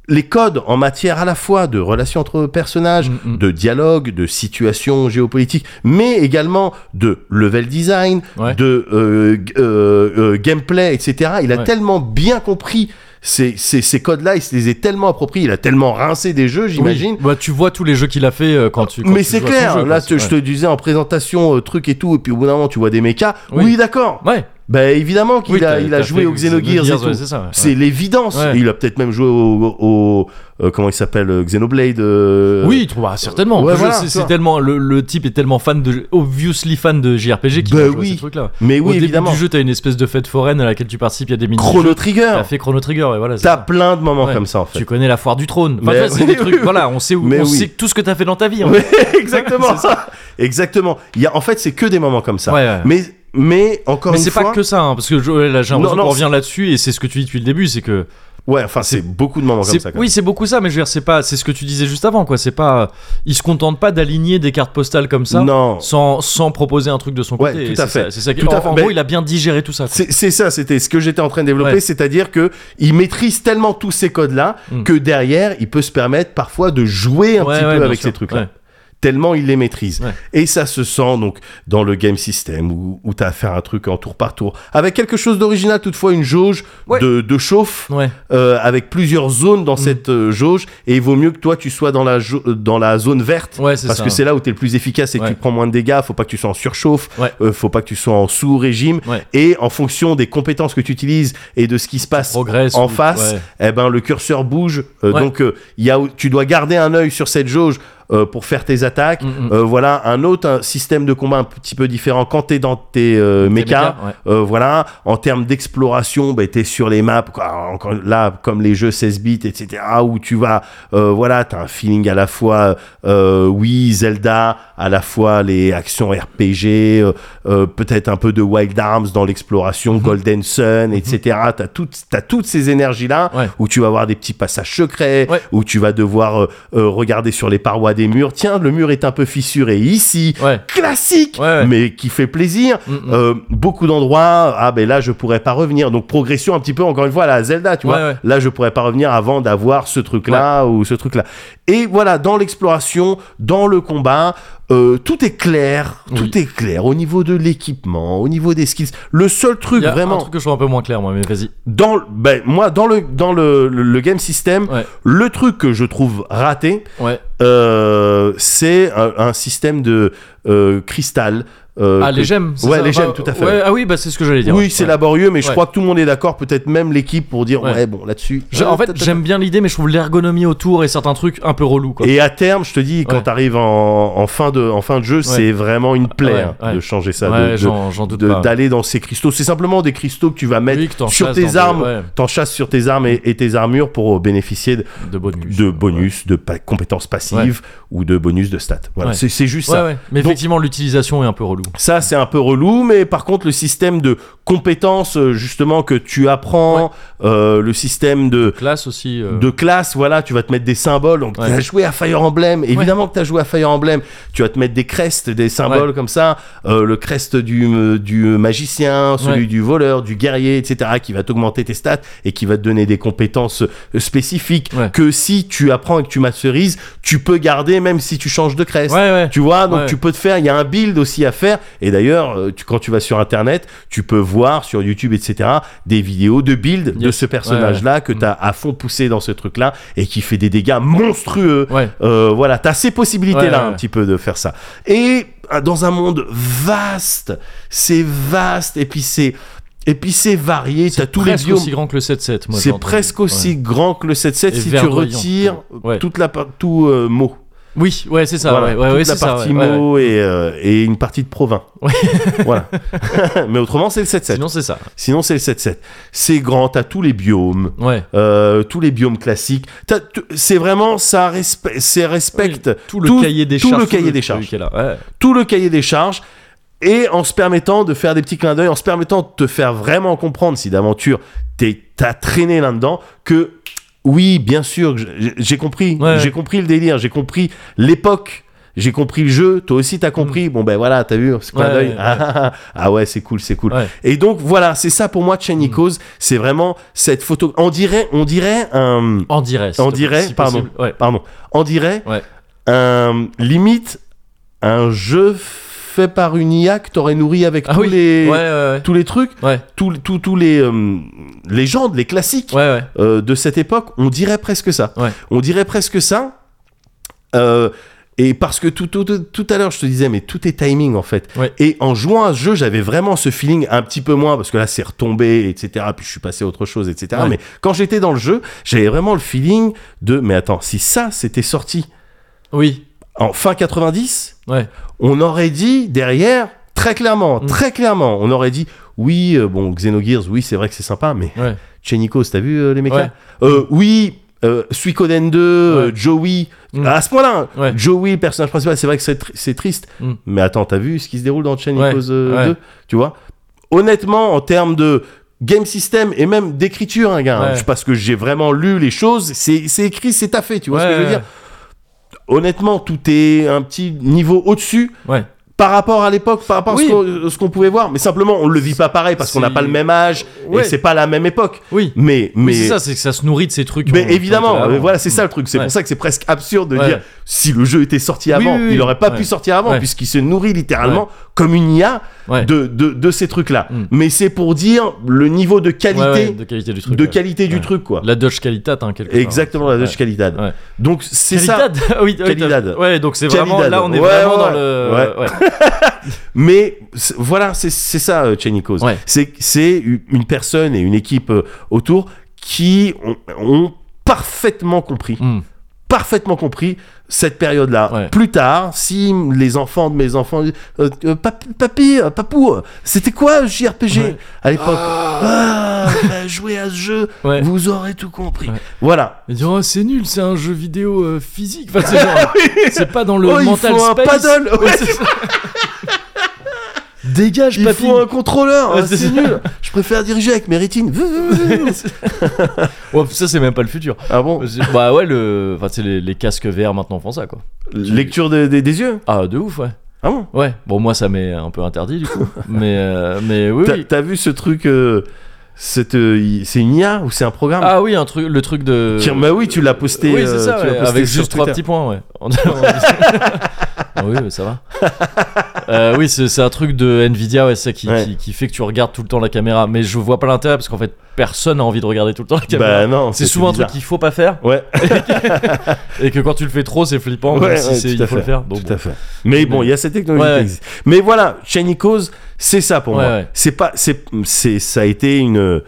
les codes en matière à la fois de relations entre personnages,
Mhm.
de dialogue, de situation géopolitique, mais également de level design,
Ouais.
de euh, g- euh, euh, gameplay, etc. Il a
Ouais.
tellement bien compris ces, ces, ces codes-là, il se les est tellement appropriés, il a tellement rincé des jeux, j'imagine.
Oui. Bah, tu vois tous les jeux qu'il a fait euh, quand tu. quand
Mais
tu
c'est
joues à son
clair,
jeu, quoi,
là
c'est-
je te disais en présentation, euh, truc et tout, et puis au bout d'un moment tu vois des mechas, oui,
Oui.
d'accord,
Ouais.
bah évidemment qu'il
Oui,
a,
t'as-
il a
t'as
joué
fait
aux Xenogears et tout.
ouais, c'est ça. ouais.
C'est l'évidence.
Ouais.
Et Il a peut-être même joué au, au- euh, comment il s'appelle euh, Xenoblade. euh,
Oui, tu vois, certainement.
ouais,
Je
voilà,
sais,
tu
c'est
vois.
tellement le, le type est tellement fan de obviously fan de JRPG qui
Bah
joue à
oui.
ces trucs-là.
Mais
Au
oui,
début
évidemment.
du jeu, t'as une espèce de fête foraine à laquelle tu participes. Il y a des mini.
Chrono Trigger.
T'as fait Chrono Trigger et voilà. c'est
T'as
ça.
plein de moments
Ouais.
comme ça en fait.
Tu connais la foire du trône. Enfin,
Mais-
tu vois, c'est des trucs. Voilà, on sait où.
Mais
on
oui.
sait tout ce que t'as fait dans ta vie. hein. en
Ouais,
fait.
exactement.
C'est
Exactement. Il y a, en fait, c'est que des moments comme ça.
Ouais, ouais.
Mais, mais encore
Mais
une
c'est
fois.
pas que ça, hein, parce que je- là, j'ai
Non,
l'impression
non,
qu'on revient là-dessus et c'est ce que tu dis depuis le début, c'est que
Ouais, enfin, c'est beaucoup de moments comme
C'est-
ça. quand
oui, c'est beaucoup ça, mais je veux dire, c'est pas, c'est ce que tu disais juste avant, quoi. C'est pas, ils se contentent pas d'aligner des cartes postales comme ça,
même. Non.
sans, sans proposer un truc de son
Ouais,
côté.
tout
Et c'est
à fait.
ça- C'est ça qui-
Tout à
en,
fait.
en
Mais-
gros, il a bien digéré tout ça. quoi.
C'est c'est ça, c'était ce que j'étais en train de développer,
Ouais.
c'est-à-dire que il maîtrise tellement tous ces codes-là
Mm.
que derrière, il peut se permettre parfois de jouer un
Ouais,
petit
ouais,
peu
bien
avec
sûr.
ces trucs-là.
Ouais.
tellement il les maîtrise.
Ouais.
Et ça se sent donc dans le game system où, où tu as à faire un truc en tour par tour. Avec quelque chose d'original, toutefois, une jauge
Ouais. Mm.
de, de chauffe
Ouais.
euh, avec plusieurs zones dans cette euh, jauge. Et il vaut mieux que toi, tu sois dans la, jau- euh, dans la zone verte.
Ouais, c'est
Parce
ça.
que c'est là où tu es le plus efficace et que
Ouais.
tu prends moins de dégâts. Faut pas que tu sois en surchauffe.
Ouais.
euh, faut pas que tu sois en sous-régime.
Ouais.
Et en fonction des compétences que tu utilises et de ce qui se passe
Progresse
en
ou-
face,
ouais.
eh ben, le curseur bouge. Euh,
Ouais.
Donc, euh, il y a, tu dois garder un œil sur cette jauge euh, pour faire tes attaques.
Mm, mm.
Euh, voilà, un autre un système de combat un petit peu différent quand t'es dans tes euh, mechas.
mécas, ouais.
Euh, voilà, en termes d'exploration, bah, t'es sur les maps, quoi. Encore là, comme les jeux 16 bits, etc., où tu vas, euh, voilà, t'as un feeling à la fois, euh, oui, Zelda, à la fois les actions RPG, euh, euh, peut-être un peu de Wild Arms dans l'exploration,
Mhm.
Golden Sun, etc. T'as toutes, t'as toutes ces énergies-là,
Ouais.
où tu vas avoir des petits passages secrets,
Ouais.
où tu vas devoir euh, euh, regarder sur les parois des murs. Tiens, le mur est un peu fissuré ici.
Ouais.
Classique,
Ouais, ouais.
mais qui fait plaisir.
Mm, mm.
Euh, beaucoup d'endroits, ah ben là je pourrais pas revenir. Donc progression un petit peu encore une fois à la Zelda, tu
Ouais,
vois.
ouais.
Là je pourrais pas revenir avant d'avoir ce truc là ou ce truc là. Et voilà, dans l'exploration, dans le combat, euh, tout est clair, tout est clair au niveau de l'équipement, au niveau des skills. Le seul truc
Il y a
vraiment
un truc que je trouve un peu moins clair, moi, mais vas-y.
dans le- ben, moi dans le dans le, le- le game system,
Ouais.
le truc que je trouve raté,
Ouais.
euh, c'est un, un système de euh, cristal. euh,
Ah,
que-
les gemmes. c'est
Ouais,
ça
les
Enfin,
gemmes, tout à fait.
ouais, Ah oui, bah c'est ce que j'allais dire.
oui, c'est
Ouais.
laborieux, mais je
Ouais.
crois que tout le monde est d'accord, peut-être même l'équipe, pour dire ouais,
Ouais.
bon là-dessus.
Je- en fait, j'aime bien l'idée, mais je trouve l'ergonomie autour et certains trucs un peu relou. Quoi.
Et à terme, je te dis, quand
Ouais.
t'arrives en, en fin de en fin de jeu, c'est vraiment une plaie
Ouais,
hein,
ouais.
de changer ça,
ouais,
de- de-
j'en, j'en
de-
doute pas.
d'aller dans ces cristaux. C'est simplement des cristaux que tu vas mettre
Oui, que t'en
sur
chasses
tes
dans tes-
armes,
ouais.
t'en chasses sur tes armes et, et tes armures pour euh, bénéficier de,
De bonus.
de bonus, de pa- compétences passives ou de bonus de stats. Voilà,
Ouais.
c'est c'est juste
Ouais,
ça.
ouais. Mais
Donc-
effectivement, l'utilisation est un peu relou.
Ça, c'est un peu relou, mais par contre, le système de compétences, euh, justement, que tu apprends, euh, le système de,
Classe aussi. euh,
de classe, voilà, tu vas te mettre des symboles. Donc,
Ouais.
tu as joué à Fire Emblem, évidemment que tu as joué à Fire Emblem. Tu vas te mettre des crestes, des symboles comme ça. Euh, le crest du, euh, du magicien, celui
Ouais.
du voleur, du guerrier, etc., qui va t'augmenter tes stats et qui va te donner des compétences euh, spécifiques
Ouais.
que si tu apprends et que tu masterises, tu peux garder même si tu changes de crest.
Ouais, ouais.
Tu vois, donc
Ouais.
tu peux te faire, il y a un build aussi à faire. Et d'ailleurs, euh, tu- quand tu vas sur Internet, tu peux voir sur YouTube, etc., des vidéos de build de
Yes.
ce personnage-là que
Mm.
tu as à fond poussé dans ce truc-là et qui fait des dégâts monstrueux.
Ouais.
Euh, voilà, tu as ces possibilités-là
Ouais, ouais,
un
ouais.
petit peu de faire ça. Et euh, dans un monde vaste, c'est vaste et puis c'est... Et puis c'est varié, t'as tous les
presque
biomes.
aussi grand que le 7-7. moi, j'ai
C'est
entendu.
presque
Ouais.
aussi grand que le 7-7
Et
si tu
verdoyant.
retires
Ouais.
toute la par- tout euh, mot.
Oui, ouais, c'est ça.
Voilà,
ouais, ouais,
toute
ouais,
la
c'est ça,
partie
ouais, ouais, ouais.
Meaux Et, euh, et une partie de Provins.
Ouais.
voilà. Mais autrement, c'est le 7-7. Sinon,
Sinon, c'est ça.
c'est le 7-7. C'est grand, t'as tous les biomes.
Ouais.
euh, tous les biomes classiques. T'as tout- C'est vraiment, ça respe- c'est respecte
Tout le cahier des
tout
charges.
le cahier des
truc
charges.
qui est là. Ouais.
tout le cahier des charges et en se permettant de faire des petits clins d'œil, en se permettant de te faire vraiment comprendre si d'aventure t'es- t'as traîné là-dedans que oui, bien sûr, que j'ai- j'ai compris,
Ouais.
j'ai compris le délire, j'ai compris l'époque. J'ai compris le jeu, toi aussi t'as compris. Bon ben voilà, t'as vu, c'est clin
Mm. Ouais,
d'œil.
ouais,
Ah, ah, ah. Ah ouais, c'est cool, c'est cool.
Ouais. Mm.
Et donc voilà, c'est ça pour moi, Chain Echoes, c'est vraiment cette photo. On dirait, on dirait un,
En direct.
On dirait,
si
pardon.
possible. Ouais.
pardon, on dirait
Ouais.
un limite un jeu fait par une IA que t'aurais nourri avec
Ah
tous
oui.
les
Ouais, ouais,
tous les trucs,
ouais. Ouais,
tous tous tous les euh, légendes, les classiques
ouais, ouais.
euh, de cette époque, on dirait presque ça.
Ouais.
On dirait presque ça. Euh, et parce que tout, tout, tout, tout à l'heure, je te disais, mais tout est timing en fait.
Ouais.
Et en jouant à ce jeu, j'avais vraiment ce feeling un petit peu moins, parce que là, c'est retombé, etc. Puis je suis passé à autre chose, etc.
Ouais.
Mais quand j'étais dans le jeu, j'avais vraiment le feeling de, mais attends, si ça, c'était sorti
Oui.
en fin 90,
Ouais.
on aurait dit derrière, très clairement,
Mm.
très clairement, on aurait dit, oui, euh, bon, Xenogears, oui, c'est vrai que c'est sympa, mais
Ouais.
Chenikos, t'as vu euh, les mecs
Ouais.
Oui, euh, Suikoden 2, euh,
Ouais.
Joey,
Mm.
à ce point-là, hein,
Ouais.
Joey, le personnage principal, c'est vrai que c'est tr- c'est triste,
Mm.
mais attends, t'as vu ce qui se déroule dans Chenikos
Ouais.
2,
Ouais.
tu vois Honnêtement, en termes de game system et même d'écriture, hein, gars, hein,
Ouais.
je- parce que j'ai vraiment lu les choses, c'est c'est écrit, c'est taffé, tu vois ce que
Ouais,
je veux
ouais,
dire Honnêtement, tout est un petit niveau au-dessus
Ouais.
par rapport à l'époque, par rapport
Oui.
à ce qu'on- ce qu'on pouvait voir. Mais simplement, on le vit pas pareil parce qu'on n'a
C'est-
pas le même âge
Ouais.
et c'est pas la même époque.
Oui.
Mais,
Mais
mais,
c'est ça, c'est que ça se nourrit de ces trucs. hein,
mais
qu'on- qu'on
évidemment,
était
mais
avant.
voilà, c'est ça le truc. C'est
Ouais.
pour ça que c'est presque absurde de
Ouais.
dire si le jeu était sorti
Oui,
avant,
oui, oui.
il aurait pas
Ouais.
pu sortir avant,
Ouais.
puisqu'il se nourrit littéralement comme une IA
Ouais.
de, de, de ces trucs-là.
Mm.
Mais c'est pour dire le niveau de
Ouais,
qualité,
ouais, de qualité du truc.
de
ouais.
qualité du
Ouais.
truc, quoi.
La Dodge Qualitat, hein, quelque part.
Exactement la Dutch Qualitad.
Ouais.
Donc c'est ça.
Qualitad oui, oui,
Qualitad.
t'as- Ouais, donc c'est vraiment.
Qualitad.
Là, on est
Ouais,
vraiment
ouais,
dans le. Ouais.
Mais c'est- voilà, c'est c'est ça, euh, Chenikos.
Ouais.
C'est c'est u- une personne et une équipe euh, autour qui ont, ont parfaitement compris,
Hmm.
parfaitement compris cette période-là.
Ouais.
Plus tard, si les enfants de mes enfants, disent, euh, euh, Pap- papy, euh, papou, euh, c'était quoi JRPG
Ouais.
à l'époque Ah, bah, jouez à ce jeu,
Ouais.
vous aurez tout compris.
Ouais.
Voilà.
Ils diront, oh, c'est nul, c'est un jeu vidéo euh, physique. Enfin, c'est genre, c'est pas dans le
Oh, il
mental
faut un
space.
paddle. Ouais,
Ouais, c'est ça. Dégage,
Il
papy.
faut un contrôleur,
Ouais,
hein,
c'est
c'est
ça.
nul. Je préfère diriger avec mes rétines.
Ouais, ça, c'est même pas le futur.
ah bon
C'est- Bah ouais, le... enfin, c'est les, les casques VR maintenant font ça, quoi.
Lecture de- de- des yeux
Ah, de ouf, ouais.
Ah bon
Ouais, bon, moi, ça m'est un peu interdit, du coup. mais, euh, mais oui,
T'as-
oui.
T'as vu ce truc euh, cette, euh, y- C'est une IA ou c'est un programme
Ah oui, un truc, le truc de.
Qui- bah oui, tu l'as posté,
Oui,
euh,
c'est ça,
tu l'as
ouais,
posté
avec
sur
juste trois
Twitter.
petits points, ouais. Ah oui, mais ça va. Euh, oui, c'est c'est un truc de Nvidia, ouais, ça qui,
Ouais.
qui, qui fait que tu regardes tout le temps la caméra. Mais je vois pas l'intérêt parce qu'en fait, personne a envie de regarder tout le temps la caméra.
Bah non,
c'est souvent un
bizarre.
truc qu'il faut pas faire
Ouais,
et que quand tu le fais trop, c'est flippant.
ouais,
même si
ouais,
c'est-
tout à
il faut le
fait,
faire. Donc,
tout
bon.
à fait. Mais bon, il y a cette technologie
Ouais,
qui
ouais.
existe. Mais voilà, Shiny Cause, c'est ça pour
Ouais,
moi.
ouais.
C'est pas, c'est, c'est, ça a été une.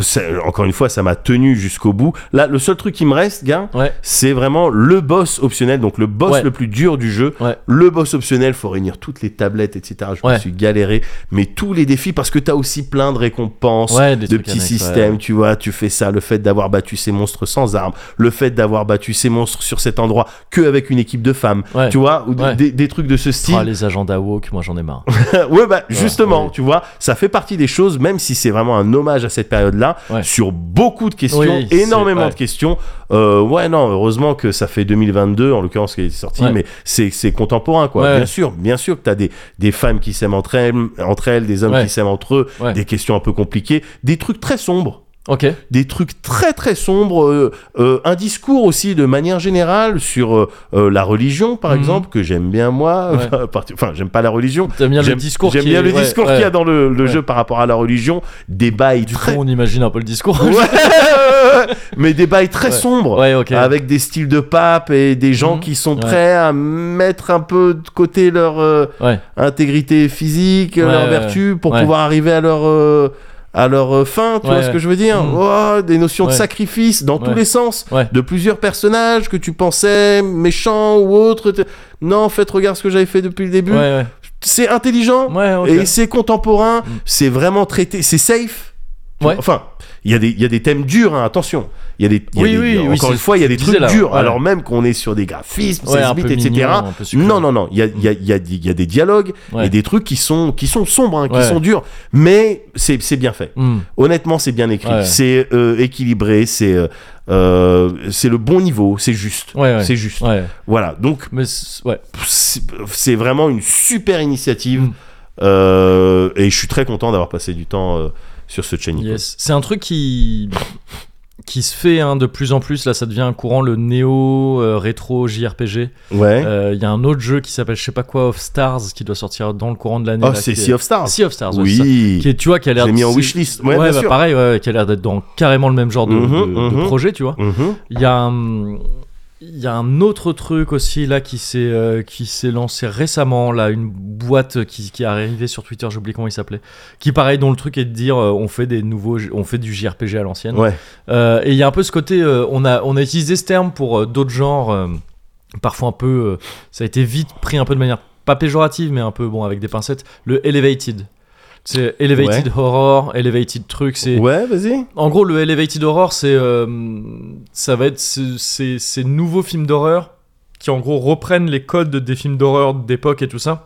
ça- encore une fois, ça m'a tenu jusqu'au bout. Là, le seul truc qui me reste, gars,
Ouais.
c'est vraiment le boss optionnel, donc le boss
Ouais.
le plus dur du jeu.
Ouais.
Le boss optionnel, faut réunir toutes les tablettes, etc. Je me
Ouais.
suis galéré, mais tous les défis, parce que t'as aussi plein de récompenses,
Ouais, des
de
trucs
petits
annexes, ouais.
systèmes, tu vois, tu fais ça, le fait d'avoir battu ces monstres sans armes, le fait d'avoir battu ces monstres sur cet endroit que avec une équipe de femmes,
Ouais.
tu vois, ou d-
Ouais.
des, des trucs de ce
Ah,
style.
les agendas woke, moi j'en ai marre.
ouais,
Ah,
bah, justement,
ouais.
tu vois, ça fait partie des choses, même si c'est vraiment un hommage à cette période-là,
Ouais.
sur beaucoup de questions,
Oui, c'est-
énormément
ouais.
de questions. Euh, ouais, non, heureusement que ça fait 2022, en l'occurrence, qui est sorti,
Ouais.
mais c'est c'est contemporain, quoi.
Ouais.
Bien sûr, bien sûr que t'as des, des femmes qui s'aiment entre elles, entre elles, des hommes
Ouais.
qui s'aiment entre eux,
Ouais.
des questions un peu compliquées, des trucs très sombres
Ok.
des trucs très très sombres, euh, euh, un discours aussi de manière générale sur euh, euh, la religion par
Mhm.
exemple que j'aime bien moi,
Ouais.
Enfin, parti- enfin j'aime pas la religion,
T'aimes bien le
j'aime
discours
j'aime
qui
bien
est-
le
ouais,
discours
ouais.
qu'il y a dans le, le
Ouais.
jeu par rapport à la religion, des bails
Du
très,
coup, on imagine un peu le discours.
Ouais, ouais, ouais, ouais. mais des bails très
Ouais.
sombres.
Ouais, ok.
Avec des styles de pape et des gens
Mhm.
qui sont
Ouais.
prêts à mettre un peu de côté leur euh,
Ouais.
intégrité physique,
Ouais,
leur
ouais,
vertu pour
ouais.
pouvoir arriver à leur euh, à leur euh, fin, tu
Ouais,
vois ce
ouais.
que je veux dire
Mhm.
Oh, Des notions de
Ouais.
sacrifice dans tous
Ouais.
les sens,
Ouais.
de plusieurs personnages que tu pensais méchants ou autres. T'es- Non, en fait, regarde ce que j'avais fait depuis le début.
Ouais, ouais.
C'est intelligent
Ouais, Ah, ok. Mm.
et c'est contemporain, c'est vraiment traité, c'est safe. Tu
Ouais.
vois, Enfin, il y, a des- il y a des thèmes durs, hein, attention. Il Y a des, il y a
Oui,
des-
oui, oui,
encore
c'est
une
ce
fois, il y a des
que tu disais,
trucs
là,
durs,
ouais.
alors même qu'on est sur des graphismes,
Ouais,
16
un
bits,
peu
etc.
mignon, un peu sucré.
non, non, non, il y a, il y a- il y a des- il y a des dialogues
Ouais.
et des trucs qui sont, qui sont sombres, hein, qui
Ouais.
sont durs, mais c'est c'est bien fait.
Hmm.
Honnêtement, c'est bien écrit,
Ouais.
c'est euh, équilibré, c'est euh, euh, c'est le bon niveau, c'est juste.
Ouais, ouais.
C'est juste.
Ouais.
Voilà, donc
Mais c'est- ouais.
c'est c'est vraiment une super initiative
Mm.
Euh, et je suis très content d'avoir passé du temps euh, sur ce Chenico.
Yes. C'est un truc qui qui se fait hein, de plus en plus là ça devient un courant le néo euh, rétro JRPG
Ouais.
il Euh, y a un autre jeu qui s'appelle je sais pas quoi of Stars qui doit sortir dans le courant de l'année
oh,
là,
c'est
qui est-
Sea of Stars.
Sea of Stars ouais, c'est ça.
oui.
qui est, tu vois qui a l'air
J'ai mis en
c'est-
wishlist.
ouais,
Ouais, bien
bah,
sûr.
pareil ouais, qui a l'air d'être dans carrément le même genre de, de-
Mhm,
de
mhm.
projet tu vois
Mhm.
il y a un il y a un autre truc aussi là qui s'est euh, qui s'est lancé récemment là une boîte qui, qui est arrivée sur Twitter j'oublie comment il s'appelait qui pareil dont le truc est de dire euh, on fait des nouveaux on fait du JRPG à l'ancienne
Ouais.
euh, et il y a un peu ce côté, euh, on, a, on a utilisé ce terme pour euh, d'autres genres, euh, parfois un peu, euh, ça a été vite pris un peu de manière pas péjorative, mais un peu bon avec des pincettes, le elevated. C'est elevated horror, elevated truc, c'est
Ouais, vas-y.
en gros le elevated horror, c'est euh, ça va être ce- ces, ces nouveaux films d'horreur qui en gros reprennent les codes des films d'horreur d'époque et tout ça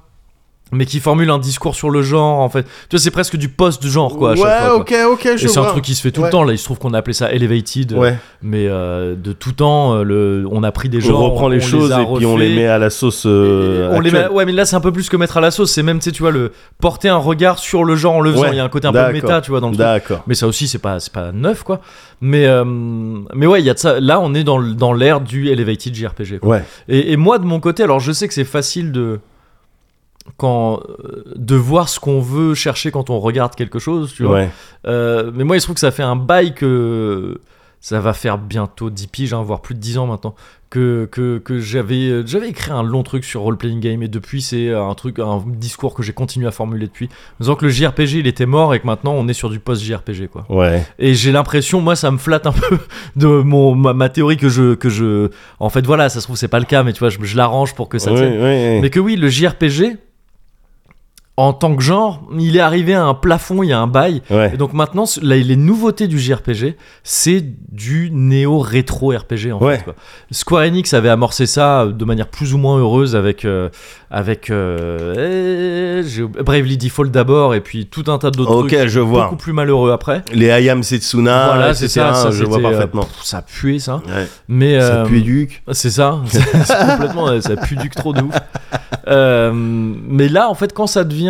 mais qui formule un discours sur le genre en fait. Tu vois, c'est presque du post-genre quoi à
ouais,
chaque fois. quoi.
ok, ok, je
Et c'est un
vois.
truc qui se fait tout
Ouais.
le temps là. Il se trouve qu'on a appelé ça elevated,
Ouais,
mais euh, de tout temps, euh, le, on a pris des genres,
on reprend les choses
a
et puis on les
refaits.
met à la sauce.
Et-
euh,
on les met-
actuelle.
ouais, mais là c'est un peu plus que mettre à la sauce. C'est même, tu sais, tu vois, le porter un regard sur le genre en le faisant.
Ouais,
Il y a un côté un peu
d'accord.
méta, tu vois, dans le truc.
D'accord.
Mais ça aussi, c'est pas, c'est pas neuf, quoi. Mais, euh, mais ouais, il y a de ça. Là, on est dans, le- dans l'ère du elevated JRPG. quoi.
Ouais.
Et, et moi, de mon côté, alors je sais que c'est facile de quand euh, de voir ce qu'on veut chercher quand on regarde quelque chose, tu vois.
Ouais.
Euh, mais moi, il se trouve que ça fait un bail que ça va faire bientôt 10 piges, hein, voire plus de 10 ans maintenant, que, que, que j'avais euh, j'avais écrit un long truc sur role-playing game et depuis, c'est un truc un discours que j'ai continué à formuler depuis, en disant que le JRPG, il était mort et que maintenant, on est sur du post-JRPG, quoi.
Ouais.
Et j'ai l'impression, moi, ça me flatte un peu de mon, ma, ma théorie que je, que je. En fait, voilà, ça se trouve, c'est pas le cas, mais tu vois, je, je l'arrange pour que ça
Ouais,
tienne.
ouais, ouais.
Mais que oui, le JRPG, en tant que genre, il est arrivé à un plafond, il y a un bail.
Ouais.
Et donc maintenant, ce- là, les nouveautés du JRPG, c'est du néo-rétro RPG en
Ouais.
fait. quoi. Square Enix avait amorcé ça euh, de manière plus ou moins heureuse avec, euh, avec euh, eh, j'ai oublié- Bravely Default d'abord et puis tout un tas d'autres
Ok,
trucs
je vois.
beaucoup plus malheureux après.
Les Ayam Setsuna,
voilà,
etc.,
c'est ça, ça,
je vois
c'était, euh,
parfaitement.
pff, ça puait ça.
Ouais.
Mais,
Ça
euh,
pue duc.
c'est ça, c'est c'est complètement, euh, ça pue du que trop de ouf. Euh, mais là, en fait, quand ça devient,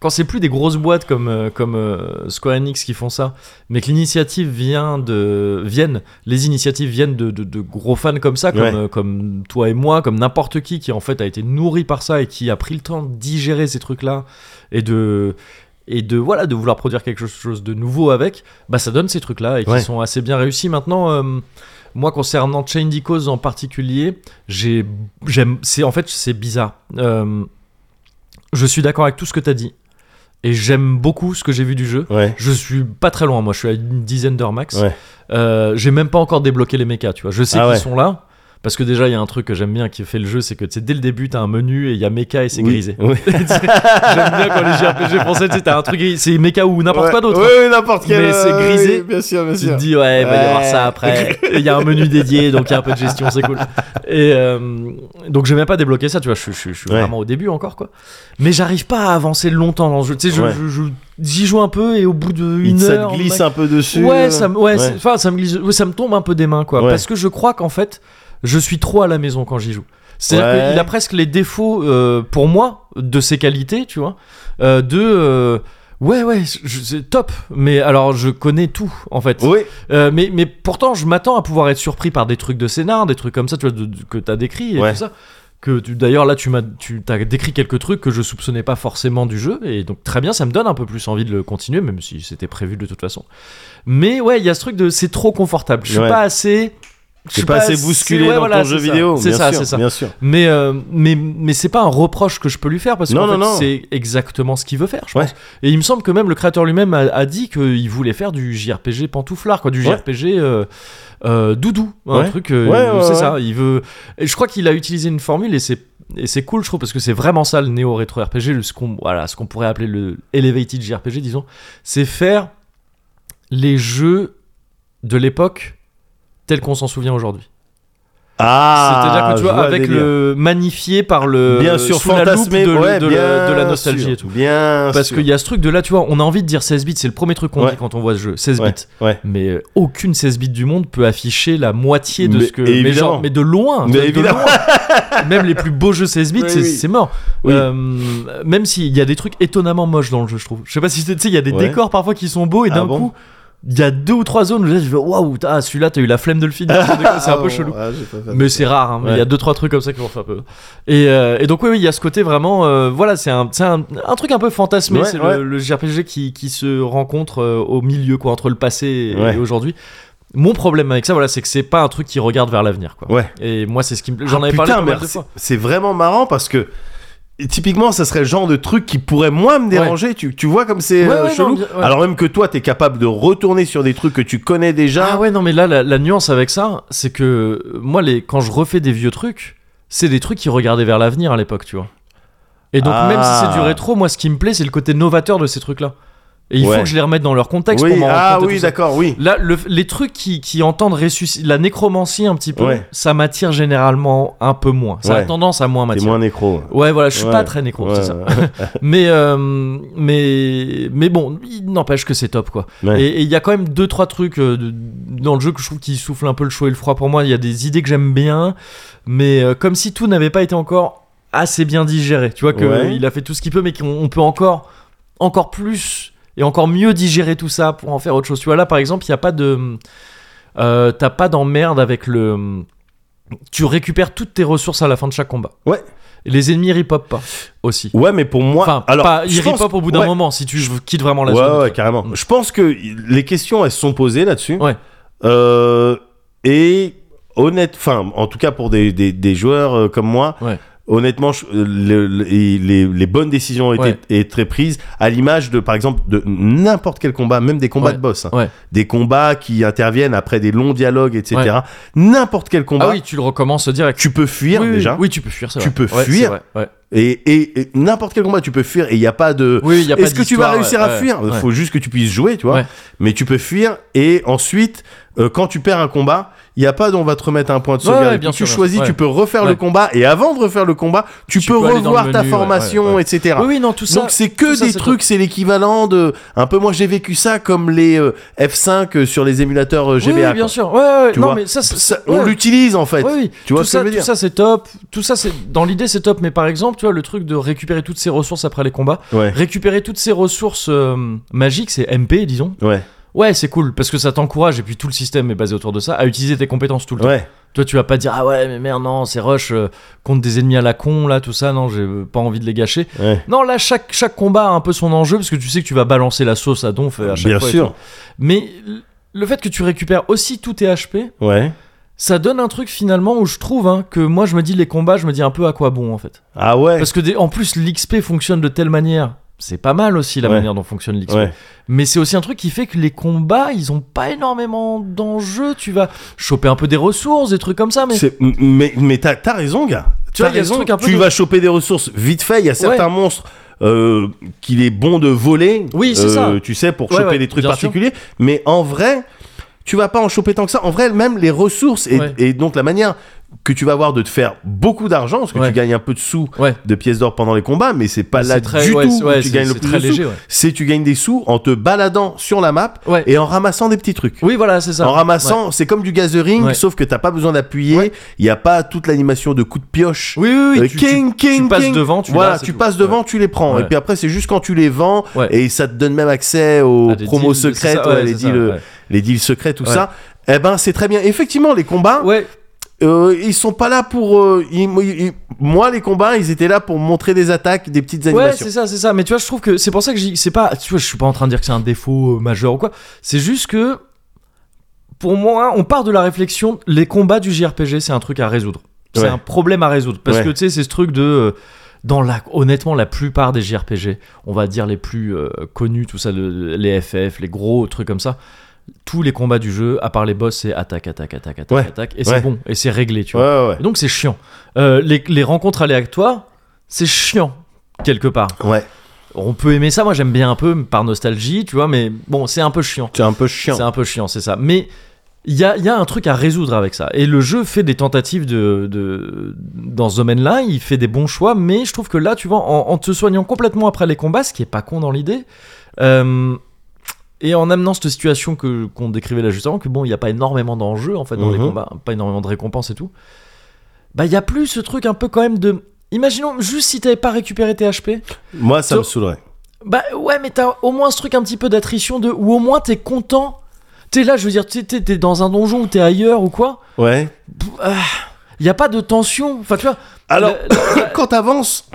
quand c'est plus des grosses boîtes comme, euh, comme euh, Square Enix qui font ça, mais que l'initiative vient de, viennent, les initiatives viennent de, de- de gros fans comme ça, comme,
Ouais.
euh, comme toi et moi, comme n'importe qui qui en fait a été nourri par ça et qui a pris le temps de digérer ces trucs-là et de et de voilà de vouloir produire quelque chose de nouveau avec bah ça donne ces trucs là et qui
Ouais.
sont assez bien réussis maintenant euh, moi concernant Chain Cause en particulier j'ai j'aime c'est en fait c'est bizarre Euh, je suis d'accord avec tout ce que t'as dit et j'aime beaucoup ce que j'ai vu du jeu
Ouais.
je suis pas très loin moi je suis à une dizaine d'heures max
Ouais.
Euh, j'ai même pas encore débloqué les mechas tu vois je sais
Ah
qu'ils
ouais.
sont là parce que déjà il y a un truc que j'aime bien qui fait le jeu c'est que tu sais, dès le début t'as un menu et il y a mecha et c'est
Oui.
grisé
Oui.
J'aime bien quand les JRPG français, tu sais, t'as un truc, gris- c'est méca ou n'importe
Ouais.
quoi d'autre.
Oui, oui, n'importe quel.
Mais c'est
euh,
grisé.
oui, Bien sûr, bien
Tu te
sûr.
dis, ouais, il va y avoir
Ouais.
ça après. Et Il y a un menu dédié, donc il y a un peu de gestion, c'est cool. Et euh, donc, j'ai même pas débloqué ça, tu vois, je, suis- je suis- je suis
Ouais.
vraiment au début encore, quoi. Mais j'arrive pas à avancer longtemps dans le jeu. Tu sais, je-
Ouais.
je- je- j'y joue un peu et au bout de
Il-
une
ça
heure.
te glisse
max-
un peu dessus.
Ouais,
euh.
ça, me- ouais,
Ouais.
c'est- enfin, ça, me glisse- ouais, ça me tombe un peu des mains, quoi.
Ouais.
Parce que je crois qu'en fait, je suis trop à la maison quand j'y joue. C'est-à-dire
Ouais.
qu'il a presque les défauts, euh, pour moi, de ses qualités, tu vois, euh, de... euh, Ouais ouais, je- je- c'est top. Mais alors je connais tout en fait.
Oui.
Euh, mais mais pourtant je m'attends à pouvoir être surpris par des trucs de scénar, des trucs comme ça, tu vois, de- de- que t'as décrit et
Ouais.
tout ça. Que tu- d'ailleurs là tu m'as tu t'as décrit quelques trucs que je soupçonnais pas forcément du jeu et donc très bien ça me donne un peu plus envie de le continuer même si c'était prévu de toute façon. Mais ouais il y a ce truc de c'est trop confortable. Je suis
Ouais.
pas assez. Je
T'es pas assez bousculé
ouais,
dans
voilà,
ton
c'est
jeu
ça.
vidéo.
C'est
bien
ça
sûr,
c'est ça.
Bien sûr.
Mais, euh, mais, mais c'est pas un reproche que je peux lui faire parce que
Non, non, non.
c'est exactement ce qu'il veut faire, je
Ouais.
pense. Et il me semble que même le créateur lui-même a, a dit qu'il voulait faire du JRPG pantouflard, quoi, du
Ouais.
JRPG euh, euh, doudou, un
Ouais.
truc. euh,
Ouais, ouais,
c'est
ouais.
ça. Il veut. et je crois qu'il a utilisé une formule et c'est et c'est cool, je trouve, parce que c'est vraiment ça le néo rétro RPG, le- ce qu'on voilà, ce qu'on pourrait appeler le elevated JRPG, disons, c'est faire les jeux de l'époque tels qu'on s'en souvient aujourd'hui.
Ah.
C'est-à-dire que tu vois,
je vois
avec
délire.
le magnifié par le. euh,
Bien sûr,
sous la loupe
fantasmé
de,
ouais,
de la,
bien
de la nostalgie
sûr,
et tout.
Bien
Parce
sûr.
qu'il y a ce truc de là, tu vois, on a envie de dire 16 bits, c'est le premier truc qu'on
Ouais.
dit quand on voit ce jeu, 16
Ouais,
bits.
ouais.
Mais euh, aucune 16 bits du monde peut afficher la moitié de
Mais
ce que. Mais,
évidemment.
genre, mais de loin.
Mais
de- de
évidemment.
loin. Même les plus beaux jeux 16 bits,
Oui,
c'est
oui.
c'est mort.
Oui.
Euh, même s'il y a des trucs étonnamment moches dans le jeu, je trouve. Je sais pas si tu sais, il y a des
Ouais.
décors parfois qui sont beaux et
Ah
d'un
bon
coup. Il y a deux ou trois zones où là, je vais waouh, ah, celui-là t'as eu la flemme de le finir, c'est un peu chelou.
Ah, j'ai pas fait
Mais c'est rare, hein, mais il y a
Ouais.
deux trois trucs comme ça qui m'ont fait un peu. Et, euh, et donc oui, oui, il y a ce côté vraiment, euh, voilà, c'est un, c'est un, un truc un peu fantasmé,
Ouais,
c'est
ouais.
le, le JRPG qui, qui se rencontre euh, au milieu, quoi, entre le passé et,
Ouais.
et aujourd'hui. Mon problème avec ça, voilà, c'est que c'est pas un truc qui regarde vers l'avenir, quoi.
Ouais.
Et moi, c'est ce qui me, j'en
Ah,
avais parlé
putain,
pas mal
mais
de
c'est-
fois.
C'est vraiment marrant parce que typiquement, ça serait le genre de truc qui pourrait moins me déranger. Tu, tu vois comme c'est
Ouais,
euh,
ouais, non,
chelou.
bien- ouais.
Alors même que toi, t'es capable de retourner sur des trucs que tu connais déjà.
Ah ouais, non, mais là, la, la nuance avec ça, c'est que euh, moi, les, quand je refais des vieux trucs, c'est des trucs qui regardaient vers l'avenir à l'époque, tu vois. Et donc, même si
Ah.
c'est du rétro, moi, ce qui me plaît, c'est le côté novateur de ces trucs-là. Et il
Ouais.
faut que je les remette dans leur contexte
oui,
pour m'en rendre
ah
compte et
oui,
tout ça.
d'accord, oui.
Là, le- les trucs qui, qui entendent ressusciter la nécromancie un petit peu,
Ouais.
ça m'attire généralement un peu moins. Ça a
Ouais.
tendance à moins
T'es
m'attirer.
moins nécro.
Ouais, voilà, je suis
Ouais.
pas très nécro, c'est ça.
Ouais.
Mais, euh, mais, mais bon, il n'empêche que c'est top, quoi.
Ouais.
Et et il y a quand même deux trois trucs euh, de- dans le jeu que je trouve qui soufflent un peu le chaud et le froid pour moi. Il y a des idées que j'aime bien, mais euh, comme si tout n'avait pas été encore assez bien digéré. Tu vois que
Ouais.
il a fait tout ce qu'il peut, mais qu'on on peut encore encore plus et encore mieux digérer tout ça pour en faire autre chose. Tu vois là par exemple, il y a pas de euh, t'as pas d'emmerde avec le tu récupères toutes tes ressources à la fin de chaque combat.
Ouais.
Et Les ennemis ripopent pas aussi.
Ouais, mais pour moi,
Enfin,
alors,
pas,
je
ils
pense-
ripopent au bout d'un
ouais.
moment si tu quittes vraiment la
Ouais,
zone.
ouais, carrément.
Mm.
Je pense que les questions, elles se sont posées là-dessus.
Ouais.
Euh, et honnête, enfin, en tout cas pour des, des, des joueurs euh, comme moi,
Ouais.
honnêtement, je- euh, le- le- et les, les bonnes décisions ont été,
Ouais.
et très prises, à l'image de, par exemple, de n'importe quel combat, même des combats
Ouais.
de boss, hein.
Ouais.
des combats qui interviennent après des longs dialogues, etc.
Ouais.
N'importe quel combat,
Ah oui, tu le recommences direct.
tu peux fuir
oui, oui,
déjà.
Oui, tu peux fuir, c'est
Tu
vrai.
peux
Ouais, c'est
fuir.
vrai, ouais.
Et, et- et n'importe quel combat, tu peux fuir et il n'y a pas de.
Oui, il y a pas
Est-ce que tu
d'histoire,
vas réussir
ouais,
à
ouais,
fuir Il
ouais.
faut juste que tu puisses jouer, tu vois.
Ouais.
Mais tu peux fuir et ensuite, euh, quand tu perds un combat, il n'y a pas de on va te remettre un point de
Ouais,
sauvegarde.
ouais, bien
tu
sûr, bien
choisis,
sûr,
tu
ouais.
peux refaire
Ouais.
le combat et avant de refaire le combat, tu,
Tu
peux,
peux aller dans le
revoir ta
menu, ouais,
formation,
ouais, ouais.
etc.
Oui, oui, non, tout ça.
Donc c'est que
tout ça,
des
c'est
trucs, c'est l'équivalent de un peu. Moi j'ai vécu ça comme les euh, F5 sur les émulateurs euh,
Oui, oui,
GBA.
bien
quoi.
sûr. Ouais, ouais, ouais.
Tu
non,
vois,
mais ça, c'est-
Ça,
ouais.
on l'utilise en fait.
Ouais, oui.
Tu vois
tout
ce
ça,
que je veux dire
Tout ça, c'est top. Tout ça, c'est dans l'idée, c'est top. Mais par exemple, tu vois, le truc de récupérer toutes ses ressources après les combats,
Ouais,
récupérer toutes ses ressources euh, magiques, c'est MP, disons.
ouais,
Ouais, c'est cool parce que ça t'encourage et puis tout le système est basé autour de ça à utiliser tes compétences tout le temps.
ouais.
Toi, tu vas pas dire ah ouais, mais merde, non, c'est rush euh, contre des ennemis à la con là, tout ça, non, j'ai euh, pas envie de les gâcher.
ouais.
Non, là, chaque, chaque combat a un peu son enjeu, parce que tu sais que tu vas balancer la sauce à donf euh, à chaque
Bien
fois et
sûr.
tout. Mais l- le fait que tu récupères aussi tous tes HP,
Ouais.
ça donne un truc finalement où je trouve hein, que moi, je me dis les combats, je me dis un peu à quoi bon en fait.
Ah ouais.
Parce que des- en plus, l'XP fonctionne de telle manière. C'est pas mal aussi la
Ouais.
manière dont fonctionne l'XP.
Ouais.
Mais c'est aussi un truc qui fait que les combats, ils ont pas énormément d'enjeux. Tu vas choper un peu des ressources, des trucs comme ça, mais.
C'est- m- Mais, mais t'as, t'as raison, gars.
Tu
T'as
vois, il y a ce
raison.
truc un peu
tu
de-
vas choper des ressources vite fait. Il y a certains monstres euh, qu'il est bon de voler. Euh,
Oui, c'est ça.
Tu sais, pour
Ouais,
choper
ouais,
des trucs
bien sûr.
particuliers. Mais en vrai, tu vas pas en choper tant que ça. En vrai, même les ressources et,
Ouais.
et donc la manière que tu vas avoir de te faire beaucoup d'argent, parce que
Ouais.
tu gagnes un peu de sous,
Ouais.
de pièces d'or pendant les combats, mais c'est pas là
C'est très,
du
ouais,
tout
c'est-
où
ouais,
tu
c'est-
gagnes le
c'est
plus
très
de
léger.
sous.
ouais.
C'est tu gagnes des sous en te baladant sur la map
Ouais.
et en ramassant des petits trucs.
Oui, voilà, c'est ça.
En ramassant, c'est comme du gathering,
Ouais.
sauf que t'as pas besoin d'appuyer. Il
Ouais.
y a pas toute l'animation de coup de pioche.
Oui, oui, oui.
Euh,
tu- tu-
king, king,
tu passes
king.
devant, tu
voilà,
l'as, c'est
tu
tout.
passes devant, tu les prends.
Ouais.
Et puis après, c'est juste quand tu les vends
Ouais.
et ça te donne même accès aux
Ah, des
promos
deals, c'est
secrètes,
ça,
ouais,
ouais,
les,
c'est ça,
deals, euh,
ouais.
les deals secrets, tout
Ouais.
ça. Eh ben, c'est très bien. Effectivement, les combats,
Ouais,
euh, ils sont pas là pour. euh, ils- ils- moi, les combats, ils étaient là pour montrer des attaques, des petites
ouais,
animations.
c'est ça, c'est ça. Mais tu vois, je trouve que c'est pour ça que je dis- c'est pas. Tu vois, je suis pas en train de dire que c'est un défaut euh, majeur ou quoi. C'est juste que pour moi, on part de la réflexion. Les combats du JRPG, c'est un truc à résoudre. C'est
Ouais.
un problème à résoudre parce
Ouais.
que tu sais, c'est ce truc de. euh, dans la, honnêtement, la plupart des JRPG, on va dire les plus euh, connus, tout ça, le- les FF, les gros trucs comme ça, tous les combats du jeu, à part les boss, c'est attaque, attaque, attaque, attaque,
Ouais.
attaque, et
Ouais.
c'est bon, et c'est réglé, tu vois.
Ouais, ouais,
Et Donc c'est chiant. Euh, les, les rencontres aléatoires, c'est chiant, quelque part.
ouais. Ouais.
On peut aimer ça, moi j'aime bien un peu, par nostalgie, tu vois, mais bon, c'est un peu chiant.
C'est un peu chiant.
C'est un peu chiant, c'est ça. Mais il y a, il y a un truc à résoudre avec ça. Et le jeu fait des tentatives de, de- dans ce domaine-là, il fait des bons choix, mais je trouve que là, tu vois, en, en te soignant complètement après les combats, ce qui est pas con dans l'idée, euh, et en amenant cette situation que qu'on décrivait là juste avant, que bon, il n'y a pas énormément d'enjeux en fait dans les
Mhm.
combats, pas énormément de récompenses et tout, bah il y a plus ce truc un peu quand même de... Imaginons, juste si t'avais pas récupéré tes HP,
Moi, ça
So-
me saoulerait.
bah ouais, mais t'as au moins ce truc un petit peu d'attrition de, ou au moins t'es content. T'es là, je veux dire, t'es, t'es- t'es dans un donjon ou t'es ailleurs ou quoi. ah,
Ouais.
Y a pas de tension. Enfin, tu vois.
Alors,
le- le-
quand t'avances,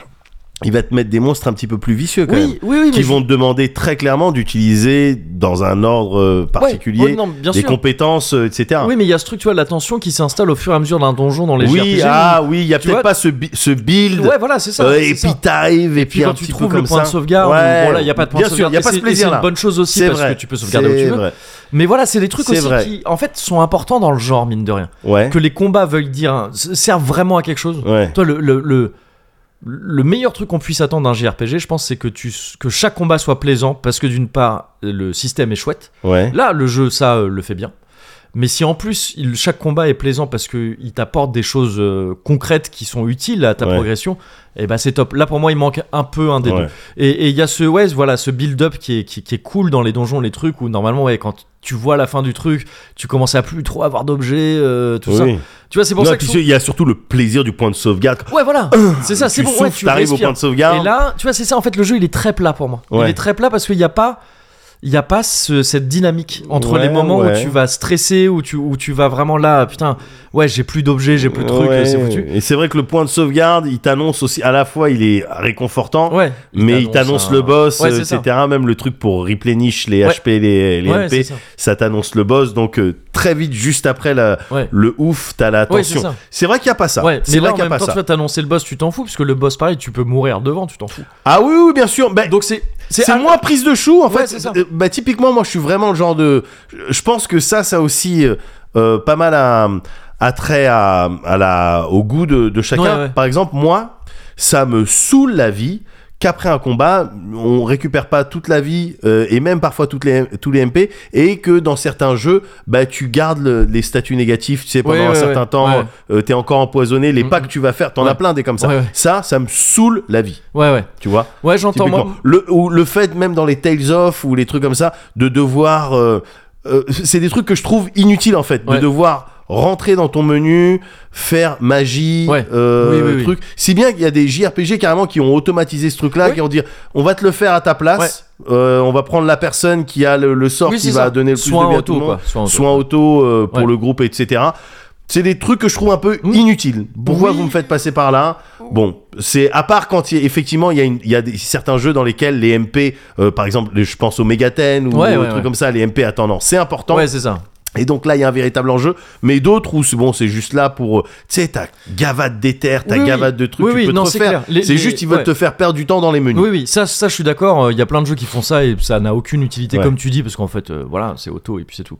il va te mettre des monstres un petit peu plus vicieux quand même.
oui, oui, oui, mais
Qui vont te demander très clairement d'utiliser dans un ordre euh,
Ouais,
particulier
ouais, non, bien
des
sûr.
compétences, euh, etc.
Oui, mais il y a ce truc, tu vois, de la tension qui s'installe au fur et à mesure d'un donjon dans les
Oui,
JRPG.
ah oui, il y a
Tu
peut-être
vois-
pas ce, bi- ce build.
Ouais, voilà, c'est ça.
euh,
c'est
et
ça.
puis t'arrives et,
Puis quand
un
tu
petit peu
trouves le
comme
point
ça.
de sauvegarde,
Ouais.
bon là, y a pas de point
bien
de sauvegarde.
sûr, il y a pas
et
ce
c'est- et C'est
plaisir-là.
une bonne chose aussi
C'est
parce
vrai.
que tu peux sauvegarder où
C'est
tu veux.
vrai.
Mais voilà, c'est des trucs
C'est
aussi
vrai.
qui, en fait, sont importants dans le genre, mine de rien.
Ouais.
Que les combats veuillent dire, hein, s- servent vraiment à quelque chose.
Ouais.
Toi, le, le, le- le meilleur truc qu'on puisse attendre d'un JRPG, je pense, c'est que, tu, que chaque combat soit plaisant, parce que d'une part, le système est chouette.
Ouais.
Là, le jeu, ça, euh, le fait bien. Mais si en plus, il- chaque combat est plaisant parce qu'il t'apporte des choses euh, concrètes qui sont utiles à ta
Ouais.
progression, et ben c'est top. Là, pour moi, il manque un peu un des deux.
Ouais.
Et et il y a ce, ouais, voilà, ce build-up qui est, qui, qui est cool dans les donjons, les trucs où normalement, ouais, quand tu vois la fin du truc, tu commences à plus trop avoir d'objets, euh, tout ça.
Oui.
Tu vois, c'est pour
Non,
ça que.
puis
je
il y a surtout le plaisir du point de sauvegarde.
trouve- Ouais, voilà, c'est ça, c'est
Euh, tu
bon, ouais,
souffles,
tu
t'arrives au
respires.
point de sauvegarde.
Et là, tu vois, c'est ça. En fait, le jeu, il est très plat pour moi.
Ouais.
Il est très plat parce qu'il n'y a pas, il y a pas ce- cette dynamique entre
Ouais,
les moments
ouais.
où tu vas stresser, où tu, où tu vas vraiment là, putain, ouais, j'ai plus d'objets, j'ai plus de trucs,
Ouais.
c'est foutu.
Et c'est vrai que le point de sauvegarde, il t'annonce aussi, à la fois, il est réconfortant,
Ouais.
mais il t'annonce
un-
le boss,
Ouais,
euh,
c'est ça.
etc. Même le truc pour replenish les
Ouais.
HP, les, les
Ouais,
MP,
c'est ça.
ça t'annonce le boss. Donc euh, très vite, juste après la-
Ouais.
le ouf, t'as la
Ouais, c'est
tension.
ça.
c'est vrai qu'il n'y a pas ça.
Ouais,
c'est
mais
vrai
là, en
qu'il n'y
même
a pas
temps, tu
ça.
vas t'annoncer le boss, tu t'en fous, parce que le boss, pareil, tu peux mourir devant, tu t'en fous.
Ah oui, oui, bien sûr. Ben,
Donc c'est,
c'est
à-
moins prise de chou en
Ouais,
fait.
c'est ça.
Euh, Bah typiquement moi je suis vraiment le genre de je pense que ça ça aussi euh, euh, pas mal à, à trait à, à la au goût de, de chacun.
Ouais, ouais.
Par exemple moi ça me saoule la vie qu'après un combat on récupère pas toute la vie euh, et même parfois toutes les tous les MP et que dans certains jeux bah tu gardes le- les statuts négatifs tu sais pendant
Ouais,
un
ouais,
certain
ouais.
temps
Ouais.
euh, t'es encore empoisonné les
Mm,
pas
mm.
que tu vas faire t'en
Ouais.
as plein des comme ça
Ouais, ouais.
ça ça me saoule la vie
Ouais, ouais.
tu vois
Ouais, j'entends, moi.
Typiquement. Le, ou le fait, même dans les Tales of ou les trucs comme ça, de devoir. euh, euh, c'est des trucs que je trouve inutiles en fait, de
Ouais.
devoir rentrer dans ton menu, faire magie,
Ouais.
euh,
Oui, oui, oui.
truc. Si bien qu'il y a des JRPG carrément qui ont automatisé ce truc-là,
Oui.
qui vont dire on va te le faire à ta place, euh, on va prendre la personne qui a le, le sort
Oui,
qui
c'est
va
ça.
donner le plus
Soin
de bien à tout
auto,
le monde.
quoi. Soin auto.
Soin auto euh, pour
Ouais.
le groupe, etc. C'est des trucs que je trouve un peu
Mm.
inutiles. Pourquoi
Oui.
vous me faites passer par là Bon, c'est à part quand il y a- effectivement il y a, une- il y a des- certains jeux dans lesquels les MP, euh, par exemple, les- je pense au Megaten ou
Ouais,
des
ouais,
trucs
ouais.
comme ça, les MP attendant, c'est important.
Ouais, c'est ça.
Et donc là, il y a un véritable enjeu. Mais d'autres où c'est bon, c'est juste là pour, euh, tu sais, ta gavade d'éther, ta
Oui, oui.
gavade de trucs,
Oui,
tu
oui,
peux
non,
te
c'est
refaire.
clair. Les-
C'est
les-
juste ils veulent
ouais.
te faire perdre du temps dans les menus.
Oui, oui, ça, ça je suis d'accord. euh, Il y a plein de jeux qui font ça et ça n'a aucune utilité,
Ouais.
comme tu dis, parce qu'en fait, euh, voilà, c'est auto et puis c'est tout.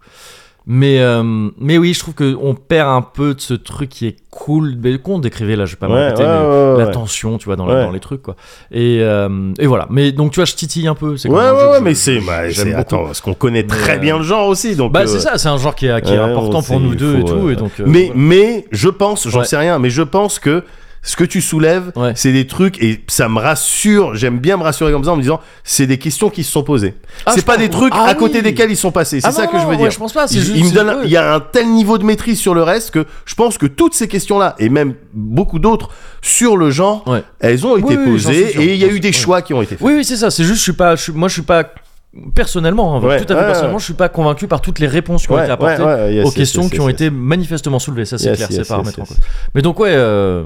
Mais, euh, mais oui, je trouve qu'on perd un peu de ce truc qui est cool, mais qu'on décrivait là, je vais pas me
Ouais,
répéter,
ouais,
mais
ouais, ouais,
la
ouais.
tension, tu vois, dans, la-
Ouais.
dans les trucs, quoi. Et, euh, et voilà. Mais donc, tu vois, je titille un peu. c'est
Ouais,
quand même un
ouais,
jeu que
ouais,
je-
mais c'est,
je-
bah,
j'aime
c'est-
beaucoup.
attends, parce qu'on connaît
Mais,
très
euh,
bien le genre aussi, donc.
Bah,
euh,
c'est ça, c'est un genre qui est, qui est
Ouais, on
important pour
sait,
nous
il
deux et
faut,
tout.
euh,
et donc, euh,
mais,
voilà.
mais je pense, j'en
Ouais.
sais rien, mais je pense que ce que tu soulèves,
Ouais.
c'est des trucs et ça me rassure. J'aime bien me rassurer comme ça en me disant, c'est des questions qui se sont posées.
Ah,
c'est
je
pas
pense-
des trucs
Ah
à côté
oui.
desquels ils sont passés. C'est
Ah
ça
non,
que je
non,
veux
ouais,
dire.
je pense pas, c'est
Il-
juste-
il me
c'est-
donne,
ouais.
il y a un tel niveau de maîtrise sur le reste que je pense que toutes ces questions-là et même beaucoup d'autres sur le genre,
Ouais.
elles ont été
oui, j'en suis
posées
sûr,
et il y
j'en
a eu
suis-
des
ouais.
choix qui ont été faits.
Oui, oui, c'est ça. C'est juste, je suis pas, je suis- moi, je suis pas personnellement, hein,
Ouais,
tout à fait
ouais,
personnellement,
ouais.
je suis pas convaincu par toutes les réponses qui ont
Ouais,
été apportées
ouais, ouais, yes,
aux
yes,
questions
yes,
qui ont
yes,
été manifestement soulevées. Ça, c'est
Yes,
clair,
yes,
c'est pas à
yes,
remettre en
yes.
cause. Mais donc, ouais, euh,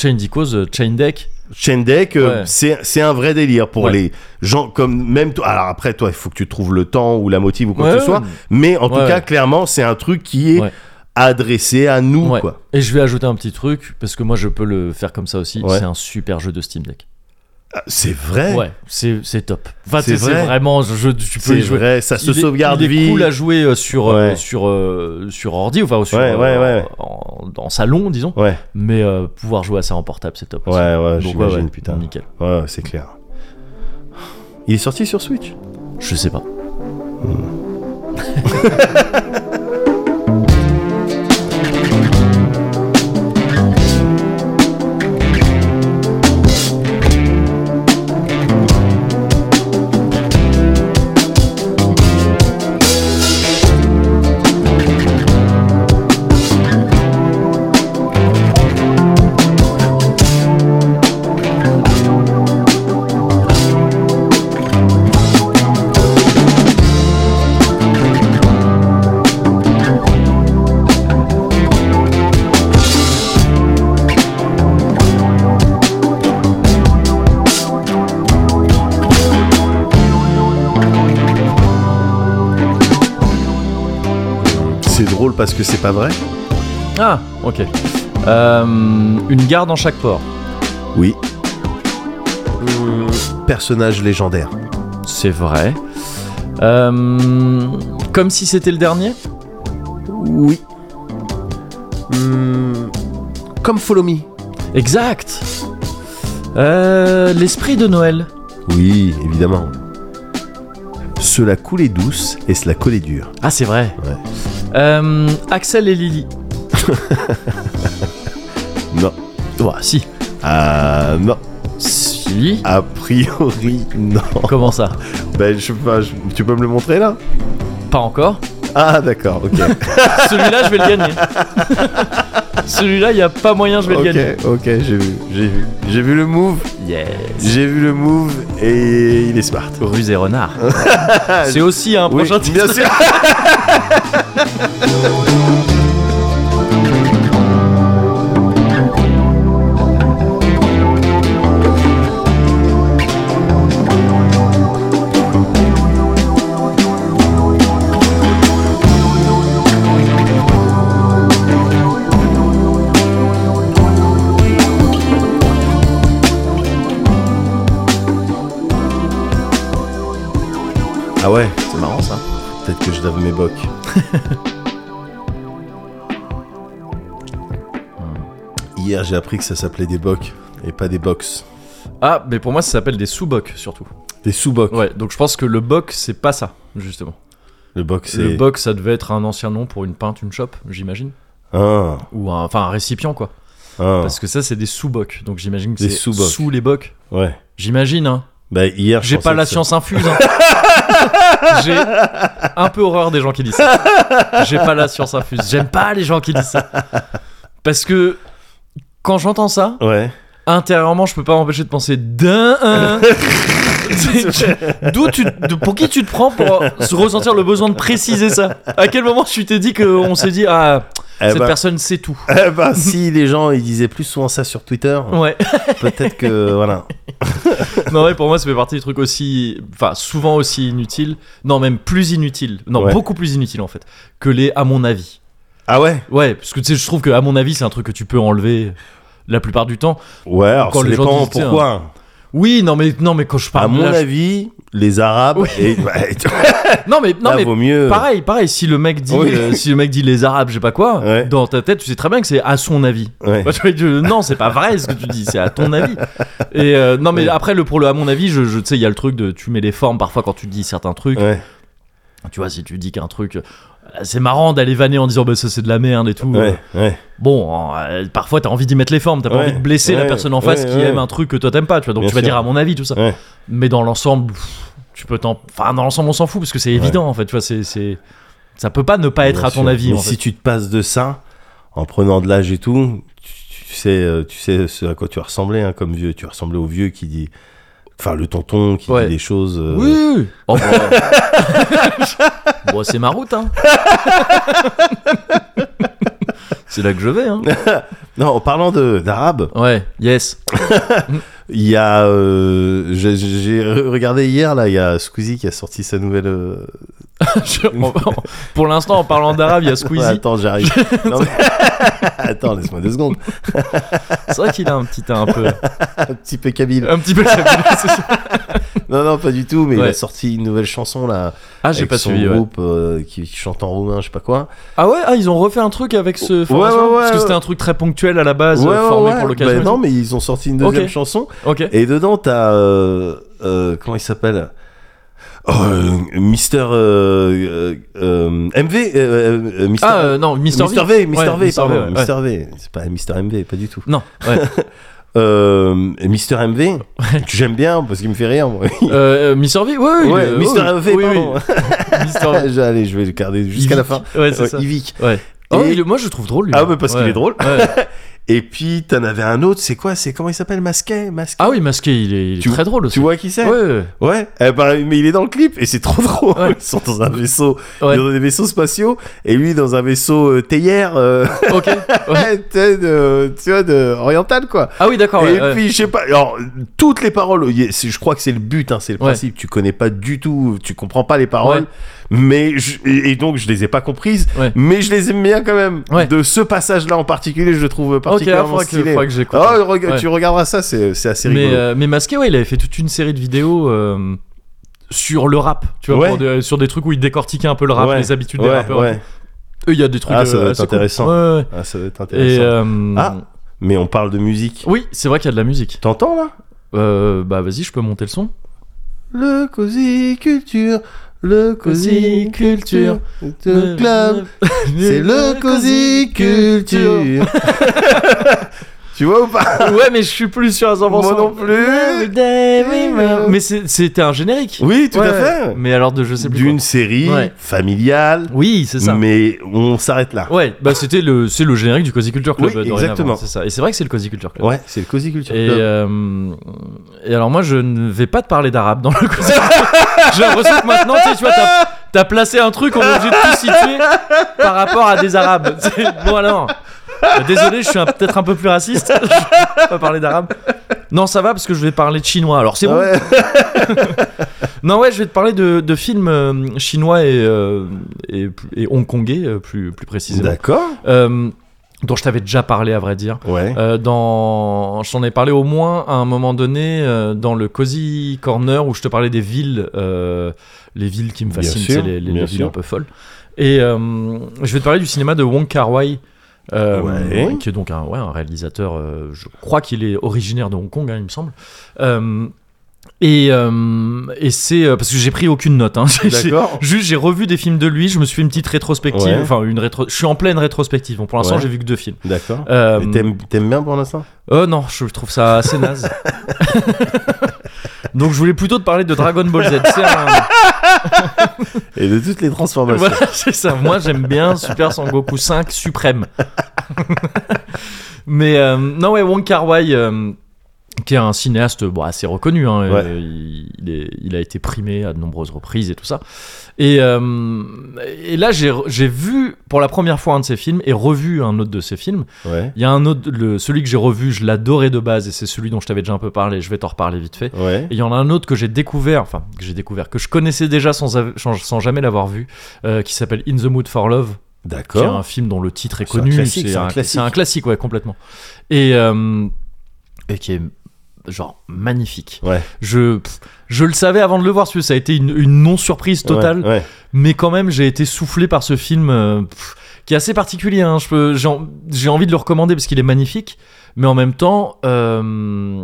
Chain Deco's, euh, Chain Deck.
Chain Deck, euh,
Ouais.
c'est c'est un vrai délire pour
Ouais.
les gens comme même toi. Alors après, toi, il faut que tu trouves le temps ou la motive ou quoi
Ouais,
que ce soit.
ouais.
Mais en tout
Ouais,
cas,
ouais.
clairement, c'est un truc qui est
Ouais.
adressé à nous,
Ouais.
quoi.
Et je vais ajouter un petit truc, parce que moi, je peux le faire comme ça aussi.
Ouais.
C'est un super jeu de Steam Deck.
Ah, C'est vrai.
Ouais, c'est c'est top. Enfin,
C'est
c'est c'est
vrai.
vraiment, je, je- tu peux
C'est
y jouer.
vrai. Ça se
il est-
sauvegarde
il est
vite.
cool à jouer euh, sur euh,
Ouais.
sur euh, sur ordi enfin sur
Ouais,
euh,
ouais, ouais.
En, en salon disons
Ouais,
mais euh, pouvoir jouer à ça en portable c'est top
ouais,
aussi.
ouais.
Donc, ouais,
J'imagine,
ouais,
putain.
nickel
Ouais, c'est clair. Il est sorti sur Switch.
je sais pas
C'est drôle parce que c'est pas vrai.
ah ok Euh, une gare dans chaque port
Oui. Mmh. Personnage légendaire.
c'est vrai Euh, comme si c'était le dernier
Oui. Comme Mmh. Follow Me.
exact Euh, L'esprit de Noël.
Oui, évidemment. Cela coulait douce et cela collait dur.
Ah, c'est vrai.
Ouais.
Euh, Axel et Lily.
Non.
Oh, si.
Ah non.
Si.
A priori, non.
Ah. Comment ça
Ben, je sais pas, je- tu peux me le montrer là
Pas encore.
Ah d'accord, ok.
Celui-là, je vais le gagner. Celui-là, il n'y a pas moyen, je vais le gagner.
ok, ok, j'ai vu, j'ai vu. J'ai vu le move,
Yes.
j'ai vu le move et il est smart.
Rusé renard. c'est aussi un
Oui,
prochain
bien
titre.
sûr. Ah ouais,
C'est marrant ça.
peut-être que je lave mes bocs. Hier, j'ai appris que ça s'appelait des bocs et pas des box.
Ah, mais pour moi, ça s'appelle des sous-bocs surtout.
Des sous-bocs.
Ouais, donc je pense que le boc, c'est pas ça, justement.
Le boc, c'est.
Le boc, ça devait être un ancien nom pour une pinte, une chope, j'imagine.
Ah,
Ou un, enfin un récipient, quoi.
ah,
Parce que ça, c'est des sous-bocs. Donc j'imagine que
Des
c'est sous,
sous-bocs.
les bocs.
Ouais.
J'imagine, hein.
Bah hier, je
J'ai pas
pensais
la
que ça-
science infuse. hein. J'ai un peu horreur des gens qui disent ça. J'ai pas la science infuse. J'aime pas les gens qui disent ça. Parce que quand j'entends ça,
Ouais.
intérieurement, je peux pas m'empêcher de penser d'un. Tu- D'où tu, de- pour qui tu te prends pour se ressentir le besoin de préciser ça À quel moment tu t'es dit qu'on s'est dit ah
Eh
cette
bah,
personne sait tout
eh bah, si les gens ils disaient plus souvent ça sur Twitter,
Ouais.
peut-être que voilà.
Non ouais, pour moi ça fait partie des trucs aussi, enfin souvent aussi inutiles, non même plus inutiles, non
Ouais.
beaucoup plus inutiles en fait que les à mon avis.
Ah ouais.
Ouais, parce que tu sais, je trouve que à mon avis, c'est un truc que tu peux enlever la plupart du temps.
Ouais, alors
Quand
ça
les gens
dépend
disent, tiens,
pourquoi.
Oui, non mais non mais quand je
À
parle
mon
là, je-
avis, les Arabes.
Oui.
Et, bah, et-
non mais non
là,
mais
vaut mieux.
pareil, pareil, si le mec dit
Euh. Oui.
euh, si le mec dit les arabes, je sais pas quoi,
Ouais.
dans ta tête, tu sais très bien que c'est à son avis.
Ouais.
Moi, tu vois, je- non, c'est pas vrai ce que tu dis, c'est à ton avis. Et euh, non mais
Ouais.
après le pour le à mon avis, je, je tu sais, il y a le truc de tu mets les formes parfois quand tu dis certains trucs.
Ouais.
Tu vois, si tu dis qu'un truc euh, c'est marrant d'aller vanner en disant bah ça c'est de la merde et tout.
Ouais. ouais.
Bon, euh, parfois t'as envie d'y mettre les formes, t'as pas
Ouais,
envie de blesser la
ouais,
personne en face
ouais,
qui
ouais.
aime un truc que toi t'aimes pas, tu vois. Donc
Bien
tu vas
sûr.
dire à mon avis tout ça.
Ouais.
Mais dans l'ensemble, pff, tu peux t'en. Enfin, dans l'ensemble, on s'en fout parce que c'est évident en fait, tu vois. C'est, c'est- ça peut pas ne pas être
Bien
à ton
sûr.
avis.
Mais
en
si
fait.
tu te passes de ça, en prenant de l'âge et tout, tu, tu sais, euh, tu sais ce à quoi tu ressemblais hein, comme vieux. Tu ressemblais au vieux qui dit. Enfin, le tonton qui
Ouais.
dit des choses. euh,
Oui, oui, oui. Oh, bah. Bon, c'est ma route, hein. c'est là que je vais, hein.
Non, en parlant de- d'arabe,
Ouais, yes.
il y a. euh, j'ai- J'ai re- regardé hier, là, il y a Squeezie qui a sorti sa nouvelle. euh,
Je- on- on- Pour l'instant, en parlant d'arabe, il y a
Ouais,
Squeezie.
attends, j'arrive. Non, mais- attends, laisse-moi deux secondes.
C'est vrai qu'il a un petit teint un peu.
Un petit peu Kabyle.
Un petit peu.
Non, non, pas du tout, mais il
Ouais.
a sorti une nouvelle chanson là.
Ah, j'ai
avec
pas
son
suivi, ouais.
groupe euh, qui, qui chante en roumain, je sais pas quoi.
Ah ouais, ah, ils ont refait un truc avec ce formation
ouais, ouais,
parce que
ouais.
c'était un truc très ponctuel à la base, euh, formé pour l'occasion.
Bah
et
non, mais ils ont sorti une deuxième
Ok.
chanson.
tout. ok.
Et dedans, t'as. euh, euh, comment il s'appelle Oh, euh, Mister. euh, euh, euh, MV euh, euh, Mister.
Ah euh, non, Mister,
Mister
V.
V, Mister
Ouais,
V,
Mr.
pardon,
V, ouais.
Mister V, c'est pas Mister MV, pas du tout.
Non, ouais.
Euh, Mister MV, que j'aime bien parce qu'il me fait rire. Moi.
euh, Mister V, ouais, ouais,
ouais,
euh,
Mister
ouais,
MV,
oui, oui.
pardon.
Mister V.
Allez, je vais le garder jusqu'à la
Oh. Yvick.
fin.
Ouais, c'est
Ouais,
ça.
Yvick.
Ouais. Oh,
Et-
il est- moi je le trouve drôle lui.
Ah, mais parce qu'il
Ouais.
est drôle.
Ouais.
Et puis, t'en avais un autre, c'est quoi C'est comment il s'appelle Masquet Masquet
Ah oui, masqué, il est, il est
Tu-
très drôle aussi.
Tu vois qui c'est
Ouais, ouais,
Ouais. Eh ben, mais il est dans le clip et c'est trop drôle.
Ouais.
Ils sont dans un vaisseau,
Ouais.
dans des vaisseaux spatiaux et lui dans un vaisseau euh, théière, euh,
ouais. ok. Ouais.
tu sais, de- tu vois, de oriental quoi.
Ah oui, d'accord.
et
ouais, ouais.
puis je sais pas, alors toutes les paroles, il y a- c'est- je crois que c'est le but, hein, c'est le
Ouais.
principe. Tu connais pas du tout, tu comprends pas les paroles,
Ouais.
mais je- et et donc je les ai pas comprises,
Ouais.
mais je les aime bien quand même.
Ouais.
De ce passage-là en particulier, je le trouve
Ok, ah,
particulièrement
faudra que,
stylé.
faudra que j'écoute.
Ah, reg-
Ouais.
Tu regarderas ça, c'est c'est assez rigolo.
mais, euh, mais masqué, ouais, il avait fait toute une série de vidéos euh, sur le rap, tu vois,
Ouais.
pour des- sur des trucs où il décortiquait un peu le rap,
Ouais.
les habitudes des
ouais,
rappeurs.
ouais.
Eux, il y a des trucs.
Ah, ça
euh,
doit être
assez cool.
intéressant.
Ouais, ouais.
Ah, ça doit être
Et
intéressant.
euh,
Ah, mais on parle de musique.
Oui, c'est vrai qu'il y a de la musique.
T'entends là
Euh, bah vas-y, je peux monter le son.
Le Cozy Culture, le Cozy Culture, le club, c'est le Cozy Culture. tu vois ou pas
Ouais, mais je suis plus sûr à 100%.
Moi non plus.
plus. Mais c'est- c'était un générique.
Oui, tout à
Ouais,
fait.
Mais alors de je sais plus.
D'une
quoi.
série
Ouais.
familiale,
Oui, c'est ça.
mais on s'arrête là.
Ouais, bah c'était le c'est le générique du Cozy Culture Club
Oui,
euh, dorénavant,
exactement.
c'est ça. Et c'est vrai que c'est le Cozy Culture Club.
Ouais, c'est le Cozy Culture
Et,
Club.
euh, et alors moi je ne vais pas te parler d'arabe dans le Cozy Culture Club. J'ai l'impression que maintenant tu sais, tu vois t'as t'as placé un truc on est obligé de tout situer par rapport à des arabes. C'est- Bon alors euh, désolé je suis un- peut-être un peu plus raciste. Je vais pas parler d'arabe. Non ça va parce que je vais parler de chinois. Alors c'est bon.
Ah Ouais.
Non ouais je vais te parler de, de films euh, chinois et, euh, et, et hongkongais euh, plus plus précisément.
D'accord.
Euh, dont je t'avais déjà parlé à vrai dire.
Ouais.
Euh, dans... J'en ai parlé au moins à un moment donné euh, dans le Cozy Corner où je te parlais des villes, euh, les villes qui me
Bien
fascinent,
sûr,
c'est les, les-
bien
les villes
sûr.
un peu folles. Et euh, je vais te parler du cinéma de Wong Kar Wai. euh,
Ouais.
qui est donc un, ouais, un réalisateur, euh, je crois qu'il est originaire de Hong Kong, hein, il me semble. Euh, et euh, et c'est euh, parce que j'ai pris aucune note. Hein, J'ai- j'ai-
D'accord.
Juste, j'ai revu des films de lui. Je me suis fait une petite rétrospective.
Ouais.
Enfin, une rétro. Je suis en pleine rétrospective. Bon, pour l'instant,
Ouais.
j'ai vu que deux films.
D'accord.
Euh,
Et T'aimes t'aimes bien pour l'instant
euh, non, je trouve ça assez naze. Donc, je voulais plutôt te parler de Dragon Ball Z. C'est un-
Et de toutes les transformations.
Voilà, c'est ça. Moi, j'aime bien Super Sangoku 5 suprême. Mais euh, non, ouais, Wong Kar Wai, euh, qui est un cinéaste bon, assez reconnu, hein,
Ouais.
euh, il, il est- il a été primé à de nombreuses reprises et tout ça. Et, euh, et là, j'ai re- j'ai vu pour la première fois un de ses films et revu un autre de ses films.
Ouais.
Il y a un autre, le- celui que j'ai revu, je l'adorais de base et c'est celui dont je t'avais déjà un peu parlé. Je vais t'en reparler vite fait.
Ouais.
Et il y en a un autre que j'ai découvert, enfin que j'ai découvert, que je connaissais déjà sans, av- sans, sans jamais l'avoir vu, euh, qui s'appelle In the Mood for Love, qui est un
D'accord.
film dont le titre est
C'est un
connu.
classique, c'est un classique.
C'est un classique, ouais, complètement. Et, euh, et qui est genre magnifique.
Ouais.
Je, pff, je le savais avant de le voir, parce que ça a été une, une non-surprise totale,
Ouais, ouais.
mais quand même j'ai été soufflé par ce film euh, pff, qui est assez particulier. hein. Je peux- J'ai en- j'ai envie de le recommander parce qu'il est magnifique, mais en même temps, euh,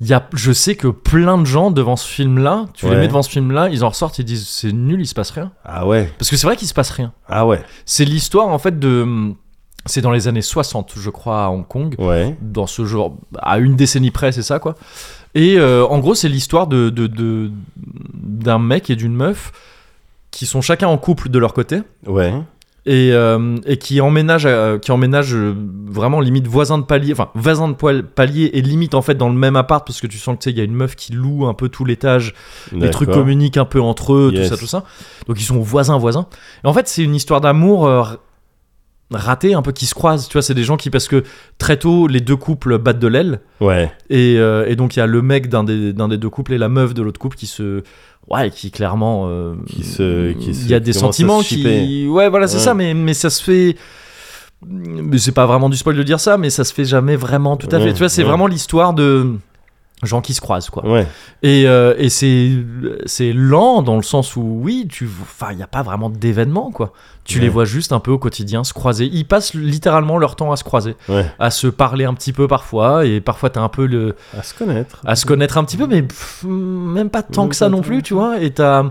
il y a, je sais que plein de gens devant ce film-là, tu les
Ouais.
mets devant ce film-là, ils en ressortent, ils disent c'est nul, il se passe rien.
Ah ouais.
Parce que c'est vrai qu'il se passe rien.
Ah ouais.
C'est l'histoire en fait de. C'est dans les années 60, je crois, à Hong Kong
Ouais.
dans ce genre à une décennie près c'est ça quoi et euh, en gros c'est l'histoire de de- de- d'un mec et d'une meuf qui sont chacun en couple de leur côté
Ouais.
et, euh, et qui emménagent euh, qui emménagent euh, vraiment limite voisin de palier enfin voisin de poil- palier et limite en fait dans le même appart parce que tu sens que tu sais il y a une meuf qui loue un peu tout l'étage les
D'accord.
trucs communiquent un peu entre eux,
Yes.
tout ça, tout ça. Donc ils sont voisins, voisins. Et en fait, c'est une histoire d'amour euh, r- ratée, un peu qui se croise. Tu vois, c'est des gens qui, parce que très tôt, les deux couples battent de l'aile.
Ouais.
Et, euh, et donc il y a le mec d'un des, d'un des deux couples et la meuf de l'autre couple qui se. Ouais, qui clairement. euh,
Qui se- qui se-
Il y a des
commence à se
sentiments
shipper.
qui. Ouais, voilà, c'est
Ouais.
ça, mais, mais ça se fait. Mais c'est pas vraiment du spoil de dire ça, mais ça se fait jamais vraiment tout à
Ouais,
fait. Tu vois, c'est
ouais.
vraiment l'histoire de gens qui se croisent, quoi.
Ouais.
Et, euh, et c'est c'est lent dans le sens où oui, tu enfin il n'y a pas vraiment d'événements quoi. Tu les
Ouais.
vois juste un peu au quotidien se croiser. Ils passent littéralement leur temps à se croiser,
Ouais.
à se parler un petit peu parfois et parfois t'as un peu le
À se connaître.
à se connaître un petit peu mais pff, même pas tant
Même
que ça
pas
non
tant.
plus, tu vois et t'as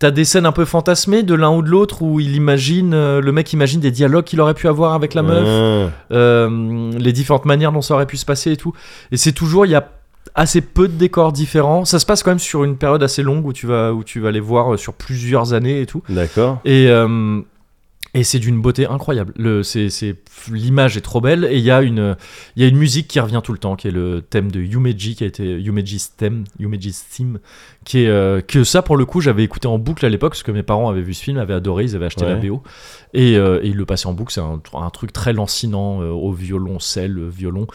T'as des scènes un peu fantasmées de l'un ou de l'autre où il imagine, euh, le mec imagine des dialogues qu'il aurait pu avoir avec la meuf,
Ah,
euh, les différentes manières dont ça aurait pu se passer et tout. Et c'est toujours, il y a assez peu de décors différents. Ça se passe quand même sur une période assez longue où tu vas, où tu vas les voir euh, sur plusieurs années et tout.
D'accord.
Et, euh, et c'est d'une beauté incroyable. Le, c'est, c'est, l'image est trop belle et il y, a une- il y a une musique qui revient tout le temps, qui est le thème de Yumeji, qui a été Yumeji's theme, Yumeji's theme, qui est euh, que ça pour le coup j'avais écouté en boucle à l'époque parce que mes parents avaient vu ce film, avaient adoré, ils avaient acheté la
Ouais.
BO et, euh, et ils le passaient en boucle. C'est un, un truc très lancinant euh, au violoncelle, euh, violon,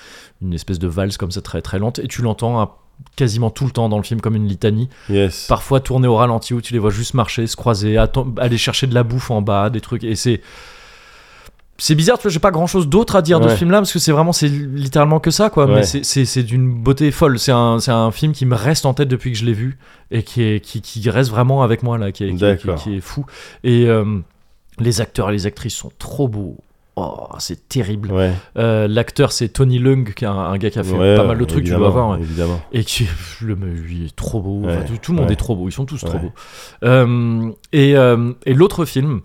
une espèce de valse comme ça très très lente et tu l'entends à- quasiment tout le temps dans le film comme une litanie
Yes.
parfois tourner au ralenti où tu les vois juste marcher, se croiser, atten- aller chercher de la bouffe en bas, des trucs. Et c'est. C'est bizarre, tu vois, j'ai pas grand chose d'autre à dire de
Ouais.
ce film-là parce que c'est vraiment, c'est littéralement que ça, quoi.
Ouais.
Mais c'est- c'est c'est d'une beauté folle. C'est un, c'est un film qui me reste en tête depuis que je l'ai vu et qui, est, qui, qui reste vraiment avec moi, là, qui est, qui, est- qui est-
D'accord.
qui est fou. Et euh, les acteurs et les actrices sont trop beaux. Oh, c'est terrible.
Ouais.
Euh, L'acteur, c'est Tony Leung, qui est un, un gars qui a fait
Ouais,
pas mal de trucs, tu dois
évidemment,
voir. hein. ouais.
Évidemment.
Et qui, pff, le, mec, il est trop beau. Enfin,
Ouais,
tout, tout le monde
ouais.
est trop beau. Ils sont tous trop
Ouais.
beaux. Euh, et euh, et l'autre film,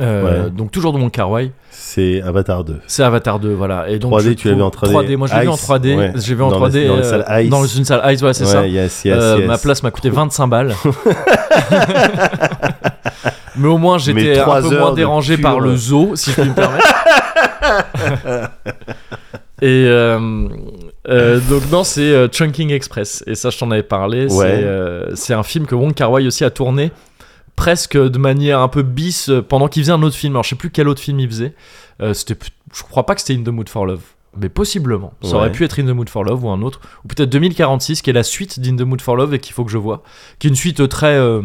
euh,
Ouais.
donc toujours dans mon Carway,
C'est Avatar 2.
c'est Avatar 2, voilà. Et donc
3D,
je
tu l'as vu en 3D.
3D, moi je l'ai vu en
Ice,
3D.
ouais.
J'ai vu en
Dans la-
3D
dans la
euh,
salle Ice.
dans une salle Ice, ouais, c'est ça.
Ouais, yes, yes,
Euh,
yes.
Ma place m'a coûté 25 balles. Mais au moins
Mais
j'étais un
trois
peu
heures
moins
de euh,
dérangé
pure-
par le zoo, si je puis me permettre. Et euh, euh, donc non, c'est euh, Chunking Express. Et ça, je t'en avais parlé. C'est,
Ouais.
euh, C'est un film que Wong Kar-wai aussi a tourné presque de manière un peu bis euh, pendant qu'il faisait un autre film. Alors je sais plus quel autre film il faisait. Euh, c'était, p- je crois pas que c'était In the Mood for Love, mais possiblement. Ça aurait
Ouais.
pu être In the Mood for Love ou un autre, ou peut-être 2046 qui est la suite d'In the Mood for Love et qu'il faut que je vois, qui est une suite euh, très euh,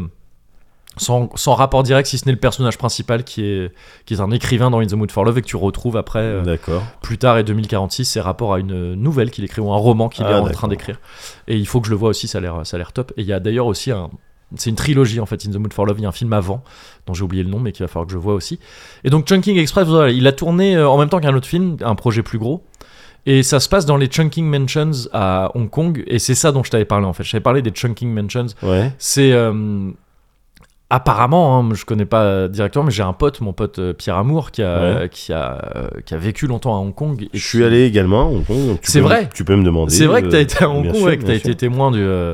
sans, sans rapport direct si ce n'est le personnage principal qui est qui est un écrivain dans In the Mood for Love et que tu retrouves après euh,
D'accord.
plus tard et 2046 c'est rapport à une nouvelle qu'il écrit ou un roman qu'il est
Ah,
en
d'accord.
train d'écrire et il faut que je le vois aussi ça a l'air ça a l'air top et il y a d'ailleurs aussi un c'est une trilogie en fait In the Mood for Love il y a un film avant dont j'ai oublié le nom mais qu'il va falloir que je vois aussi et donc Chunking Express voilà, il a tourné euh, en même temps qu'un autre film un projet plus gros et ça se passe dans les Chunking Mansions à Hong Kong et c'est ça dont je t'avais parlé en fait je t'avais parlé des Chunking Mansions
Ouais.
c'est euh, apparemment, hein, je connais pas directement, mais j'ai un pote, mon pote euh, Pierre Amour, qui a,
Ouais.
qui, a, euh, qui a vécu longtemps à Hong Kong. et
Je
qui-
suis allé également à Hong Kong. donc tu
C'est
peux me-
vrai.
Tu peux me demander.
C'est vrai que
euh,
t'as été à Hong
bien
Kong,
sûr,
ouais, que t'as
bien
été
sûr.
témoin du, euh,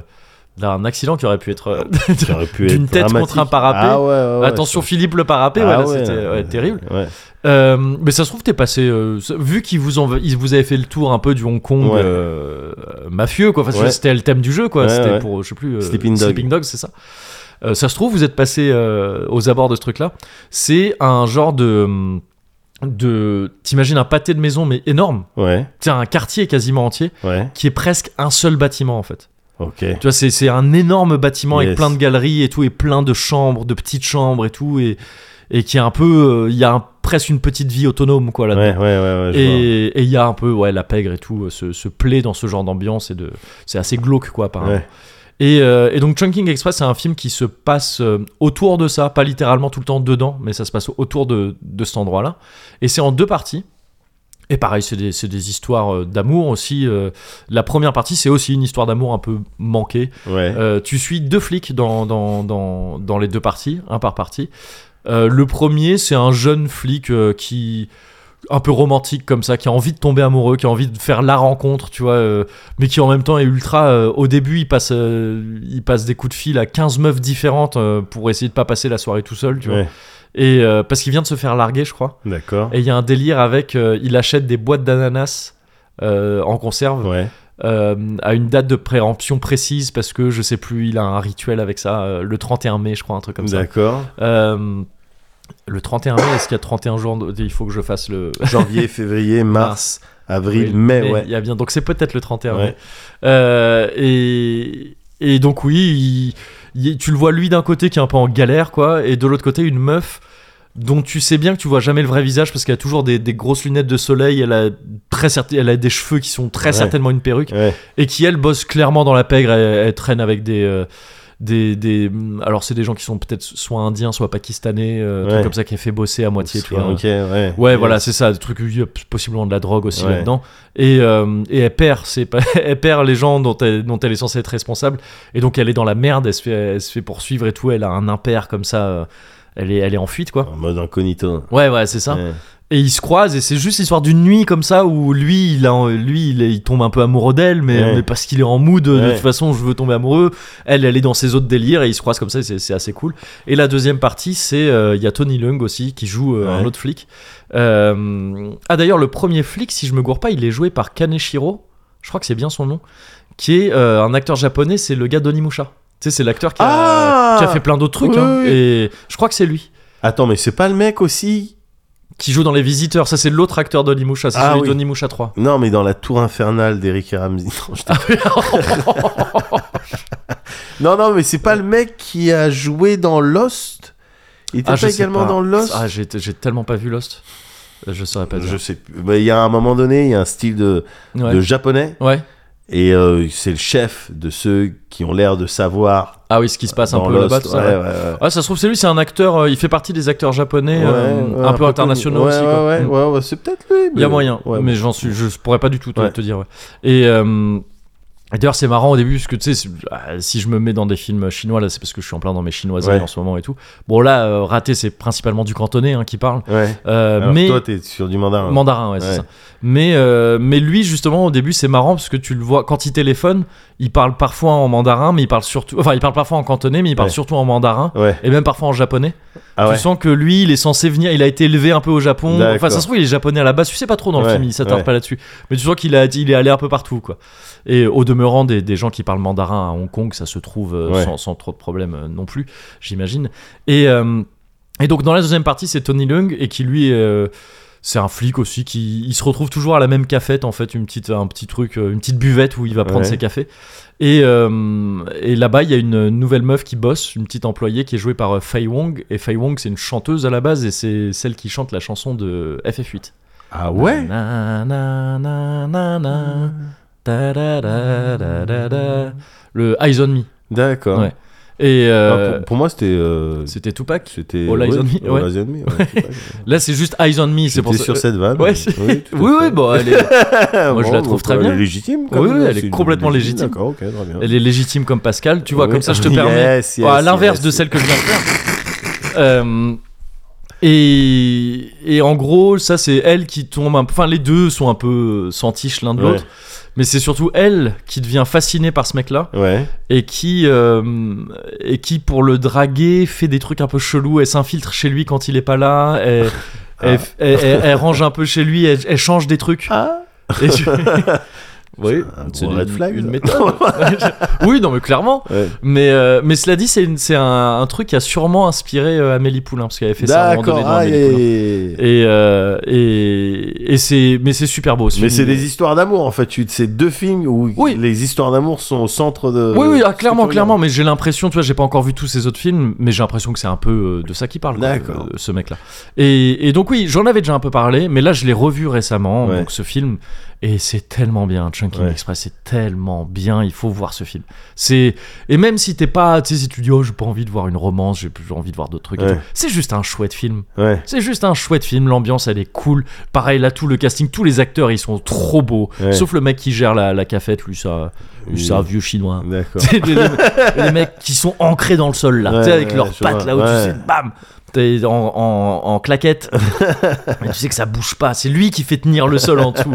d'un accident qui aurait pu être. euh,
Ça aurait pu
d'une
être
tête contre
dramatique.
un parapet.
Ah ouais, ouais, ouais,
Attention,
ça-
Philippe le parapet,
Ah
voilà,
ouais,
c'était ouais,
ouais,
terrible.
ouais.
Euh, mais ça se trouve, t'es passé. euh, ça- vu qu'ils vous ont, ils vous avaient fait le tour un peu du Hong Kong
Ouais.
euh, euh, mafieux, quoi. Enfin,
Ouais.
c'était le thème du jeu, quoi.
Ouais,
c'était
ouais.
pour, je sais plus. euh,
Sleeping Dog.
c'est ça. Euh, ça se trouve, vous êtes passé euh, aux abords de ce truc-là. C'est un genre de. hum, de T'imagines un pâté de maison, mais énorme.
Ouais,
C'est un quartier quasiment entier
ouais.
qui est presque un seul bâtiment, en fait.
Ok.
Tu vois, c'est, c'est un énorme bâtiment avec
Yes.
plein de galeries et tout, et plein de chambres, de petites chambres et tout, et, et qui est un peu. euh, Il y a un- presque une petite vie autonome, quoi, là-dedans.
Ouais, ouais, ouais, ouais. je vois.
et et il y a un peu, ouais, la pègre et tout, euh, se, se plaît dans ce genre d'ambiance, et de, c'est assez glauque, quoi, apparemment.
Ouais.
Et, euh, et donc, Chunking Express, c'est un film qui se passe euh, autour de ça, pas littéralement tout le temps dedans, mais ça se passe autour de, de cet endroit-là. Et c'est en deux parties. Et pareil, c'est des, c'est des histoires euh, d'amour aussi. euh, la première partie, c'est aussi une histoire d'amour un peu manquée.
Ouais.
Euh, tu suis deux flics dans, dans, dans, dans les deux parties, un par partie. Euh, le premier, c'est un jeune flic euh, qui un peu romantique comme ça, qui a envie de tomber amoureux, qui a envie de faire la rencontre, tu vois, euh, mais qui en même temps est ultra. euh, au début, il passe, euh, il passe des coups de fil à 15 meufs différentes euh, pour essayer de pas passer la soirée tout seul, tu vois.
Ouais.
Et euh, parce qu'il vient de se faire larguer, je crois.
D'accord.
Et il y a un délire avec, euh, il achète des boîtes d'ananas euh, en conserve
Ouais.
euh, à une date de préemption précise parce que je sais plus, il a un rituel avec ça, euh, le 31 mai, je crois, un truc comme ça.
D'accord.
Euh, le 31 mai, est-ce qu'il y a 31 jours de- Il faut que je fasse le.
Janvier, février, mars, avril, mai,
Mais
ouais.
Il y a bien, donc c'est peut-être le 31 mai.
Ouais.
Euh, et, et donc oui, il- il- tu le vois lui d'un côté qui est un peu en galère, quoi, et de l'autre côté une meuf dont tu sais bien que tu vois jamais le vrai visage parce qu'elle a toujours des, des grosses lunettes de soleil, elle a, très certi- elle a des cheveux qui sont très
Ouais.
certainement une perruque
Ouais.
et qui elle bosse clairement dans la pègre elle, elle traîne avec des euh, des, des mm, alors c'est des gens qui sont peut-être soit indiens soit pakistanais euh, trucs
Ouais.
comme ça qui est fait bosser à moitié tu vois
Ok, ouais.
ouais voilà c'est ça le truc il y a euh, possiblement de la drogue aussi
Ouais.
là dedans et, euh, et elle perd c'est pas elle perd les gens dont elle, dont elle est censée être responsable et donc elle est dans la merde elle se fait elle se fait poursuivre et tout elle a un impair comme ça euh, elle est elle est en fuite quoi
En mode incognito.
ouais ouais c'est ça
Ouais.
et ils se croisent et c'est juste histoire d'une nuit comme ça où lui il a, lui il, est- il tombe un peu amoureux d'elle mais,
Ouais.
mais parce qu'il est en mood de
Ouais.
toute façon je veux tomber amoureux elle elle est dans ses autres délires et ils se croisent comme ça et c'est c'est assez cool et la deuxième partie c'est euh, il y a Tony Leung aussi qui joue euh, un
Ouais.
autre flic Euh, ah d'ailleurs le premier flic si je me gourre pas il est joué par Kaneshiro je crois que c'est bien son nom qui est euh, un acteur japonais c'est le gars d'Onimusha tu sais c'est l'acteur qui, a-
Ah
qui a fait plein d'autres trucs
Oui,
hein.
oui.
et je crois que c'est lui
Attends, mais c'est pas le mec aussi
qui joue dans Les Visiteurs. Ça, c'est l'autre acteur d'Onimusha. C'est
Ah
celui
oui.
d'Onimusha 3.
Non, mais dans la tour infernale d'Eric et Ramsey. Non, je t'ai-
Ah,
non, non, mais c'est pas le mec qui a joué dans Lost Il était
Ah,
pas
je sais
également
pas.
dans Lost
Ah, j'ai j'ai tellement pas vu Lost. Euh, Je saurais pas dire.
Je sais plus. Bah, Il y a un moment donné, il y a un style de,
Ouais.
de japonais.
Ouais.
Et euh, c'est le chef de ceux qui ont l'air de savoir.
Ah oui, ce qui se passe un
dans
peu
Lost.
là-bas, tout ça.
Ouais,
ouais.
ouais, ouais.
Ah, ça se trouve, c'est lui, c'est un acteur, euh, il fait partie des acteurs japonais euh,
Ouais, ouais,
un peu
connu.
internationaux
Ouais,
aussi.
ouais,
quoi.
ouais,
Mm.
ouais, ouais, c'est peut-être lui.
Il y a moyen,
ouais,
mais j'en suis, je pourrais pas du tout te,
Ouais.
te dire. ouais. Et, euh, et d'ailleurs, c'est marrant au début, parce que tu sais, c'est- ah, si je me mets dans des films chinois, là, c'est parce que je suis en plein dans mes chinoiseries
Ouais.
en ce moment et tout. Bon, là, euh, raté, c'est principalement du cantonais hein, qui parle.
Ouais.
Euh,
Alors,
mais
toi, t'es sur du mandarin.
mandarin, ouais, c'est
Ah. Ouais.
ça. Mais, euh, mais lui, justement, au début, c'est marrant parce que tu le vois quand il téléphone, il parle parfois en mandarin, mais il parle surtout, enfin, il parle parfois en cantonais, mais il parle
Ouais.
surtout en mandarin
Ouais.
et même parfois en japonais.
Ah
tu
ouais.
sens que lui, il est censé venir, il a été élevé un peu au Japon.
D'accord.
Enfin, ça se trouve, il est japonais à la base. Tu sais pas trop dans le
Ouais,
film, il s'attarde
ouais.
pas là-dessus. Mais tu sens qu'il a, il est allé un peu partout, quoi. Et au demeurant, des, des gens qui parlent mandarin à Hong Kong, ça se trouve euh,
Ouais.
sans, sans trop de problèmes euh, non plus, j'imagine. Et, euh, et donc, dans la deuxième partie, c'est Tony Leung et qui lui. euh, c'est un flic aussi qui il se retrouve toujours à la même cafette en fait une petite un petit truc euh, une petite buvette où il va prendre
Ouais.
ses cafés et, euh, et là-bas il y a une nouvelle meuf qui bosse une petite employée qui est jouée par euh, Faye Wong et Faye Wong c'est une chanteuse à la base et c'est celle qui chante la chanson de FF8
Ah ouais.
Na, na, na, na, na, ta, da, da, da, da, da. le Eyes on Me
D'accord.
Ouais. et
Ah,
euh,
pour, pour moi, c'était. euh,
c'était Tupac
C'était.
All Eyes
ouais,
on Me,
All
ouais.
Eyes on Me, ouais, c'est pas-
là c'est juste Eyes on Me c'est
J'étais
pour ça
sur cette vanne.
ouais, c'est-
oui, tout à
oui
fait.
oui bon elle est- moi, je la
Bon,
trouve
bah,
très bien.
Elle est légitime.
Oui,
quand
oui,
même, hein,
elle
c'est
est
une-
complètement légitime.
D'accord, ok, très bien.
Elle est légitime comme Pascal, tu vois,
Oui.
comme ça je te
Yes,
permets.
yes,
Bon, à l'inverse
yes.
de celle que je viens de faire. Euh, et, et en gros, ça c'est elle qui tombe. un- Enfin, les deux sont un peu sentiches l'un de
Ouais.
l'autre, mais c'est surtout elle qui devient fascinée par ce mec-là
Ouais.
et qui euh, et qui pour le draguer fait des trucs un peu chelous. Elle s'infiltre chez lui quand il est pas là. Elle, elle- elle- elle- elle range un peu chez lui. Elle, elle change des trucs.
Ah.
Et tu- oui,
un
c'est
gros
une-
red flag,
une
ça.
méthode. oui, non, mais clairement.
Ouais.
Mais, euh, mais cela dit, c'est, une- c'est un, un truc qui a sûrement inspiré euh, Amélie Poulain, parce qu'elle avait fait ça à un moment donné dans
ah,
Amélie
yeah,
Poulain.
yeah, yeah.
Et, euh, et, et c'est, mais c'est super beau. ce
Mais
film.
c'est des histoires d'amour en fait. Tu- C'est deux films où
Oui.
les histoires d'amour sont au centre de.
Oui, oui, ah,
ce que
clairement,
tu
clairement.
regardes.
Mais j'ai l'impression, tu vois, j'ai pas encore vu tous ces autres films, mais j'ai l'impression que c'est un peu euh, de ça qu'il parle, quoi,
D'accord.
euh, ce mec-là. Et, et donc, oui, j'en avais déjà un peu parlé, mais là, je l'ai revu récemment,
Ouais.
donc ce film. Et c'est tellement bien, Chunking
Ouais.
Express, c'est tellement bien, il faut voir ce film. C'est Et même si t'es pas, tu sais, si tu dis, oh, j'ai pas envie de voir une romance, j'ai plus envie de voir d'autres trucs, et
Ouais.
tout, c'est juste un chouette film.
Ouais.
C'est juste un chouette film, l'ambiance elle est cool. Pareil là, tout le casting, tous les acteurs ils sont trop beaux.
Ouais.
Sauf le mec qui gère la, la cafette, lui ça, lui, c'est un vieux chinois.
D'accord.
C'est les, les- les mecs qui sont ancrés dans le sol là,
Ouais,
tu sais, avec
ouais,
leurs
je
pattes
vois,
là où
ouais.
tu sais, bam, t'es en, en, en claquette. Mais tu sais que ça bouge pas, c'est lui qui fait tenir le sol en tout.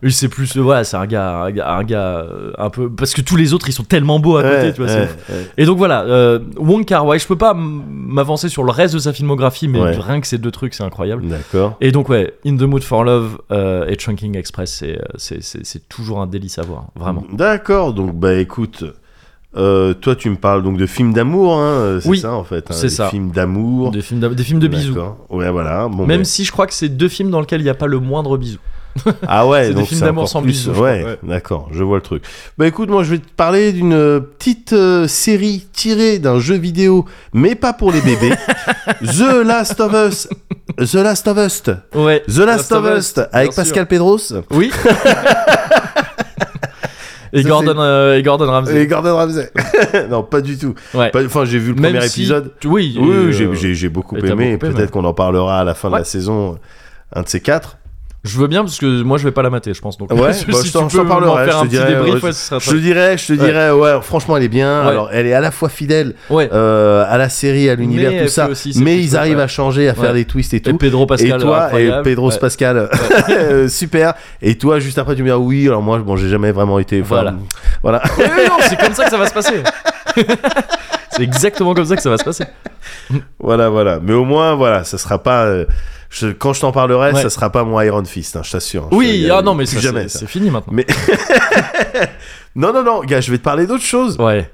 Il c'est plus, euh, voilà, c'est un gars, un gars, un gars, euh, un peu, parce que tous les autres ils sont tellement beaux à côté,
Ouais,
tu vois. c'est-
ouais, ouais.
et donc voilà, euh, Wong Kar-wai, je peux pas m- m'avancer sur le reste de sa filmographie, mais
Ouais.
rien que ces deux trucs, c'est incroyable.
D'accord.
Et donc ouais, In the Mood for Love euh, et Chunking Express, c'est, euh, c'est, c'est, c'est toujours un délice à voir, vraiment.
D'accord. Donc bah écoute. euh, toi, tu me parles donc de films d'amour, hein, c'est
Oui,
ça en fait. hein,
c'est
des
ça.
Films d'amour,
Des films, d'ab- des films de bisous.
D'accord. Ouais, voilà. Bon,
Même
mais-
si je crois que c'est deux films dans lesquels il n'y a pas le moindre bisou.
Ah
C'est
ouais,
des
donc
films
c'est
d'amour
encore
sans
plus-
bisous, je
Ouais,
crois, ouais.
d'accord, je vois le truc. Bah écoute, moi je vais te parler d'une euh, petite euh, série tirée d'un jeu vidéo, mais pas pour les bébés. The Last of Us, The Last of Us, The
Ouais.
Last, of Us, avec
bien
Pascal Pedros
sûr. Oui. et,
Ça,
Gordon, euh, et Gordon Ramsay.
et Gordon Ramsay. non, pas du tout.
Ouais.
Pas- Enfin, j'ai vu le
Même
premier
si-
épisode.
Oui,
Oui,
euh,
j'ai- j'ai j'ai beaucoup
et t'as
aimé.
beaucoup aimé.
Peut-être qu'on en parlera à la fin de
Ouais.
la saison, euh, un de ces quatre.
Je veux bien parce que moi je vais pas la mater, je pense. Donc,
Ouais,
si
bah,
tu
je
peux
t'en- je t'en
m'en
parlerai,
faire
je
un
te
petit
dirai,
débrief,
ouais,
ouais, ce sera
Je te dirais, je te
Ouais.
dirais, ouais, franchement, elle est bien.
Ouais.
Alors, elle est à la fois fidèle
très- Ouais.
euh, à la série, à l'univers,
Mais elle
tout
fait
ça.
aussi ses petits
mais ils
trucs,
arrivent
ouais.
à changer, à faire
Ouais.
des twists et
Et
tout.
Pedro Pascal.
et toi, et
incroyable.
Pedro
Ouais.
Pascal, euh, super. Et toi, juste après, tu me diras, oui, alors moi, bon, j'ai jamais vraiment été. enfin,
Voilà.
Voilà.
Oui, oui, non, c'est comme ça que ça va se passer. c'est exactement comme ça que ça va se passer.
voilà, voilà. Mais au moins, voilà, ça sera pas. euh, je- quand je t'en parlerai,
Ouais.
ça sera pas mon Iron Fist, hein, je t'assure. Je
Oui,
te-
ah non, mais
plus
ça,
jamais.
c'est,
ça.
c'est fini maintenant.
Non, non, non, gars, je vais te parler d'autre chose.
Ouais.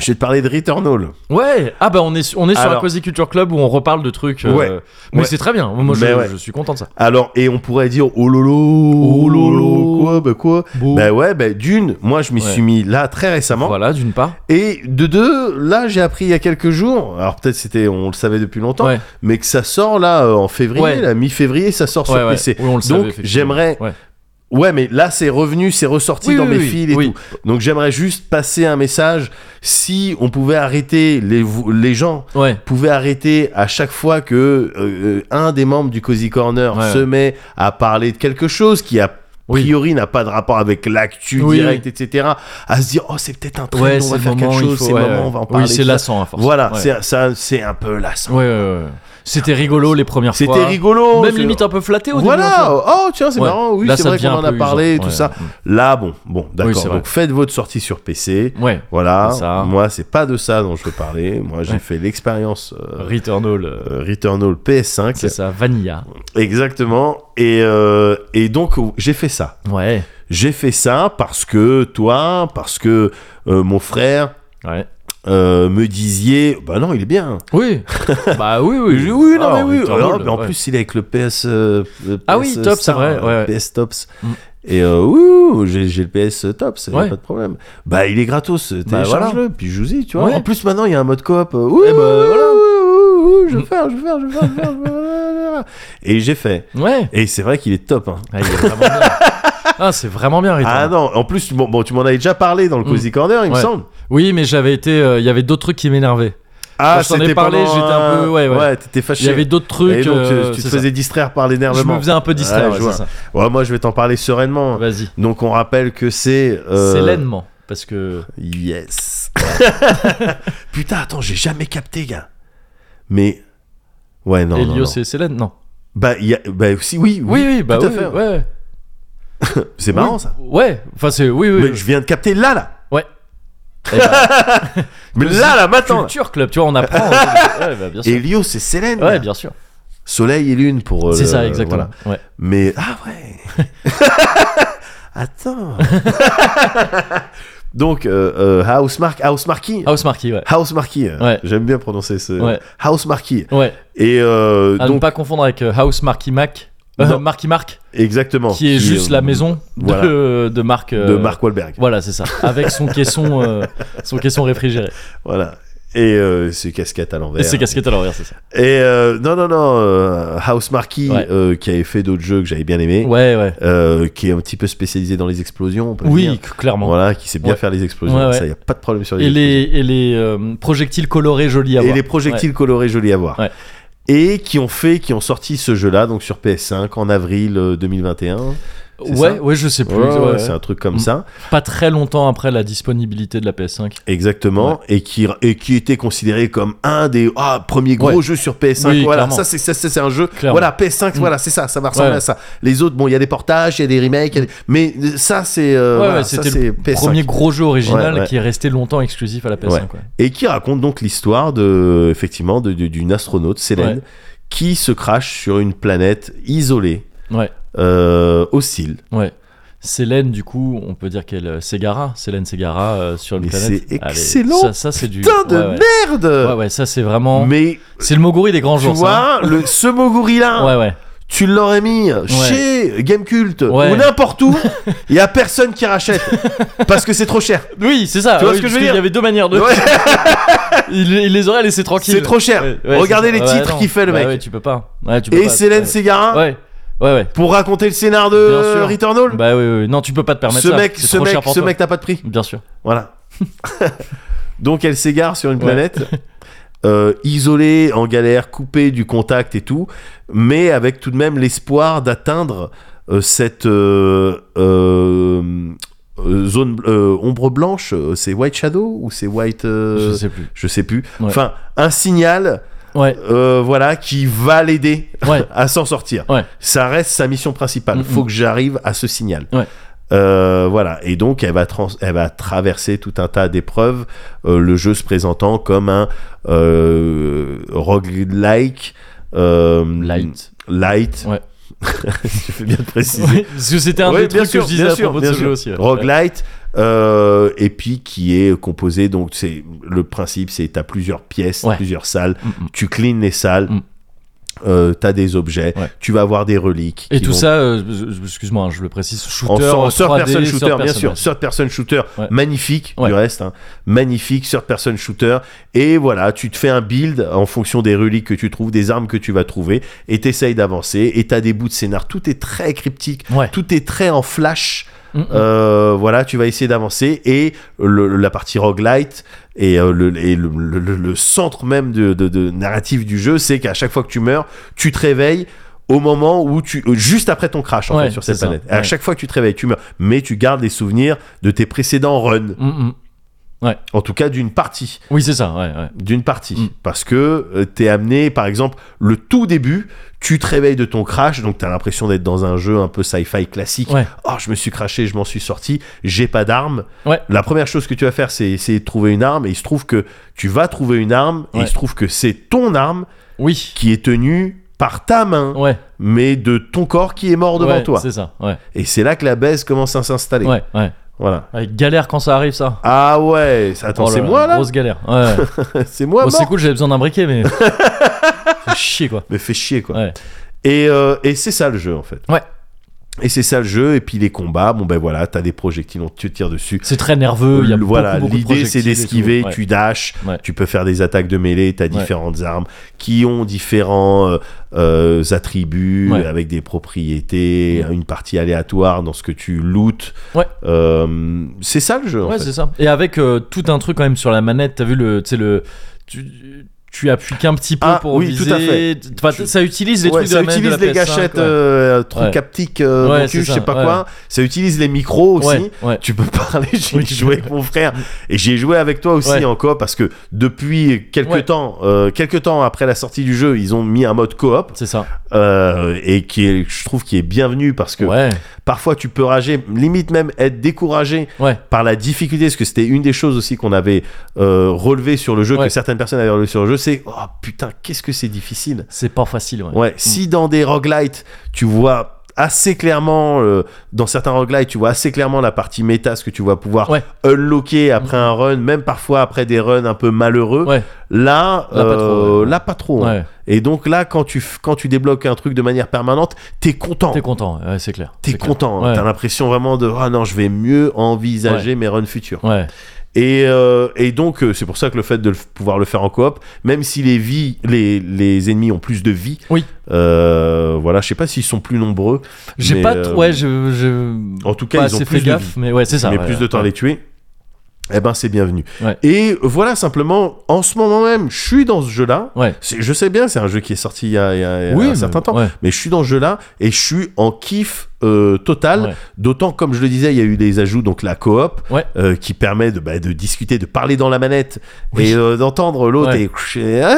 Je vais te parler de Returnal.
Ouais, ah bah on est, on est sur
Alors-
la Cozy Culture Club où on reparle de trucs. euh,
Ouais.
Mais
Ouais.
c'est très bien, moi je,
Mais ouais.
je suis content de ça.
Alors, et on pourrait dire, oh lolo,
Oh lolo.
quoi, bah quoi. Bah ouais, bah d'une, moi je m'y
Ouais.
suis mis là très récemment.
Voilà, d'une part.
Et de deux, là j'ai appris il y a quelques jours, alors peut-être c'était, on le savait depuis longtemps,
Ouais,
mais que ça sort là euh, en février,
Ouais.
la mi-février, ça sort
ouais,
sur
ouais.
PC.
Oui, on le savait,
Donc
effectivement.
j'aimerais
Ouais.
Ouais, mais là, c'est revenu, c'est ressorti
Oui,
dans
oui,
mes
oui,
fils et
oui.
tout. Donc j'aimerais juste passer un message. Si on pouvait arrêter, les, vo- les gens
Ouais.
pouvaient arrêter à chaque fois que euh, un des membres du Cozy Corner
Ouais.
se met à parler de quelque chose qui a
Oui.
priori n'a pas de rapport avec l'actu
Oui,
direct, etc. À se dire, oh, c'est peut-être un trend,
Ouais,
on
c'est
va
le
faire
moment,
quelque
il
chose,
faut-
c'est
ouais,
le moment,
ouais.
on va en parler.
Oui, c'est
tout ça.
lassant à force.
Voilà,
Ouais.
c'est- ça- c'est un peu lassant.
Ouais, ouais, ouais. C'était rigolo les premières fois.
C'était rigolo.
Même
c'est-
limite un peu flatté au début.
Voilà.
enfin.
Oh tiens, c'est
Ouais.
marrant. Oui,
Là,
c'est
ça
vrai qu'on
devient un
en a
peu
parlé,
usant,
tout
ouais.
ça. Là, bon, bon,
Oui,
d'accord.
c'est vrai.
Donc faites votre sortie sur PC.
Mm. Ouais.
Voilà.
C'est ça.
Moi, c'est pas de ça dont je veux parler. Moi, j'ai
Ouais.
fait l'expérience euh,
Returnal, euh,
euh, Returnal PS5.
c'est ça, Vanilla.
Exactement. Et, euh, et donc, j'ai fait ça.
Ouais.
J'ai fait ça parce que toi, parce que euh, mon frère
Ouais.
euh, me disiez, bah non, il est bien.
Oui. bah oui, oui.
Oui, oui, non,
Ah,
mais oui.
Returnal,
Alors, mais en
ouais.
plus, il est avec le PS. euh, le
Ah
PS,
oui, Tops,
Star,
c'est vrai, ouais,
euh,
ouais.
PS Tops.
Mm.
Et euh, ouh, j'ai j'ai le PS Tops, y a
Ouais.
pas de problème. Bah, il est gratos, télécharge-le, puis joue-y, tu vois.
Ouais.
En plus, maintenant, il y a un mode coop. euh, Ouh,
Eh ben, voilà.
ouh, ouh, ouh, je vais faire, je vais faire, je vais faire, je vais faire, je vais faire. Et j'ai fait.
Ouais.
Et c'est vrai qu'il est top. hein.
Ah, il est vraiment bien. Ah, c'est vraiment bien Returnal.
Ah non, en plus, bon, bon, tu m'en avais déjà parlé dans le
Mm.
Cozy Corner, il me
Ouais.
semble.
Oui, mais j'avais été. euh, Il y avait d'autres trucs qui m'énervaient.
Ah,
je t'en ai
c'était
parlé,
pendant
j'étais un peu- ouais, ouais.
Ouais, t'étais fâché.
Il y avait d'autres trucs.
Et donc,
euh,
tu te
c'est
faisais distraire par
ça. Je
l'énervement.
me faisais un peu distraire.
Ouais,
ouais,
je vois.
c'est ça.
Ouais, moi, je vais t'en parler sereinement.
Vas-y.
Donc, on rappelle que c'est. euh,
C'est lainement. Parce que.
Yes. Putain, attends, j'ai jamais capté, gars. Mais. Ouais, non. non,
Elio,
non.
c'est c'est laine. Non.
Bah, il y a... bah, si, oui.
Oui, oui, bah
tout à
oui.
fait. hein.
Ouais. ouais.
C'est marrant, ça.
Ouais. Enfin, c'est. Oui, oui.
Mais je viens de capter là, là.
Ouais. Eh ben,
Mais
Cozy
là, là, maintenant. là.
Culture Club, tu vois, on apprend. ouais, bah, bien sûr.
Elio, c'est Célène.
Ouais,
là.
bien sûr.
Soleil et lune pour. euh,
C'est
le-
ça, exactement.
voilà.
Ouais.
Mais. Ah ouais Attends Donc, euh, euh, House Mark. House Marquis.
House Marquis, ouais.
House Marquis.
Ah
euh,
Ouais.
J'aime bien prononcer ce.
Ouais.
House Marquis.
Ouais.
Et euh,
À ne
donc,
pas confondre avec euh, House Marquis Mac. Euh,
Non.
Marquis Marc,
exactement.
qui est juste la
euh,
maison de,
voilà.
de Marc. euh,
de Mark Wahlberg.
Voilà, c'est ça. Avec son caisson, euh, son caisson réfrigéré.
Voilà. Et euh, ses casquettes à l'envers.
Et ses casquettes à l'envers, c'est ça.
Et, euh, non, non, non. euh, House Marquis,
Ouais.
euh, qui avait fait d'autres jeux que j'avais bien aimé.
Ouais, ouais.
euh, qui est un petit peu spécialisé dans les explosions. on peut le
Oui,
dire.
c- clairement.
Voilà, qui sait bien
Ouais.
faire les explosions.
Ouais, ouais.
Ça, y a pas de problème sur les
Et les,
explosions.
et les euh, projectiles colorés jolis à
et
voir.
les projectiles colorés jolis à voir.
Ouais.
Et qui ont fait, qui ont sorti ce jeu-là donc sur PS5 en avril euh, 2021. c'est
Ouais, ouais,
ça
ouais, je sais plus.
Ouais,
ouais, ouais.
C'est un truc comme
Mm.
ça,
Pas très longtemps après la disponibilité de la PS5.
exactement, et qui et qui était considéré comme un des ah, premiers gros
Ouais.
jeux sur PS5.
Oui,
voilà,
clairement.
ça c'est ça, c'est c'est un jeu.
Clairement.
Voilà PS5,
Mm.
voilà c'est ça, ça va ressembler
Ouais.
à ça. Les autres, bon, il y a des portages, il y a des remakes, il y a des- mais euh, ça c'est euh,
Ouais,
voilà,
ouais,
ça,
c'était
c'est
le
PS5.
premier gros jeu original
Ouais, ouais.
qui est resté longtemps exclusif à la PS5.
Ouais.
quoi.
et qui raconte donc l'histoire de effectivement de- de- d'une astronaute Célène
Ouais.
qui se crache sur une planète isolée
Ouais.
euh, hostile
Ouais. Célène, du coup, on peut dire qu'elle euh, s'égara. Célène s'égara euh, sur une
Mais
planète.
c'est
Allez,
excellent.
Ça, ça, c'est du.
putain de
ouais, ouais.
merde
Ouais, ouais, ça, c'est vraiment.
mais
C'est le Moguri des grands
tu
jours. ça,
vois le ce moguri
hein.
là
Ouais, ouais.
tu l'aurais mis chez Gamecult ou
Ouais.
n'importe où il y a personne qui rachète parce que c'est trop cher
Oui, c'est ça.
Tu vois
oui,
ce que
parce
je veux
qu'il
dire
y avait deux manières de.
Ouais,
Il, il les aurait laissés tranquilles.
c'est trop cher
Ouais, ouais,
regardez
c'est
les
ça. Ouais,
titres
non.
qu'il fait le
Bah
mec
Ouais, tu peux pas. Ouais, tu peux
et
pas.
Célène
Ouais.
Segara
Ouais, ouais, ouais.
pour raconter le scénar
Bien
de
sûr.
Returnal
Bah oui, oui. Non, tu peux pas te permettre
ce
ça.
mec
C'est
ce
trop
mec
cher pour
ce
toi.
mec t'as pas de prix
Bien sûr.
Voilà. Donc elle s'égare sur une
Ouais.
planète, euh, isolée, en galère, coupée du contact et tout, mais avec tout de même l'espoir d'atteindre euh, cette euh, euh, euh, zone euh, ombre blanche. euh, C'est White Shadow ou c'est White. euh,
Je sais plus.
je sais plus.
Ouais.
Enfin, un signal,
Ouais,
euh, voilà, qui va l'aider
ouais.
à s'en sortir.
Ouais.
Ça reste sa mission principale.
Mm,
Faut
mm.
que j'arrive à ce signal.
Ouais.
Euh, voilà. Et donc, elle va, trans- elle va traverser tout un tas d'épreuves, euh, le jeu se présentant comme un euh, roguelike. euh,
Light.
Light.
Ouais.
tu fais bien de préciser.
Ouais, parce que c'était un
Ouais,
des
bien
trucs
sûr,
que je disais
bien
à
sûr,
propos de
bien
ce
sûr.
jeu aussi. ouais.
Roguelite, euh, et puis qui est composé, donc c'est le principe, c'est t'as plusieurs pièces,
Ouais.
plusieurs salles,
Mm, mm.
tu cleans les salles.
Mm.
euh, t'as des objets,
Ouais.
tu vas avoir des reliques.
Et
qui
tout
vont-
ça, euh, je- je- excuse-moi, hein, je le précise,
en
shooter,
sort- third
3D,
person shooter,
third
bien
person,
sûr,
ouais.
third person shooter,
Ouais.
magnifique
Ouais.
du reste, hein. magnifique third person shooter. Et voilà, tu te fais un build en fonction des reliques que tu trouves, des armes que tu vas trouver, et t'essayes d'avancer. Et t'as des bouts de scénar, tout est très cryptique,
Ouais.
tout est très en flash.
Mm, mm.
Euh, voilà, tu vas essayer d'avancer et le- la partie roguelite et, euh, le, et le, le- le- le centre même de, de- de narratif du jeu, c'est qu'à chaque fois que tu meurs, tu te réveilles au moment où tu euh, juste après ton crash en
Ouais,
fait, sur cette
c'est ça,
planète. À
ouais.
chaque fois que tu te réveilles, tu meurs, mais tu gardes les souvenirs de tes précédents runs,
Mm, mm.
en tout cas d'une partie,
Oui, c'est ça, ouais, ouais.
d'une partie,
Mm.
parce que euh, t'es amené, par exemple, le tout début, tu te réveilles de ton crash, donc t'as l'impression d'être dans un jeu un peu sci-fi classique
Ouais.
oh je me suis craché, je m'en suis sorti, j'ai pas d'arme.
Ouais.
La première chose que tu vas faire, c'est essayer de trouver une arme, et il se trouve que tu vas trouver une arme, et
Ouais.
il se trouve que c'est ton arme
Oui.
qui est tenue par ta main,
Ouais.
mais de ton corps qui est mort devant
ouais,
toi.
C'est ça, ouais.
Et c'est là que la baisse commence à s'installer.
Ouais, ouais.
Voilà.
Ouais, galère quand ça arrive, ça.
Ah ouais, ça- attends,
Oh là
c'est
là,
moi là
Grosse galère. Ouais. ouais.
C'est moi
Bon, c'est
mort
cool, j'avais besoin d'un briquet, mais. Faut chier, quoi.
Mais fais chier quoi.
Ouais.
Et, euh, et c'est ça le jeu en fait.
Ouais.
Et c'est ça le jeu, et puis les combats, bon ben voilà, t'as des projectiles, on te tire dessus. Euh,
C'est très nerveux, il y a
voilà,
beaucoup, beaucoup de
l'idée c'est
projectiles et
d'esquiver,
tout, ouais.
tu dashes,
Ouais.
tu peux faire des attaques de mêlée, t'as différentes armes qui ont différents euh, euh, attributs
Ouais.
avec des propriétés, une partie aléatoire dans ce que tu lootes.
Ouais.
Euh, c'est ça le jeu. en
Ouais,
fait.
c'est ça. Et avec euh, tout un truc quand même sur la manette, t'as vu le, tu sais le, tu, tu appuies qu'un petit peu
Ah,
pour
oui,
viser.
tout à fait.
Enfin,
Tu-
ça utilise les
Ouais,
trucs de
ça
la manette de
utilise
la
les
PS5,
gâchettes,
ouais.
euh, trucs
Ouais.
haptiques, euh,
Ouais,
mon cul,
c'est
je
ça,
sais pas
ouais.
quoi. Ça utilise les micros aussi.
Ouais, ouais.
Tu peux parler, j'ai
Oui.
joué avec mon frère et j'ai joué avec toi aussi
Ouais.
en coop parce que depuis quelques
Ouais.
temps, euh, quelques temps après la sortie du jeu, ils ont mis un mode coop
C'est ça.
euh, et qui est, je trouve qui est bienvenu parce que
Ouais,
parfois tu peux rager, limite même être découragé
ouais,
par la difficulté, parce que c'était une des choses aussi qu'on avait euh, relevé sur le jeu,
Ouais.
que certaines personnes avaient relevé sur le jeu, c'est oh putain qu'est-ce que c'est difficile.
c'est pas facile. Ouais. Mm.
Ouais, si dans des roguelites, tu vois assez clairement, euh, dans certains roguelites, tu vois assez clairement la partie méta, ce que tu vas pouvoir
Ouais. Mm.
unlocker après un run, même parfois après des runs un peu malheureux.
Ouais.
Là,
Là, pas trop,
euh,
ouais.
là, pas trop. hein.
Ouais,
Et donc là, quand tu, f- quand tu débloques un truc de manière permanente, t'es content.
t'es content, ouais, c'est clair.
T'es
c'est clair.
content. hein.
Ouais.
T'as l'impression vraiment de, ah non, je vais mieux envisager mes runs futurs.
Ouais,
Et, euh, et donc, euh, c'est pour ça que le fait de le f- pouvoir le faire en coop, même si les vies, les, les ennemis ont plus de vie,
Oui.
euh, voilà, je sais pas s'ils sont plus nombreux.
j'ai
mais,
pas,
euh,
trop- ouais, je, je,
En tout cas,
pas
ils ont
assez
plus
fait
de
gaffe,
vie.
mais ouais, Bah, c'est ça.
mais
ouais,
plus de temps à
ouais.
les tuer. Eh ben, c'est bienvenu.
Ouais.
Et voilà, simplement, en ce moment même, je suis dans ce jeu-là.
Ouais.
C'est- Je sais bien, c'est un jeu qui est sorti il y a, il y a- il y a
Oui,
un
mais-
certain temps.
ouais.
Mais je suis dans ce jeu-là et je suis en kiff euh, total.
Ouais.
D'autant, comme je le disais, il y a eu des ajouts, donc la coop,
Ouais.
euh, qui permet de, bah, de discuter, de parler dans la manette
Oui.
et euh, d'entendre l'autre
Ouais.
et ah,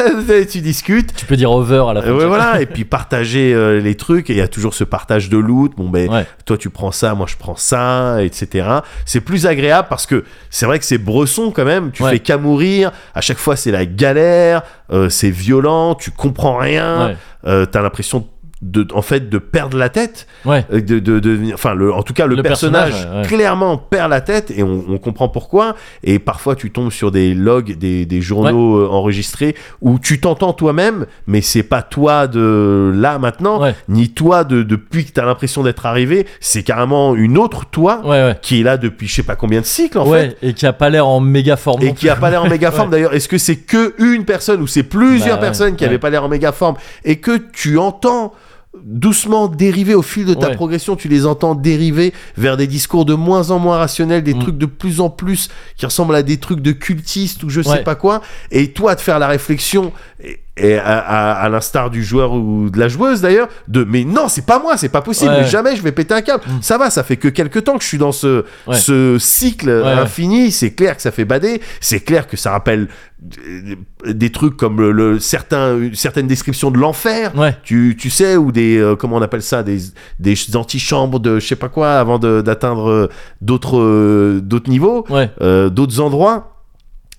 tu discutes.
Tu peux dire over à la fin.
Euh,
tu
ouais,
vois.
voilà, et puis partager euh, les trucs, et il y a toujours ce partage de loot, bon ben
Ouais.
toi tu prends ça, moi je prends ça, etc. C'est plus agréable parce que c'est vrai que c'est bresson quand même, tu
Ouais.
fais qu'à mourir, à chaque fois c'est la galère, euh, c'est violent, tu comprends rien,
Ouais,
euh, t'as l'impression de, en fait de perdre la tête,
ouais,
euh, de, de, de venir- enfin le, en tout cas le,
Le
personnage,
personnage, ouais, ouais.
clairement perd la tête et on, on comprend pourquoi et parfois tu tombes sur des logs des, des journaux euh, enregistrés où tu t'entends toi-même mais c'est pas toi de là maintenant
Ouais.
ni toi de depuis que t'as l'impression d'être arrivé c'est carrément une autre toi
ouais, ouais.
qui est là depuis je sais pas combien de cycles en fait
Ouais, et qui a pas l'air en méga forme.
et
non
qui a pas l'air en méga forme d'ailleurs est-ce que c'est que une personne ou c'est plusieurs
Bah ouais,
personnes qui
ouais.
avaient pas l'air en méga forme et que tu entends doucement dériver au fil de ta
Ouais.
progression tu les entends dériver vers des discours de moins en moins rationnels des
Mm.
trucs de plus en plus qui ressemblent à des trucs de cultistes ou je sais
Ouais.
pas quoi et toi de faire la réflexion et, et à, à- à l'instar du joueur ou de la joueuse d'ailleurs de mais non c'est pas moi c'est pas possible
Ouais. Mm.
mais jamais je vais péter un câble ça va ça fait que quelques temps que je suis dans ce
Ouais.
ce cycle
ouais.
infini c'est clair que ça fait bader c'est clair que ça rappelle euh, des trucs comme le, le- certains certaines descriptions de l'enfer
Ouais.
tu, tu sais, ou des, euh, comment on appelle ça, des, des antichambres de je sais pas quoi avant de- d'atteindre euh, d'autres euh, d'autres niveaux,
Ouais,
euh, d'autres endroits.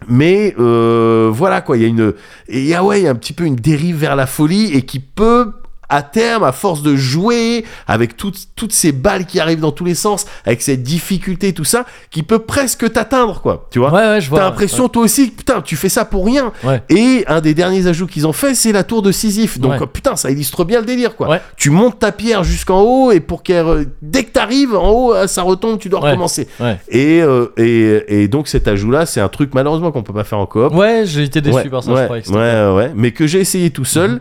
Mais ah euh, voilà quoi, il y a une. Et il y a, ouais, il y a un petit peu une dérive vers la folie et qui peut à terme, à force de jouer, avec toutes, toutes ces balles qui arrivent dans tous les sens, avec cette difficulté, tout ça, qui peut presque t'atteindre, quoi. Tu vois
Ouais, ouais, je vois.
T'as l'impression, toi aussi, que, putain, tu fais ça pour rien.
Ouais.
Et un des derniers ajouts qu'ils ont fait, c'est la tour de Sisyphe. Donc,
Ouais.
euh, putain, ça illustre bien le délire, quoi.
Ouais.
Tu montes ta pierre jusqu'en haut et pour qu'elle. re- Dès que t'arrives en haut, euh, ça retombe, tu dois
Ouais.
recommencer.
Ouais.
Et, euh, et, et donc, cet ajout-là, c'est un truc, malheureusement, qu'on peut pas faire en coop.
Ouais, j'ai été déçu
Ouais,
par ça,
ouais,
je croyais que
ouais,
c'était- Mhm.
ouais, ouais. mais que j'ai essayé tout seul.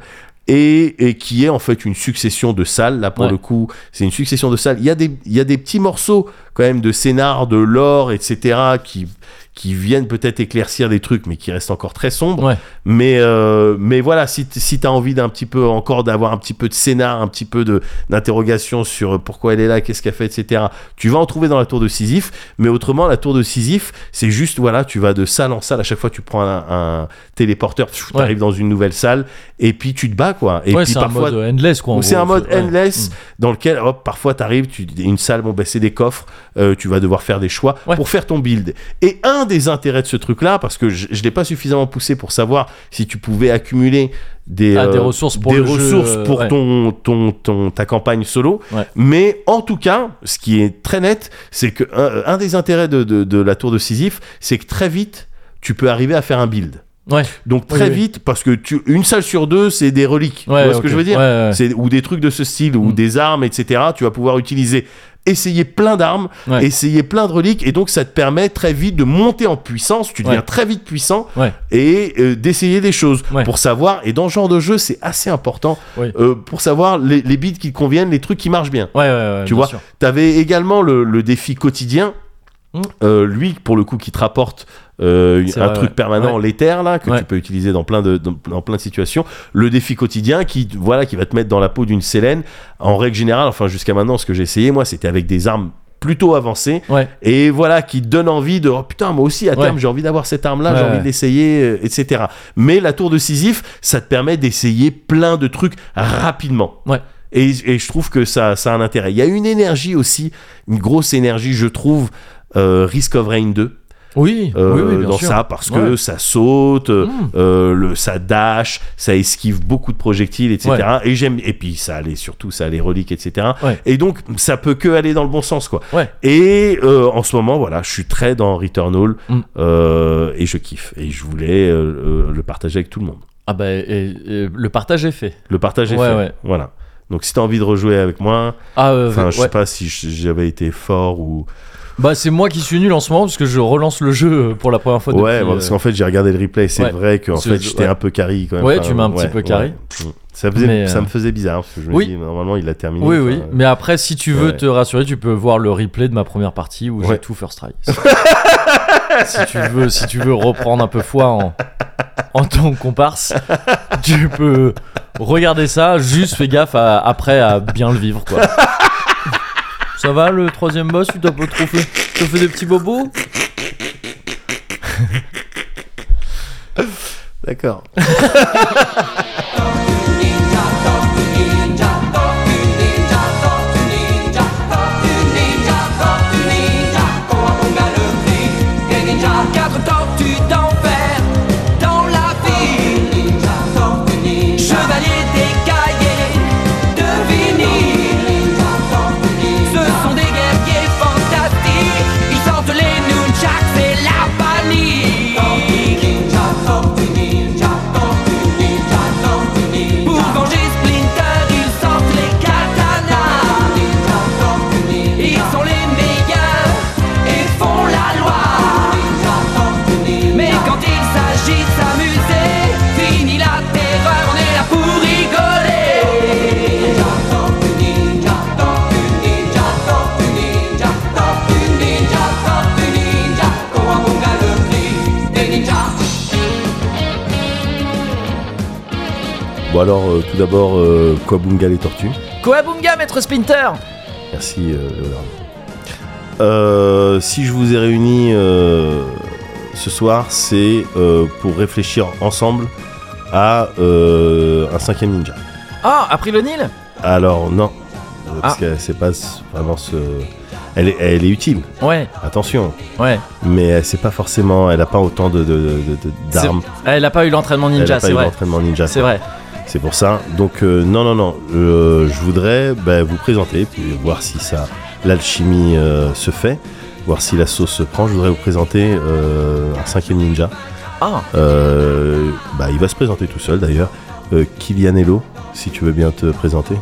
Et, et qui est en fait une succession de salles. Là, pour
Ouais.
le coup, c'est une succession de salles. Il y, a des, il y a des petits morceaux, quand même, de scénar, de lore, etc., qui, qui viennent peut-être éclaircir des trucs, mais qui restent encore très sombres.
Ouais.
Mais, euh, mais voilà, si, t- si tu as envie d'un petit peu, encore d'avoir un petit peu de scénar, un petit peu de- d'interrogation sur pourquoi elle est là, qu'est-ce qu'elle fait, etc., tu vas en trouver dans la tour de Sisyphe. Mais autrement, la tour de Sisyphe, c'est juste, voilà, tu vas de salle en salle. À chaque fois, tu prends un, un téléporteur, tu
Ouais.
arrives dans une nouvelle salle, et puis tu te bats, quoi. Et
Ouais,
puis
c'est un
parfois.
mode euh, endless, quoi. en
ou c'est
gros,
un mode
ouais.
endless
Mm.
dans lequel hop, parfois t'arrives, tu une salle, bon ben c'est des coffres, euh, tu vas devoir faire des choix
Ouais.
pour faire ton build. Et un des intérêts de ce truc-là, parce que je, je l'ai pas suffisamment poussé pour savoir si tu pouvais accumuler des,
Ah, des
euh,
ressources pour
des
le jeu,
ressources
euh,
pour
ouais.
ton, ton, ton- ta campagne solo.
Ouais.
Mais en tout cas, ce qui est très net, c'est que un, un des intérêts de, de- de la tour de Sisyphe, c'est que très vite, tu peux arriver à faire un build.
Ouais.
Donc très
oui.
vite, parce que tu, une salle sur deux, c'est des reliques. tu
Ouais,
vois ce que
ok.
je veux dire
Ouais, ouais, ouais.
c'est- ou des trucs de ce style, ou
Mm.
des armes, etc. Tu vas pouvoir utiliser, essayer plein d'armes,
Ouais.
essayer plein de reliques, et donc ça te permet très vite de monter en puissance. Tu deviens
Ouais.
très vite puissant
Ouais.
et euh, d'essayer des choses
Ouais.
pour savoir. Et dans ce genre de jeu, c'est assez important
Oui.
euh, pour savoir les, les builds qui te conviennent, les trucs qui marchent bien.
Ouais, ouais, ouais,
Tu
bien
vois,
sûr.
T'avais également le, le défi quotidien.
Mm.
Euh, lui, pour le coup, qui te rapporte euh,
C'est
un
vrai,
truc
ouais.
permanent, l'éther là, que
Ouais.
tu peux utiliser dans plein de dans, dans plein de situations. Le défi quotidien qui voilà qui va te mettre dans la peau d'une Sélène. En règle générale, enfin jusqu'à maintenant, ce que j'ai essayé moi, c'était avec des armes plutôt avancées
Ouais.
et voilà qui te donne envie de oh putain moi aussi à
Ouais.
terme j'ai envie d'avoir cette arme là
Ouais,
j'ai envie
ouais.
de l'essayer euh, etc mais la tour de Sisyphe ça te permet d'essayer plein de trucs rapidement
Ouais.
et, et je trouve que ça, ça a un intérêt. Il y a une énergie aussi, une grosse énergie, je trouve, euh, Risk of Rain 2
Oui,
euh,
oui, oui, bien
dans
sûr.
ça, parce que
Ouais.
ça saute, euh,
Mm.
euh, le, ça dash, ça esquive beaucoup de projectiles, etc.
Ouais.
Et j'aime, et puis ça allait surtout, ça allait reliques, etc.
Ouais.
Et donc, ça peut que aller dans le bon sens, quoi.
Ouais.
Et euh, en ce moment, voilà, je suis très dans Returnal
Mm.
euh, et je kiffe. Et je voulais euh, euh, le partager avec tout le monde.
Ah bah, et- et le partage est fait.
Le partager,
Ouais,
fait.
ouais.
Voilà. Donc, si t'as envie de rejouer avec moi,
Ah, euh,
Enfin, je
ouais.
sais pas si je- j'avais été fort ou.
Bah, c'est moi qui suis nul en ce moment parce que je relance le jeu euh, pour la première fois.
ouais, bah,
depuis,
bon, parce
euh,
qu'en fait, j'ai regardé le replay. C'est
ouais.
vrai qu'en
Ce-
fait, j'étais
ouais.
un peu carry quand même.
Ouais, tu m'as un petit peu carry.
Mm. Ça, faisait,
Mais, euh,
ça me faisait bizarre. Parce que je me
oui.
dis, normalement, il a terminé.
Oui,
enfin,
oui.
euh,
Mais après, si tu veux
Ouais.
te rassurer, tu peux voir le replay de ma première partie où
Ouais.
j'ai tout first try. si tu veux, si tu veux reprendre un peu foi en, en ton comparse, tu peux regarder ça. Juste fais gaffe à- après à bien le vivre, quoi. Ça va le troisième boss Tu t'as pas trop fait Tu fais des petits bobos
D'accord.
Quatre temps tu t'enfermes dans la ville Chevalier des cahiers de vinyle Ce sont des guerriers fantastiques Ils sortent les nunchaks et la panique Pour venger Splinter ils sortent les katanas Ils sont les meilleurs et font la loi Mais quand il s'agit de s'amuser Fini la terreur, on est là pour rigoler
Bon, alors, euh, tout d'abord, euh, Kobunga les tortues.
Koabunga, maître Splinter
Merci, euh, Léonard. Euh, si je vous ai réunis euh, ce soir, c'est euh, pour réfléchir ensemble à euh, un cinquième ninja.
Ah, a pris le Nil
Alors non, Euh, parce
Ah.
que c'est pas s- vraiment ce. Elle est, elle est utile,
Ouais,
attention,
ouais.
mais euh, c'est pas forcément. Elle a pas autant de de- de- de-
C'est-
d'armes.
Elle a pas eu l'entraînement
Elle
ninja,
a pas
c'est
eu
vrai.
d'entraînement ninja.
C'est vrai.
C'est pour ça. Donc euh, non, non, non. euh, je voudrais bah, vous présenter, puis voir si ça, l'alchimie euh, se fait, voir si la sauce se prend. Je voudrais vous présenter euh, un cinquième ninja.
Ah,
Euh, bah, il va se présenter tout seul d'ailleurs. Euh, Kylian Hello, si tu veux bien te présenter.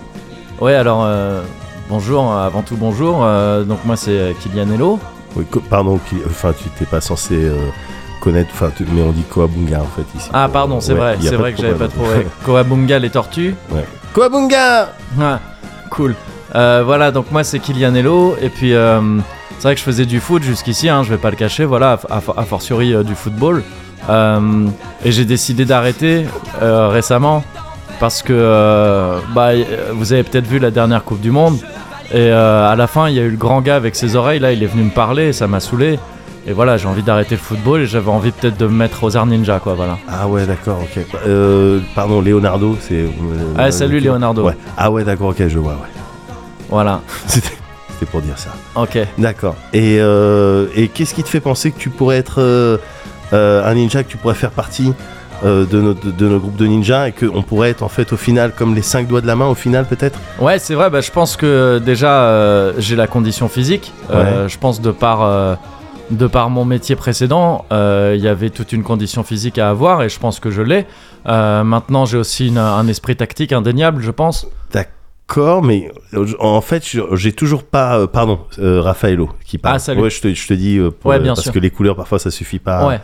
ouais, alors euh, bonjour, euh, avant tout bonjour. euh, donc, moi, c'est euh, Kylian Hello.
Oui, co- pardon, Ky- enfin tu t'es pas censé euh, connaître, enfin tu- mais on dit Koabunga en fait ici.
Ah, pardon, c'est
Ouais,
vrai,
il y a
c'est
pas
vrai
de
que j'avais pas
problème.
trouvé. Koabunga, les tortues.
Koabunga
Ah, cool. Euh, voilà, donc moi c'est Kylian Hello, et puis euh, c'est vrai que je faisais du foot jusqu'ici, hein, je vais pas le cacher, voilà, a, a- a fortiori euh, du football. Euh, et j'ai décidé d'arrêter euh, récemment, parce que euh, bah, y- euh, vous avez peut-être vu la dernière Coupe du Monde, et euh, à la fin il y a eu le grand gars avec ses oreilles, là il est venu me parler, et ça m'a saoulé. Et voilà, j'ai envie d'arrêter le football et j'avais envie peut-être de me mettre aux arts ninja, quoi, voilà.
Ah ouais, d'accord, ok. Euh, pardon, Leonardo, c'est. euh,
Ah, salut, Leonardo.
Ouais. Ah ouais, d'accord, ok, je vois, ouais.
Voilà,
C'était c'était pour dire ça.
ok.
D'accord. Et, euh, et qu'est-ce qui te fait penser que tu pourrais être euh, euh, un ninja, que tu pourrais faire partie euh, de, notre, de notre groupe de ninjas et qu'on pourrait être en fait au final comme les cinq doigts de la main au final peut-être
Ouais, c'est vrai, bah, je pense que euh, déjà euh, j'ai la condition physique. Euh, Je pense de par, euh, de par mon métier précédent, euh, il y avait toute une condition physique à avoir et je pense que je l'ai. Euh, maintenant, j'ai aussi une- un esprit tactique indéniable, je pense.
D'accord, mais euh, en fait, je- j'ai toujours pas. euh, pardon, euh, Raffaello qui parle.
Ah, salut.
Ouais, je te, je te dis, euh, pour-
Ouais, bien
parce
sûr.
que les couleurs parfois ça suffit pas.
Ouais,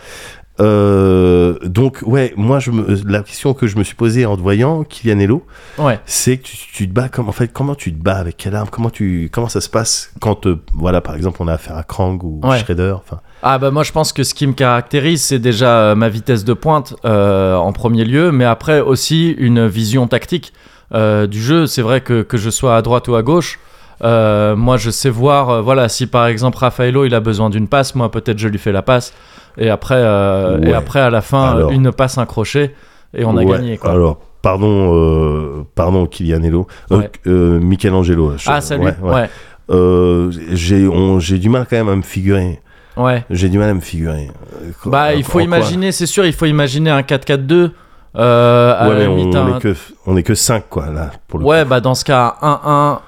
Euh, donc ouais, moi je me, la question que je me suis posée en te voyant Kylian Hello,
ouais.
c'est que tu, tu te bats comme en fait comment tu te bats avec quelle arme comment tu comment ça se passe quand euh, voilà par exemple on a affaire à Krang ou
Ouais.
Shredder enfin
Ah bah moi je pense que ce qui me caractérise c'est déjà euh, ma vitesse de pointe euh, en premier lieu, mais après aussi une vision tactique euh, du jeu. C'est vrai que, que je sois à droite ou à gauche, euh, moi je sais voir, euh, voilà, si par exemple Raffaello il a besoin d'une passe, moi peut-être je lui fais la passe, et après, euh,
Ouais.
et après à la fin
Alors.
une passe, un crochet, et on a
Ouais,
gagné quoi.
alors pardon euh, pardon Kylian Hello euh,
Ouais.
euh, Michelangelo je-
Ah salut,
ouais, ouais.
ouais,
Euh, j'ai on- j'ai du mal quand même à me figurer
ouais.
j'ai du mal à me figurer Euh, quoi-
Bah il
en- en
faut
quoi
imaginer, c'est sûr, il faut imaginer un 4-4-2. Euh, à
ouais
la
mais on,
limite, un-
est que on est que 5 quoi là pour le
ouais bah dans ce cas 1-1-3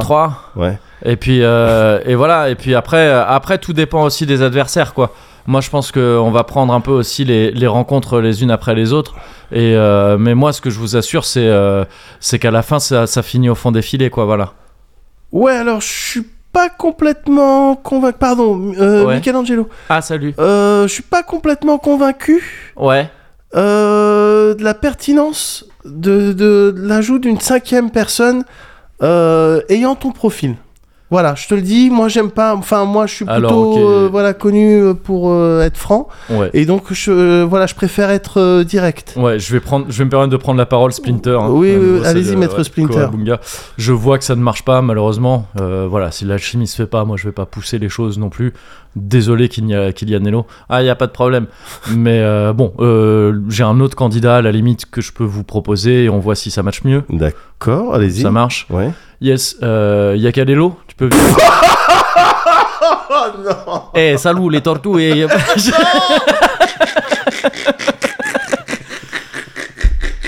3 ouais
Et puis euh, et voilà et puis après euh, après tout dépend aussi des adversaires quoi. Moi je pense que on va prendre un peu aussi les, les rencontres les unes après les autres et euh, mais moi ce que je vous assure c'est euh, c'est qu'à la fin ça, ça finit au fond des filets quoi voilà.
ouais alors je suis pas complètement convaincu pardon euh,
Ouais.
Michelangelo
Ah salut.
Euh, je suis pas complètement convaincu
Ouais.
euh, de la pertinence de, de- de l'ajout d'une cinquième personne euh, ayant ton profil. Voilà, je te le dis, moi j'aime pas, enfin moi je suis plutôt
Alors, ok.
euh, voilà, connu euh, pour euh, être franc,
Ouais.
et donc je, euh, voilà, je préfère être euh, direct.
Ouais, je vais prendre je vais me permettre de prendre la parole Splinter. hein.
Oui,
À
oui,
nouveau, c'est
allez-y,
le-
maître Splinter.
Kawabunga. Je vois que ça ne marche pas malheureusement. Euh, voilà, si l'alchimie se fait pas, moi je vais pas pousser les choses non plus. Désolé qu'il y a Kylian Hello. Ah, il n'y a pas de problème. Mais euh, bon, euh, j'ai un autre candidat à la limite que je peux vous proposer et on voit si ça match mieux.
D'accord, allez-y.
Ça marche.
Ouais.
Yes, euh, Yakalelo, tu peux venir. oh non Eh, salut les tortues et...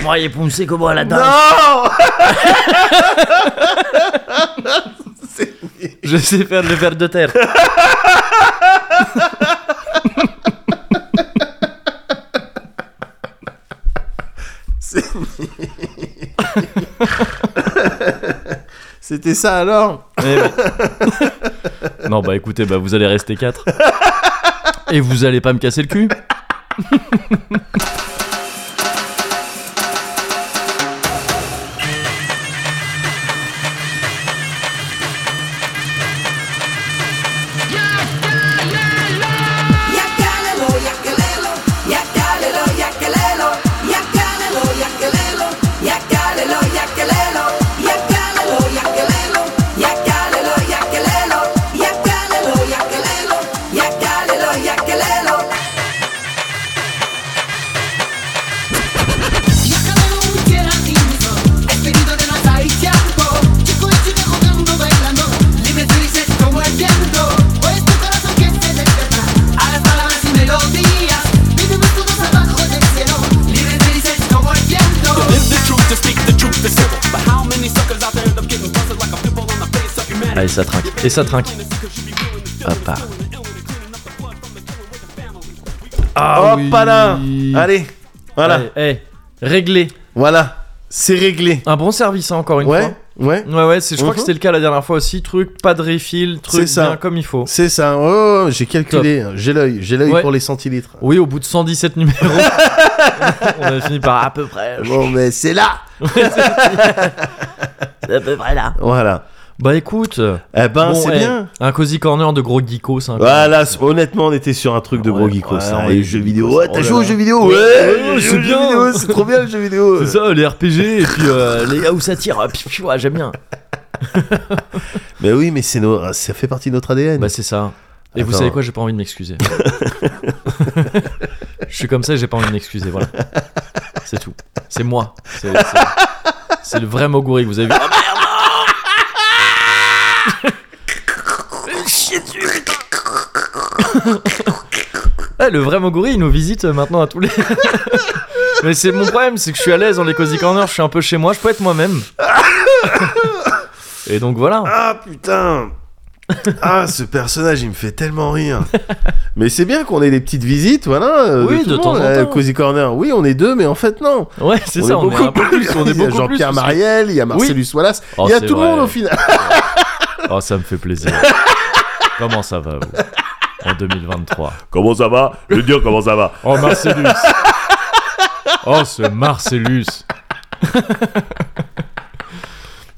Moi, j'ai pensé comment à la danse. Non Je sais faire le verre de terre.
C'était ça alors
Eh oui. non, bah écoutez, bah, vous allez rester quatre. Et vous allez pas me casser le cul
Yakalelo, yakalelo, yakalelo, yakalelo, yakalelo, yakalelo, yakalelo, yakalelo, yakalelo, yakalelo, yakalelo, yakalelo, yakalelo, yakalelo, yakalelo, yakalelo.
Allez, ça trinque. Et ça trinque.
Papa.
Ah,
Hop pas là
oui.
Allez, voilà,
Allez, eh, réglé.
voilà, c'est réglé.
Un bon service, hein, encore une
Ouais,
fois.
ouais,
Ouais, ouais, c'est- je crois
Mhm.
que c'était le cas la dernière fois aussi. Truc, pas de refill, truc
C'est ça.
bien comme il faut.
c'est ça. Oh, j'ai calculé, j'ai l'œil, j'ai l'œil
Ouais.
pour les centilitres.
Oui, au bout de 117 numéros, on a fini par à peu près.
Bon, mais c'est là
À peu près là.
Voilà.
Bah écoute,
Eh ben,
bon,
c'est
eh,
bien.
Un cozy corner de gros geekos. hein,
Voilà, c- honnêtement, on était sur un truc de
Ouais,
gros geekos.
ouais,
hein,
ouais,
et les
les
jeux
geekos,
vidéo. Ouais,
oh
t'as
là
joué aux
là.
jeux vidéo
Ouais,
Ouais,
ouais,
j'ai
c'est
joué aux jeux
bien.
vidéo, C'est trop bien le jeu vidéo
C'est ça, les RPG, et puis euh, les gars où ça tire, euh, piou, piou, ah, j'aime bien.
Mais oui, mais c'est nos- ça fait partie de notre ADN.
Bah c'est ça. Et vous
Attends.
savez quoi, j'ai pas envie de m'excuser. Je suis comme ça et j'ai pas envie de m'excuser, voilà. C'est tout. C'est moi. C'est- c'est- C'est le vrai Moguri que vous avez vu. Eh, le vrai Moguri, il nous visite euh, maintenant à tous les. Mais c'est mon problème, c'est que je suis à l'aise dans les cozy corners, je suis un peu chez moi, je peux être moi-même. Et donc voilà.
Ah putain Ah, ce personnage, il me fait tellement rire. mais c'est bien qu'on ait des petites visites, voilà. euh,
Oui,
tout
de
le
temps
monde,
en
euh,
temps.
Cozy Corner. Oui, on est deux, mais en fait, non.
Ouais, c'est
on
ça,
est
on est
beaucoup
un peu plus, on est
Il y a
beaucoup plus.
Jean-Pierre
parce que-
Mariel, il y a Marcellus Wallace,
Oh,
il y a
c'est
tout le
vrai.
monde au final.
Oh, ça me fait plaisir. Comment ça va, vous En 2023.
Comment ça va Je veux dire, comment ça va
Oh, Marcellus Oh, ce Marcellus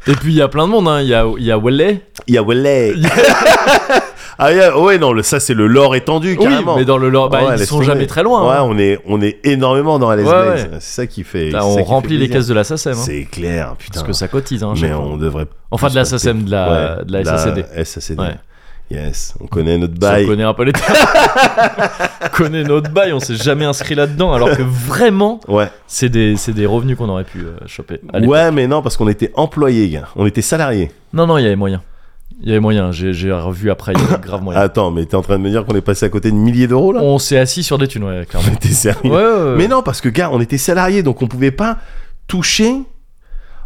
Et puis, il y a plein de monde, hein. Il y a, il y a Welle.
Il y a Wallet. ah, il y a- ouais, non, le, ça, c'est le lore étendu,
Oui,
carrément.
mais dans le lore, bah,
Ouais,
ils
laisse
sont
tomber.
jamais très loin.
Ouais,
hein.
on est, on est énormément dans
Ouais,
les Blaze.
ouais.
C'est ça qui fait.
Là, Bah,
c'est ça
on
qui fait
remplit les
plaisir.
caisses de la SACEM. hein.
C'est clair, putain.
Parce que ça cotise, hein.
Mais
j'ai-
on devrait.
Enfin, de la SACEM, de la,
Ouais,
euh, de la SACD.
SACD.
Ouais.
Yes, on connaît notre
Ça,
bail.
On connaît un peu les on connaît notre bail, on s'est jamais inscrit là-dedans, alors que vraiment,
Ouais.
c'est des, c'est des revenus qu'on aurait pu euh, choper. à l'époque.
ouais, mais non, parce qu'on était employés, gars. On était salariés.
Non, non, il y avait moyen. Il y avait moyen, j'ai j'ai revu après, il y avait grave moyen.
Attends, mais t'es en train de me dire qu'on est passé à côté de milliers d'euros là
On s'est assis sur des thunes, ouais, clairement.
On était sérieux.
Ouais, ouais, ouais.
Mais non, parce que, gars, on était salariés, donc on pouvait pas toucher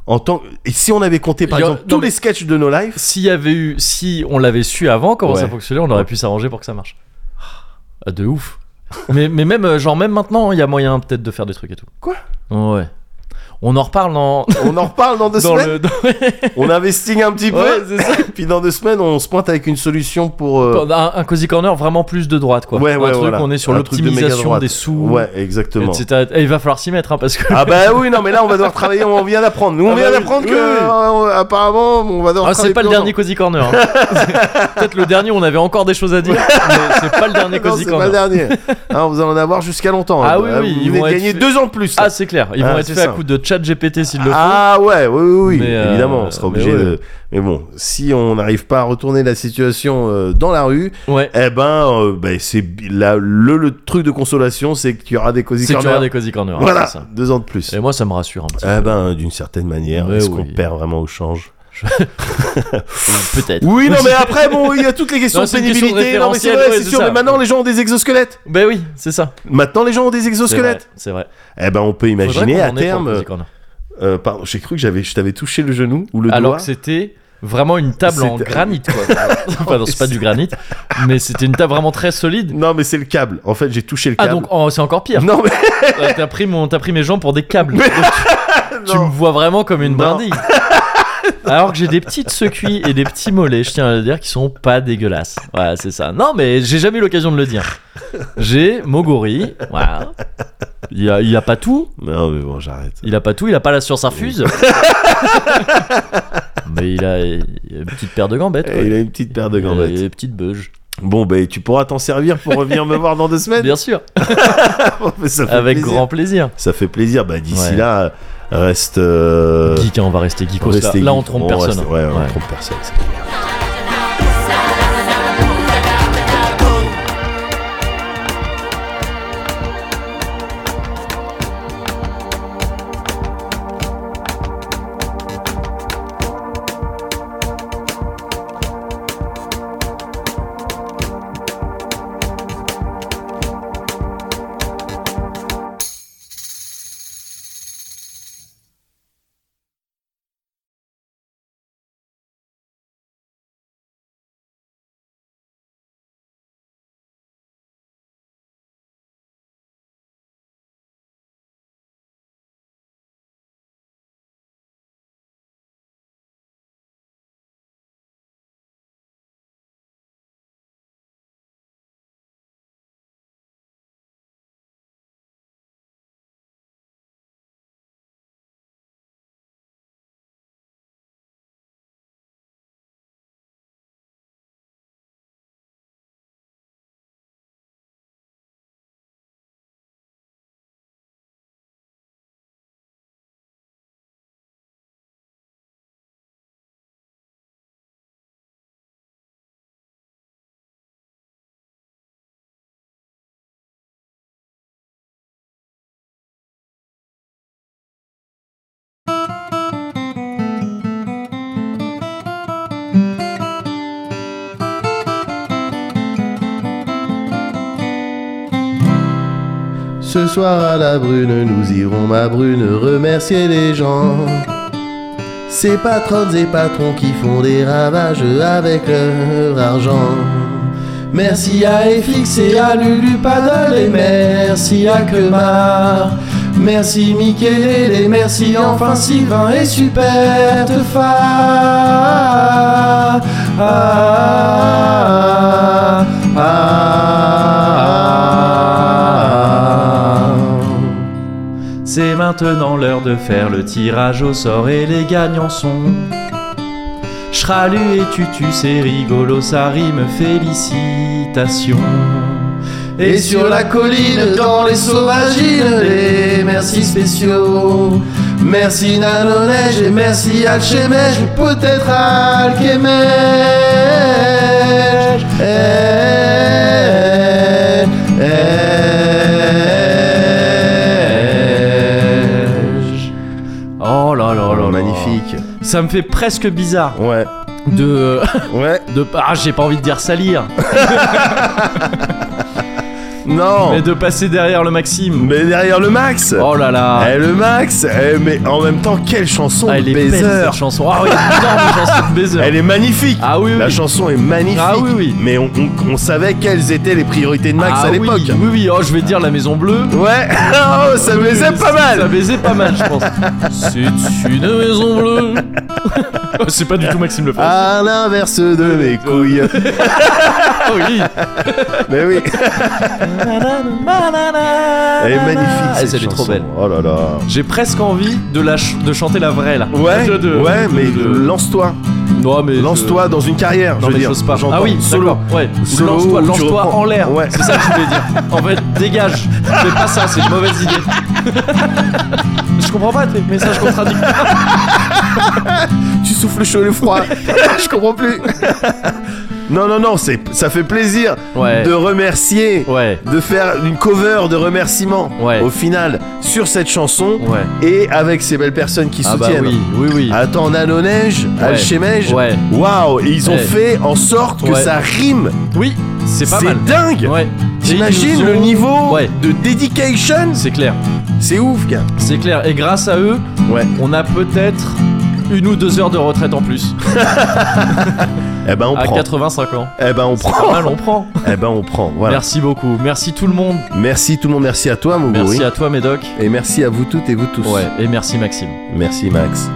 en tant. Et si on avait compté, par
Il y a-
exemple,
non,
tous
mais-
les sketchs de nos lives.
S'il y avait eu, si on l'avait su avant comment
Ouais.
ça fonctionnait, on aurait pu s'arranger pour que ça marche. Ah, de ouf. mais, mais même, euh, genre, même maintenant, il y a moyen peut-être de faire des trucs et tout.
Quoi
Ouais. On en reparle dans,
On en reparle dans deux
dans
semaines.
le. dans-
On investit un petit peu.
Ouais, c'est ça.
Puis dans deux semaines, on se pointe avec une solution pour. euh,
un, un cozy corner vraiment plus de droite, quoi.
Ouais,
un
ouais,
truc,
voilà.
on est sur
Un truc de méga
l'optimisation
droite.
des sous,
Ouais, exactement.
etc. Et il va falloir s'y mettre, hein, parce que.
Ah bah oui, non, mais là, on va devoir travailler, on vient d'apprendre. Nous, on
Ah
vient
bah oui,
d'apprendre que,
oui, oui.
euh, apparemment, on va devoir
Ah, c'est
travailler
pas le
plus
dernier Cozy Corner. hein. C'est Peut-être le dernier, on avait encore des choses à dire. mais c'est pas le dernier
longtemps. Non,
Cozy
c'est pas le
Corner.
dernier. Ah, vous allez en avoir jusqu'à longtemps.
Ah
hein.
oui, oui,
vous
ils
venez
vont
de
être
gagner
fait-
deux ans de plus. là.
Ah, c'est clair. Ils
Ah,
vont être
c'est
faits à
ça.
coup de chat GPT s'il le faut.
Ah ouais, oui, oui, oui,
Mais, euh,
évidemment, on sera
mais
obligé
ouais.
de... Mais bon, si on n'arrive pas à retourner la situation euh, dans la rue,
Ouais.
eh ben, euh, ben, c'est la- le, le truc de consolation, c'est qu'il y aura des cosy
C'est que tu auras
corners.
des Cozy Corner. hein,
Voilà,
c'est ça.
deux ans de plus.
Et moi, ça me rassure un petit
Eh ben, d'une certaine manière,
Mais
est-ce
oui.
qu'on perd vraiment au change
peu. Peut-être.
Oui, non, mais après, bon, il y a toutes les questions
Non,
de
c'est une question de
pénibilité. Non, mais c'est
référentiel,
vrai,
ouais,
c'est
c'est
sûr.
ça.
Mais maintenant, les gens ont des exosquelettes.
Ben oui, c'est ça.
Maintenant, les gens ont des
C'est vrai,
exosquelettes.
C'est vrai.
Eh ben, on peut
Faudrait
imaginer
qu'on
à
en ait pour le
terme.
Cozy Corner.
euh, pardon, j'ai cru que j'avais, je t'avais touché le genou ou le
Alors
doigt.
que c'était vraiment une table en
C'était-
granit, quoi. enfin, non, c'est pas du granit, mais c'était une table vraiment très solide.
Non, mais c'est le câble. En fait, j'ai touché le
Ah,
câble.
donc oh, c'est encore pire.
Non, mais
Euh, T'as pris, mon- t'as pris mes jambes pour des câbles. Donc, tu, tu me vois vraiment comme une
Non.
brindille. Alors que j'ai des petites secuilles et des petits mollets, je tiens à le dire, qui sont pas dégueulasses. Voilà, c'est ça. Non, mais j'ai jamais eu l'occasion de le dire. J'ai Mogori, voilà. Il a, il a pas tout,
non, mais bon, j'arrête.
il a pas tout, il a pas la sursurfuse. mais il a, il a une petite paire de gambettes. quoi.
Eh, Il a une petite paire de
Et
gambettes.
une petite beuge.
Bon, ben, tu pourras t'en servir pour revenir me voir dans deux semaines.
Bien sûr,
Ça fait
avec
plaisir.
grand plaisir.
Ça fait plaisir. Bah, d'ici
Ouais.
là, reste. euh,
Geek, hein, on va rester geekos. Là,
restez
là, on
geek.
trompe personne.
reste-
hein.
Ouais, on
Ouais.
trompe personne. c'est
Ce soir à la brune, nous irons ma brune remercier les gens. Ces patronnes et patrons qui font des ravages avec leur argent. Merci à FX et à Lulu Paddle et merci à Kemar. Merci Mickey et merci enfin Sylvain et Super Tefa. Ah, ah, ah, ah. C'est maintenant l'heure de faire le tirage au sort et les gagnants sont. Chralu et Tutu, c'est rigolo, ça rime, félicitations. Et sur la colline, dans les sauvagines, les merci spéciaux. Merci Nanonège et merci Alchemège, ou peut-être Alchemège. Eh, eh, eh.
Oh là là là là.
magnifique.
Ça me fait presque bizarre
Ouais,
de.
ouais.
de ah, j'ai pas envie de dire salir,
Non.
mais de passer derrière le Maxime.
Mais derrière le Max.
Oh là là.
Eh, le Max. Eh, mais en même temps, quelle chanson
Ah,
de
elle est belle
baiser.
cette chanson. Ah oui, énorme chanson de baiser.
Elle est magnifique.
Ah oui, oui.
La chanson est magnifique.
Ah oui, oui.
Mais on, on- on savait quelles étaient les priorités de Max
Ah
à
oui,
l'époque.
Oui, oui, oh, je vais dire la Maison Bleue.
Ouais. oh, ça me faisait pas
Ça
mal.
baisait pas mal, je pense. C'est une maison bleue. Oh, C'est pas du tout Maxime Le Français.
À l'inverse de mes couilles.
Ah oui.
mais oui. Elle est magnifique.
Ah,
cette
elle est trop
chanson.
belle.
Oh là là.
J'ai presque envie de, la ch- de chanter la vraie là.
Ouais,
De- de-
ouais,
de-
mais
de-
lance-toi,
Non, mais.
lance-toi dans une carrière,
Non,
je veux
mais
dire.
j'ose pas.
J'entends.
Ah oui,
solo.
d'accord, Ouais.
Solo
Lance-toi,
ou tu
lance-toi
reprends.
en l'air.
Ouais.
C'est ça que je voulais dire. En fait, dégage. Fais pas ça, c'est une mauvaise idée. je comprends pas tes messages contradictoires.
Tu souffles chaud et froid. je comprends plus. non, non, non, c'est, ça fait plaisir
Ouais.
de remercier,
Ouais.
de faire une cover de remerciements
Ouais.
au final sur cette chanson
Ouais.
et avec ces belles personnes qui
Ah bah
soutiennent. Ah,
oui, oui, oui.
Attends, Nanoneige, Alchemège,
Ouais.
waouh, et ils ont
Ouais.
fait en sorte que
Ouais.
ça rime.
Oui, c'est pas
C'est
mal.
dingue.
Ouais. Et ils
T'imagines
nous
le
ont-
niveau
Ouais.
de dedication
C'est clair.
C'est ouf, gars.
C'est clair. Et grâce à eux,
Ouais.
on a peut-être une ou deux heures de retraite en plus.
Eh ben on
à
prend.
85 ans.
Eh ben on
Pas
prend.
mal, hein. on prend.
Eh ben on prend. Voilà. Merci.
Merci beaucoup. Merci tout le monde.
tout le monde, merci à toi Mougouri.
Merci à toi, Médoc.
Et merci à vous toutes et vous tous.
Ouais. Et merci, Maxime.
Merci Max.